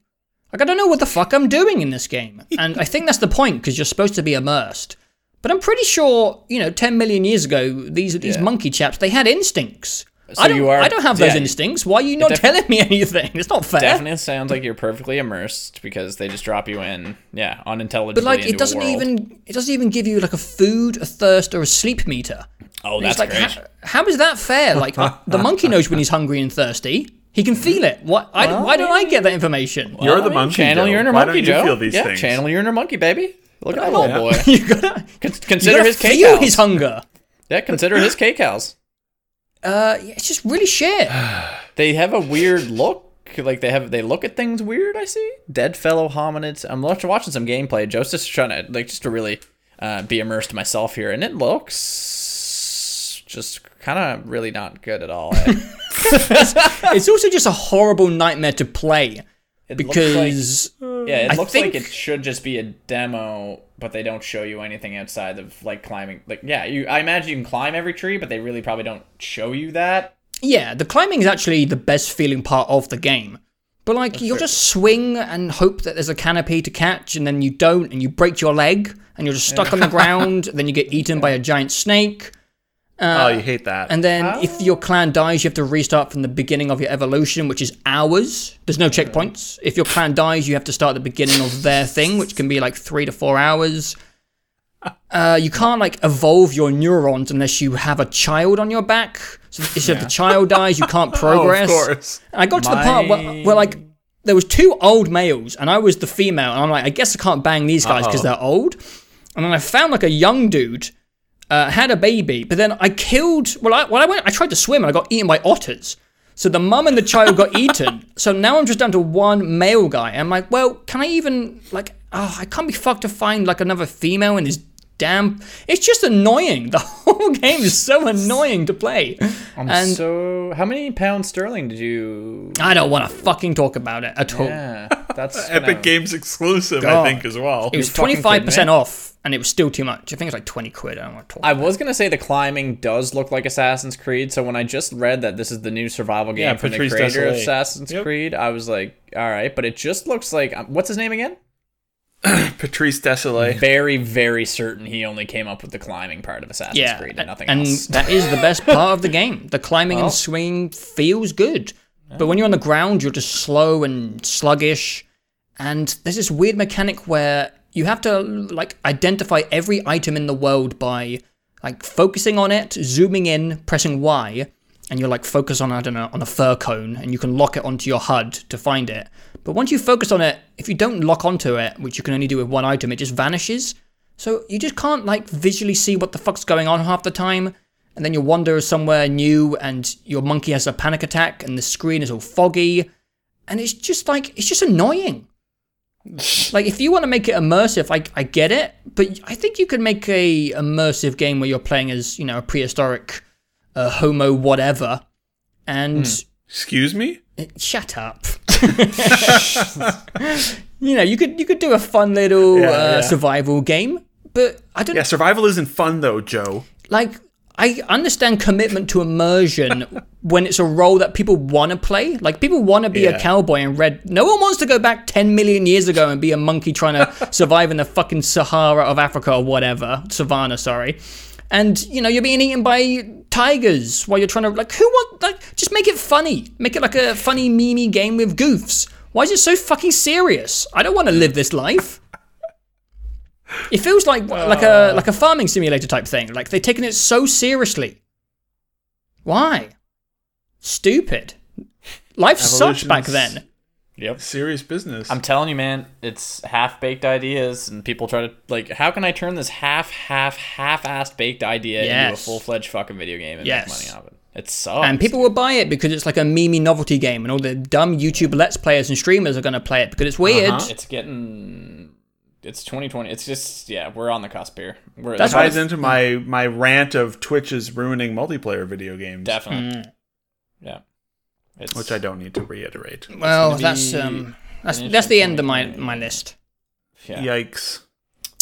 S3: Like, I don't know what the fuck I'm doing in
S1: [LAUGHS]
S3: this game. And I think that's the point, because you're supposed to be immersed. But I'm pretty sure, you know, 10 million years ago, these these
S1: Yeah.
S3: monkey chaps, they had instincts.
S1: So
S3: I, don't,
S1: you are-
S3: I don't have those
S1: yeah.
S3: instincts. Why are you not
S1: def-
S3: telling me [LAUGHS] anything? It's not fair.
S1: Definitely sounds like you're perfectly immersed because they just drop you in, yeah, unintelligently.
S3: But like
S1: into
S3: it
S1: a
S3: doesn't
S1: world.
S3: even it doesn't even give you like a food, a thirst, or a sleep meter.
S1: Oh,
S3: And
S1: that's
S3: it's like,
S1: great.
S3: ho- how is that fair? Like, uh,
S1: [LAUGHS]
S3: the monkey knows when he's hungry and thirsty. He can feel it. What? I, why don't I get that information?
S2: You're
S1: Well,
S2: the
S1: yeah,
S2: monkey,
S1: Channel
S2: Joe.
S1: your inner
S2: Why
S1: monkey,
S2: don't you
S1: Joe.
S2: feel these
S1: yeah,
S2: things?
S1: channel your inner monkey, baby. Look at that little
S2: [LAUGHS]
S1: boy.
S3: you gotta,
S1: Con-
S3: you
S1: consider
S3: gotta
S1: his
S3: feel
S1: K
S3: his
S1: cows.
S3: hunger.
S1: Yeah, consider his K cows.
S3: Uh, yeah, it's just really shit.
S1: They have a weird look. Like they have, they look at things weird. I see dead fellow hominids. I'm watch- watching some gameplay. Joe's just trying to like just to really uh, be immersed myself here, and it looks just kind of really not good at all. eh?
S3: [LAUGHS] it's also just a horrible nightmare to play
S1: It looks like-
S3: because
S1: Yeah, it
S3: I
S1: looks like
S3: think-
S1: it should just be a demo, but they don't show you anything outside of like climbing. Like, yeah, you. I imagine you can climb every tree, but they really probably don't show you that.
S3: yeah, the climbing is actually the best feeling part of the game. But like, you'll just swing and hope that there's a canopy to catch, and then you don't, and you break your leg, and you're just stuck on the ground. Then you get eaten by a giant snake.
S2: Oh, you hate that.
S3: And then if your clan dies, you have to restart from the beginning of your evolution, which is hours. There's no checkpoints. If your clan dies, you have to start the beginning of their thing, which can be like three to four hours. Uh, you can't like evolve your neurons unless you have a child on your back. So if
S2: [LAUGHS]
S3: the child dies, you can't progress.
S2: Oh, [LAUGHS] of course.
S3: And I got to the part where, where like there was two old males and I was the female and I'm like I guess I can't bang these guys because they're old. And then I found like a young dude uh, had a baby, but then I killed. Well, I well I went I tried to swim and I got eaten by otters. So the mum and the child got eaten. So now I'm just down to one male guy. I'm like, well, can I even like? Oh, I can't be fucked to find like another female in this damn. It's just annoying. [LAUGHS] The whole game is so annoying to play. and
S1: so, how many pounds sterling did you?
S3: I don't want to fucking talk about it at all. [LAUGHS]
S1: Yeah, that's
S2: Epic Games exclusive, I
S3: God.
S2: think, as well.
S3: It was
S1: fucking
S3: twenty
S1: kidding
S3: five percent
S1: me?
S3: off, and it was still too much. I think it was like twenty quid. I don't want to talk.
S1: I was gonna say the climbing does look like Assassin's Creed. So when I just read that this is the new survival game
S2: Yeah,
S1: from
S2: Patrice
S1: the creator of
S2: Désilets.
S1: Assassin's
S2: Yep.
S1: Creed, I was like, all right, but it just looks like um, what's his name again?
S2: [LAUGHS] Patrice Desolé.
S1: Very, very certain he only came up with the climbing part of Assassin's
S3: yeah,
S1: Creed and nothing
S3: and
S1: else.
S3: that is
S1: [LAUGHS]
S3: the best part of the game. The climbing
S1: Well.
S3: and swinging feels good, but when you're on the ground, you're just slow and sluggish. And there's this weird mechanic where you have to like identify every item in the world by like focusing on it, zooming in, pressing Y, and you're like focus on I don't know on a fur cone, and you can lock it onto your HUD to find it. But once you focus on it, if you don't lock onto it, which you can only do with one item, it just vanishes. So you just can't like visually see what the fuck's going on half the time. And then you wander somewhere new, and your monkey has a panic attack, and the screen is all foggy, and it's just like it's just annoying. Like, if you want to make it immersive, I, I get it, but I think you could make a immersive game where you're playing as, you know, a prehistoric uh, Homo whatever, and
S2: Hmm. Excuse me?
S3: shut up. [LAUGHS] you know, you could you could do a fun little
S2: Yeah,
S3: uh,
S2: yeah.
S3: survival game, but I don't
S2: Yeah, survival isn't fun though, Joe.
S3: like I understand commitment to immersion when it's a role that people want to play. Like people want to be a
S2: Yeah.
S3: cowboy in red. No one wants to go back 10 million years ago and be a monkey trying to survive in the fucking Sahara of Africa or whatever, savannah, sorry. And you know you're being eaten by tigers while you're trying to like who want like just make it funny. Make it like a funny meme game with goofs. Why is it so fucking serious? I don't want to live this life. It feels like like
S1: uh,
S3: a like a farming simulator type thing. Like they've taken it so seriously. Why? Stupid. Life sucked back
S2: Evolution's-
S3: then.
S1: Yep.
S2: Serious business.
S1: I'm telling you, man, it's half baked ideas, and people try to like, how can I turn this half, half, half-assed baked idea into a
S3: Yes.
S1: full-fledged fucking video game and
S3: Yes.
S1: make money off it? It sucks.
S3: And people will buy it because it's like a memey novelty game, and all the dumb YouTube Let's Players and streamers are going to play it because it's weird.
S1: it's getting, it's 2020. It's just, yeah, we're on the cusp here. We're
S3: That's
S2: ties into my my rant of Twitch is ruining multiplayer video games,
S1: definitely,
S3: Mm.
S1: yeah. It's,
S2: which I don't need to reiterate.
S3: Well,
S1: be
S3: that's um, that's
S1: an
S3: that's the end of
S1: interesting
S3: my
S1: game.
S3: my list.
S1: Yeah,
S2: Yikes!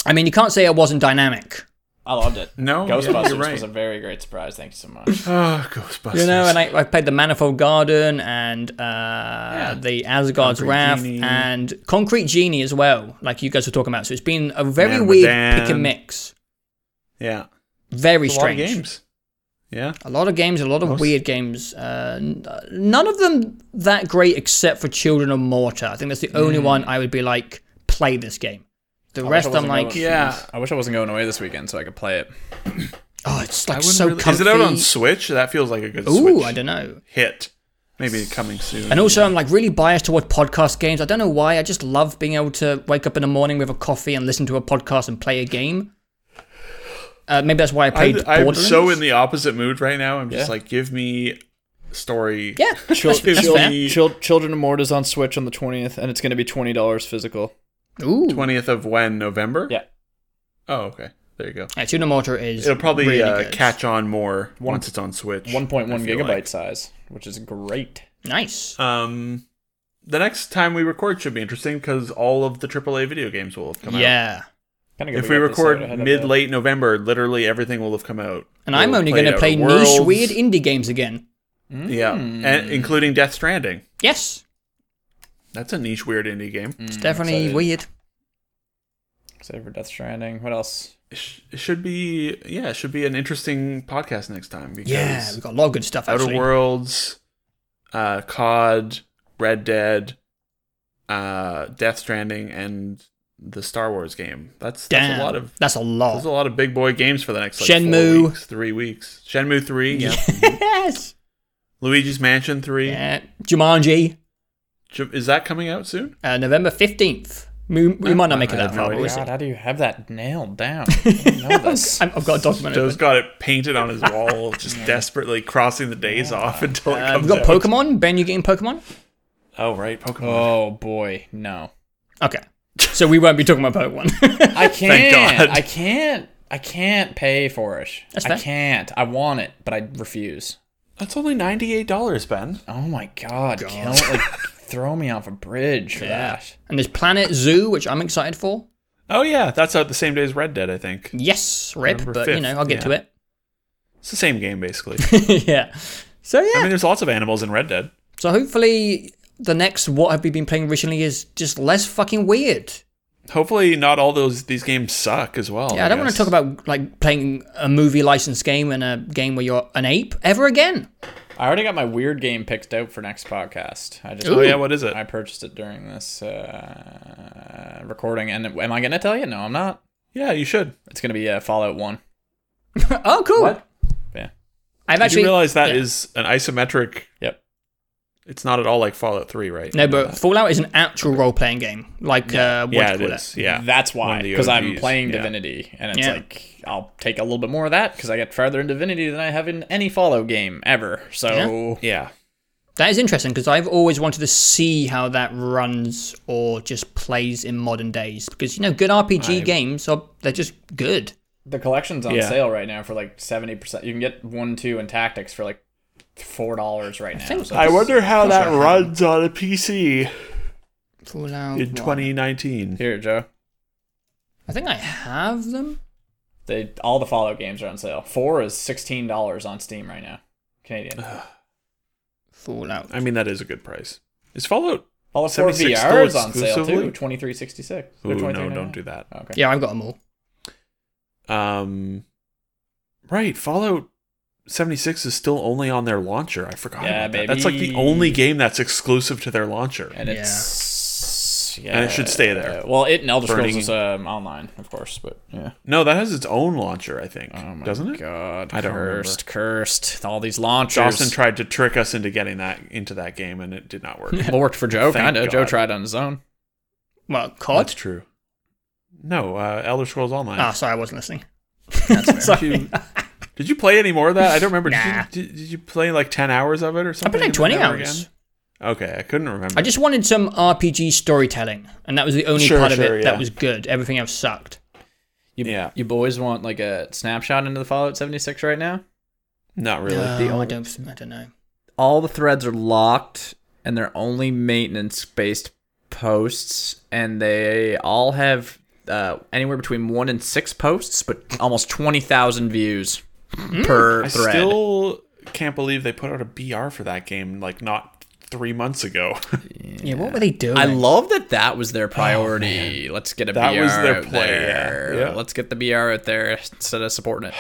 S3: I mean, you can't say it wasn't dynamic.
S1: I loved it.
S2: No, yeah,
S1: Ghostbusters
S2: you're right.
S1: was a very great surprise. Thank you so much.
S2: Ah, Ghostbusters.
S3: You know, and I, I played the Manifold Garden and uh, the Asgard's
S2: Concrete
S3: Wrath
S2: Genie.
S3: and Concrete Genie as well, like you guys were talking about. So it's been a very
S2: Man with
S3: weird
S2: Dan.
S3: pick and mix.
S2: yeah,
S3: Very
S2: It's a lot of
S3: strange.
S2: games. Yeah,
S3: A lot of games, a lot of
S2: Most-
S3: weird games. Uh, n- none of them that great except for Children of Mortar. I think that's the
S2: Mm.
S3: only one I would be like, play this game. The
S1: I wish I
S3: rest I'm
S1: wasn't
S3: like,
S1: going-
S2: Yeah.
S1: I wish I wasn't going away this weekend so I could play it.
S3: oh, it's
S2: I
S3: like
S2: wouldn't
S3: so
S2: really-
S3: comfy.
S2: Is it out on Switch? That feels like a good
S3: Ooh,
S2: Switch
S3: I don't know.
S2: hit. Maybe coming soon.
S3: And also, I'm like really biased toward podcast games. I don't know why. I just love being able to wake up in the morning with a coffee and listen to a podcast and play a game. Uh, maybe that's why I played
S2: I, am
S3: Borderlands.
S2: so in the opposite mood right now. I'm just
S1: Yeah.
S2: like, give me story. [LAUGHS]
S3: yeah, that's, that's
S2: Chil-
S3: fair.
S1: Chil- Children of Mort is on Switch on the 20th, and it's going to be $20 physical.
S3: Ooh,
S2: Twentieth of when November?
S1: Yeah.
S2: Oh, okay. There you go.
S3: yeah, Tuna Mortar is
S2: It'll probably
S3: really
S2: uh,
S3: good.
S2: catch on more once it's on Switch.
S1: 1.1
S2: I feel
S1: gigabyte
S2: like.
S1: size, which is great.
S3: Nice.
S2: Um, the next time we record should be interesting because all of the AAA video games will have come out.
S3: yeah,
S1: Kinda good
S2: If we
S1: got this out
S2: record
S1: ahead of
S2: mid
S1: the-
S2: late November, literally everything will have come out.
S3: and I'm
S2: We'll
S3: only going to
S2: Outer
S3: play niche,
S2: Worlds. Hmm.
S3: weird Hmm. indie games again.
S2: Yeah, and including Death Stranding.
S3: Yes,
S2: That's a niche weird indie game.
S3: it's definitely
S1: excited.
S3: weird.
S1: Excited for Death Stranding. What else?
S2: It sh- it should be yeah, it should be an interesting podcast next time because
S3: Yeah, we've got a lot of good stuff
S2: Outer
S3: actually.
S2: Worlds, uh, COD, Red Dead, uh, Death Stranding, and the Star Wars game. That's that's
S3: Damn,
S2: a lot of
S3: that's a lot.
S2: There's a lot of big boy games for the next like
S3: Shenmue.
S2: four weeks, three weeks. Shenmue three,
S3: [LAUGHS]
S2: yeah.
S3: yes.
S2: Luigi's Mansion three.
S3: Yeah, Jumanji,
S2: Ju- Is that coming out soon?
S3: uh, November fifteenth. We, we might not make it
S2: I
S3: that
S2: have no
S3: far. but
S2: idea.
S3: we'll
S1: Oh,
S3: see.
S1: God, how do you have that nailed
S3: [LAUGHS]
S1: down? I don't know this.
S3: I'm, I've got a document.
S2: Joe's
S3: open.
S2: got it painted on his wall,
S3: [LAUGHS]
S2: just desperately crossing the days off until it
S3: Uh,
S2: comes
S3: we've got
S2: out.
S3: Pokemon. Ben, you getting Pokemon?
S2: oh right, Pokemon.
S1: oh boy, no.
S3: Okay. So we won't be talking about Pokemon. [LAUGHS]
S1: I can't.
S2: God.
S1: I can't. I can't pay for it.
S3: That's
S1: I
S3: fair.
S1: can't. I want it, but I refuse.
S2: That's only ninety eight dollars, Ben.
S1: Oh my god, Kill, like throw me off a bridge for that.
S3: and there's Planet Zoo, which I'm excited for.
S2: Oh yeah, that's out the same day as Red Dead, I think.
S3: Yes, rip,
S2: November
S3: but you know,
S2: 5th,
S3: I'll get
S2: yeah. It's the same game
S3: [LAUGHS]
S2: basically. I
S3: to it. yeah. So yeah.
S2: mean, there's lots of animals in Red Dead.
S3: so hopefully the next what have we been playing recently is just less fucking weird.
S2: Hopefully, not all those these games suck as well.
S3: yeah, I don't want to talk about like playing a movie licensed game and a game where you're an ape ever again. [LAUGHS]
S1: I already got my weird game picked out for next podcast. I just
S2: Oh yeah, what is it?
S1: I purchased it during this uh, recording, and am I gonna tell you? No, I'm not.
S2: yeah, you should.
S1: It's gonna be uh, Fallout One.
S3: oh, cool.
S1: Yeah.
S3: I've
S2: Did
S3: actually
S2: you realize that
S3: yeah.
S2: is an isometric
S1: Yep.
S2: It's not at all like Fallout 3, right?
S3: no, but Fallout is an actual role playing game. Like uh, what do
S2: yeah,
S3: you
S2: it
S3: call it?
S2: is. Yeah,
S1: That's
S2: One
S1: why,
S2: of the
S1: because I'm
S2: OGs,
S1: playing
S2: yeah.
S1: Divinity, and it's
S3: Yeah.
S1: like I'll take a little bit more of that because I get farther in Divinity than I have in any Fallout game ever. So
S2: Yeah,
S3: That is interesting because I've always wanted to see how that runs or just plays in modern days because you know good RPG games are they're just good.
S1: The collection's on
S2: Yeah.
S1: sale right now for like seventy percent. You can get one, two, and tactics for like four dollars right now.
S3: think
S1: so
S2: I
S1: it's-
S2: wonder how
S1: it's
S2: that
S1: not-
S2: runs on a PC
S3: Fallout.
S2: in 2019.
S1: Here, Joe.
S3: I think I have them.
S1: They all the Fallout games are on sale. Four is sixteen dollars on Steam right now, Canadian.
S3: Fallout.
S2: I mean, that is a good price. Is Fallout?
S1: Fallout Four
S2: 76
S1: VR is
S2: still
S1: on sale
S2: exclusively?
S1: too. Twenty three sixty six.
S2: Ooh, no, don't do that.
S1: Okay.
S3: Yeah, I've got them all.
S2: Um, right, Fallout 76 is still only on their launcher. I forgot.
S1: Yeah,
S2: about that. That's like the
S1: baby.
S2: only game that's exclusive to their launcher.
S1: and
S3: Yeah.
S1: it's yeah.
S2: And it should stay there.
S1: well, it and Elder Scrolls
S2: Burning-
S1: is um, online, of course, but yeah.
S2: No, that has its own launcher, I think.
S1: Oh my
S2: Doesn't it?
S1: God,
S2: I don't remember.
S1: cursed, cursed. All these launchers. [LAUGHS]
S2: Dawson tried to trick us into getting that into that game, and it did
S1: [LAUGHS]
S2: not work.
S1: Well, worked for Joe,
S2: Thank
S1: kind of. Joe
S2: God.
S1: tried on his own.
S3: Well, COD.
S2: that's true. No, uh, Elder Scrolls Online.
S3: Ah, sorry, I wasn't listening. [LAUGHS]
S2: Did you, [LAUGHS] did you play any more of that? I don't remember.
S3: Nah.
S2: Did, you, did, did you play like ten hours of it or
S3: I
S2: something?
S3: put in
S2: and then
S3: 20
S2: never
S3: hours.
S2: again? Okay, I couldn't remember.
S3: I just wanted some RPG storytelling, and that was the only
S2: Sure,
S3: part of
S2: sure,
S3: it
S2: yeah.
S3: that was good. Everything else sucked.
S1: You,
S2: Yeah.
S1: You boys want like a snapshot into the Fallout 76 right now?
S2: not really.
S3: No, Oh, I don't. I don't know.
S1: All the threads are locked, and they're only maintenance-based posts, and they all have uh, anywhere between one and six posts, but almost twenty thousand views per
S2: I
S1: thread.
S2: still can't believe they put out a BR for that game like not three months ago.
S3: Yeah, what were they doing?
S1: I love that that was their priority. Let's get a
S2: Oh, That
S1: BR
S2: was their
S1: out
S2: play,
S1: there.
S2: yeah. Yeah.
S1: Let's get the BR out there instead of supporting it.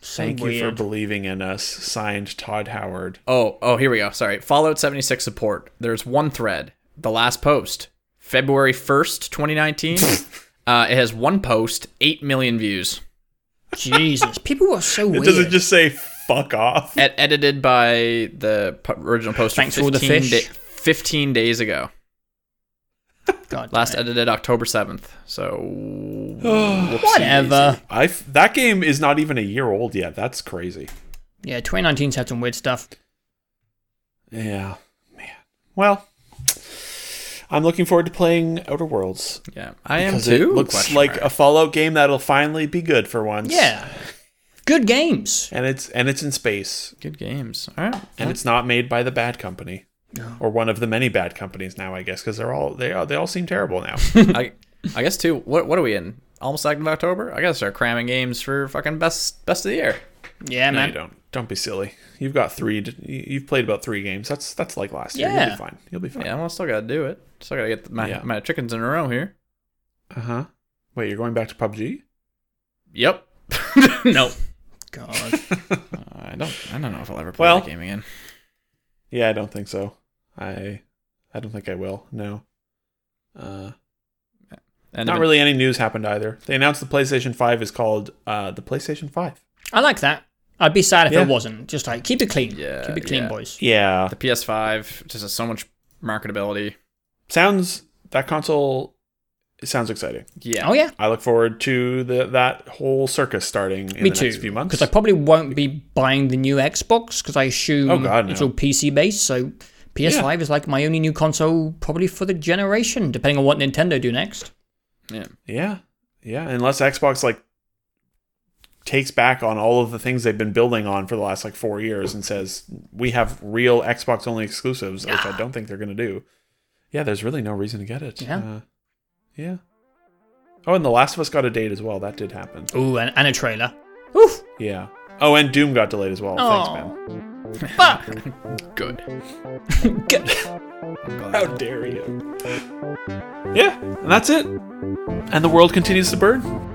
S3: So
S2: Thank you for
S3: weird.
S2: believing in us. Signed Todd Howard.
S1: Oh, oh, here we go. Sorry. Fallout 76 support. There's one thread. The last post, February 1st,
S2: [LAUGHS]
S1: 2019. uh, it has one post, 8 million views.
S3: Jesus, people were [LAUGHS] so
S2: It
S3: weird.
S2: doesn't just say
S1: [SIGHS]
S2: fuck off.
S1: Ed- edited by the po- original poster
S3: Thanks for all the fish.
S1: 15 days ago.
S3: God damn
S1: Last
S3: it.
S1: edited October 7th. So,
S3: Whatever.
S2: I f- that game is not even a year old yet. That's crazy.
S3: Yeah, 2019's had some weird stuff.
S2: Yeah, man. Well, I'm looking forward to playing Outer Worlds
S1: yeah. I am
S2: because
S1: too.
S2: it looks
S1: Question
S2: like
S1: mark.
S2: a Fallout game that'll finally be good for once.
S3: Yeah, good games.
S2: and it's and it's in space,
S1: good games. All right.
S2: and it's not made by the bad company. Or one of the many bad companies now, I guess, because they're all they are, they all seem terrible now.
S1: I, I guess too. What what are we in? Almost second of October. I gotta start cramming games for fucking best best of the year.
S3: Yeah,
S2: No, you
S3: man.
S2: don't. Don't be silly. You've got three. d- you- You've played about three games. That's that's like last year. You'll
S3: Yeah.
S2: be fine. You'll be fine.
S1: Yeah, well, I still gotta do it. Still gotta get my
S2: Yeah.
S1: my chickens in a row here.
S2: Uh huh. Wait, you're going back to PUBG?
S1: Yep. [LAUGHS] no.
S3: God.
S1: I don't. I don't know if I'll ever play
S2: Well-
S1: that game again.
S2: Yeah, I don't think so. I I don't think I will. No. Uh,
S1: And
S2: not really any news happened either. They announced the PlayStation Five is called uh the PlayStation Five.
S3: I like that. I'd be sad if
S2: Yeah.
S3: it wasn't. Just like keep it clean.
S1: Yeah,
S3: keep it clean,
S1: yeah.
S3: boys.
S2: Yeah.
S1: The PS5 just has so much marketability.
S2: Sounds that console. It sounds exciting.
S1: Yeah.
S3: Oh yeah,
S2: I look forward to the that whole circus starting in
S3: me
S2: the
S3: too.
S2: next few months.
S3: Because I probably won't be buying the new Xbox because I assume
S2: Oh, God,
S3: it's
S2: no.
S3: all PC based. So PS5 is like my only new console probably for the generation, depending on what Nintendo do next.
S1: Yeah.
S2: Yeah. Yeah. Unless Xbox like takes back on all of the things they've been building on for the last like four years and says we have real Xbox only exclusives, which I don't think they're gonna do. Yeah, there's really no reason to get it.
S3: Yeah.
S2: Uh, yeah. Oh, and The Last of Us got a date as well. That did happen.
S3: Ooh, and, and a trailer. Oof.
S2: Yeah. Oh, and Doom got delayed as well. Thanks,
S3: Oh. Fuck.
S1: Good.
S3: Good.
S2: [LAUGHS] man. How dare you? Yeah, and that's it. And the world continues to burn.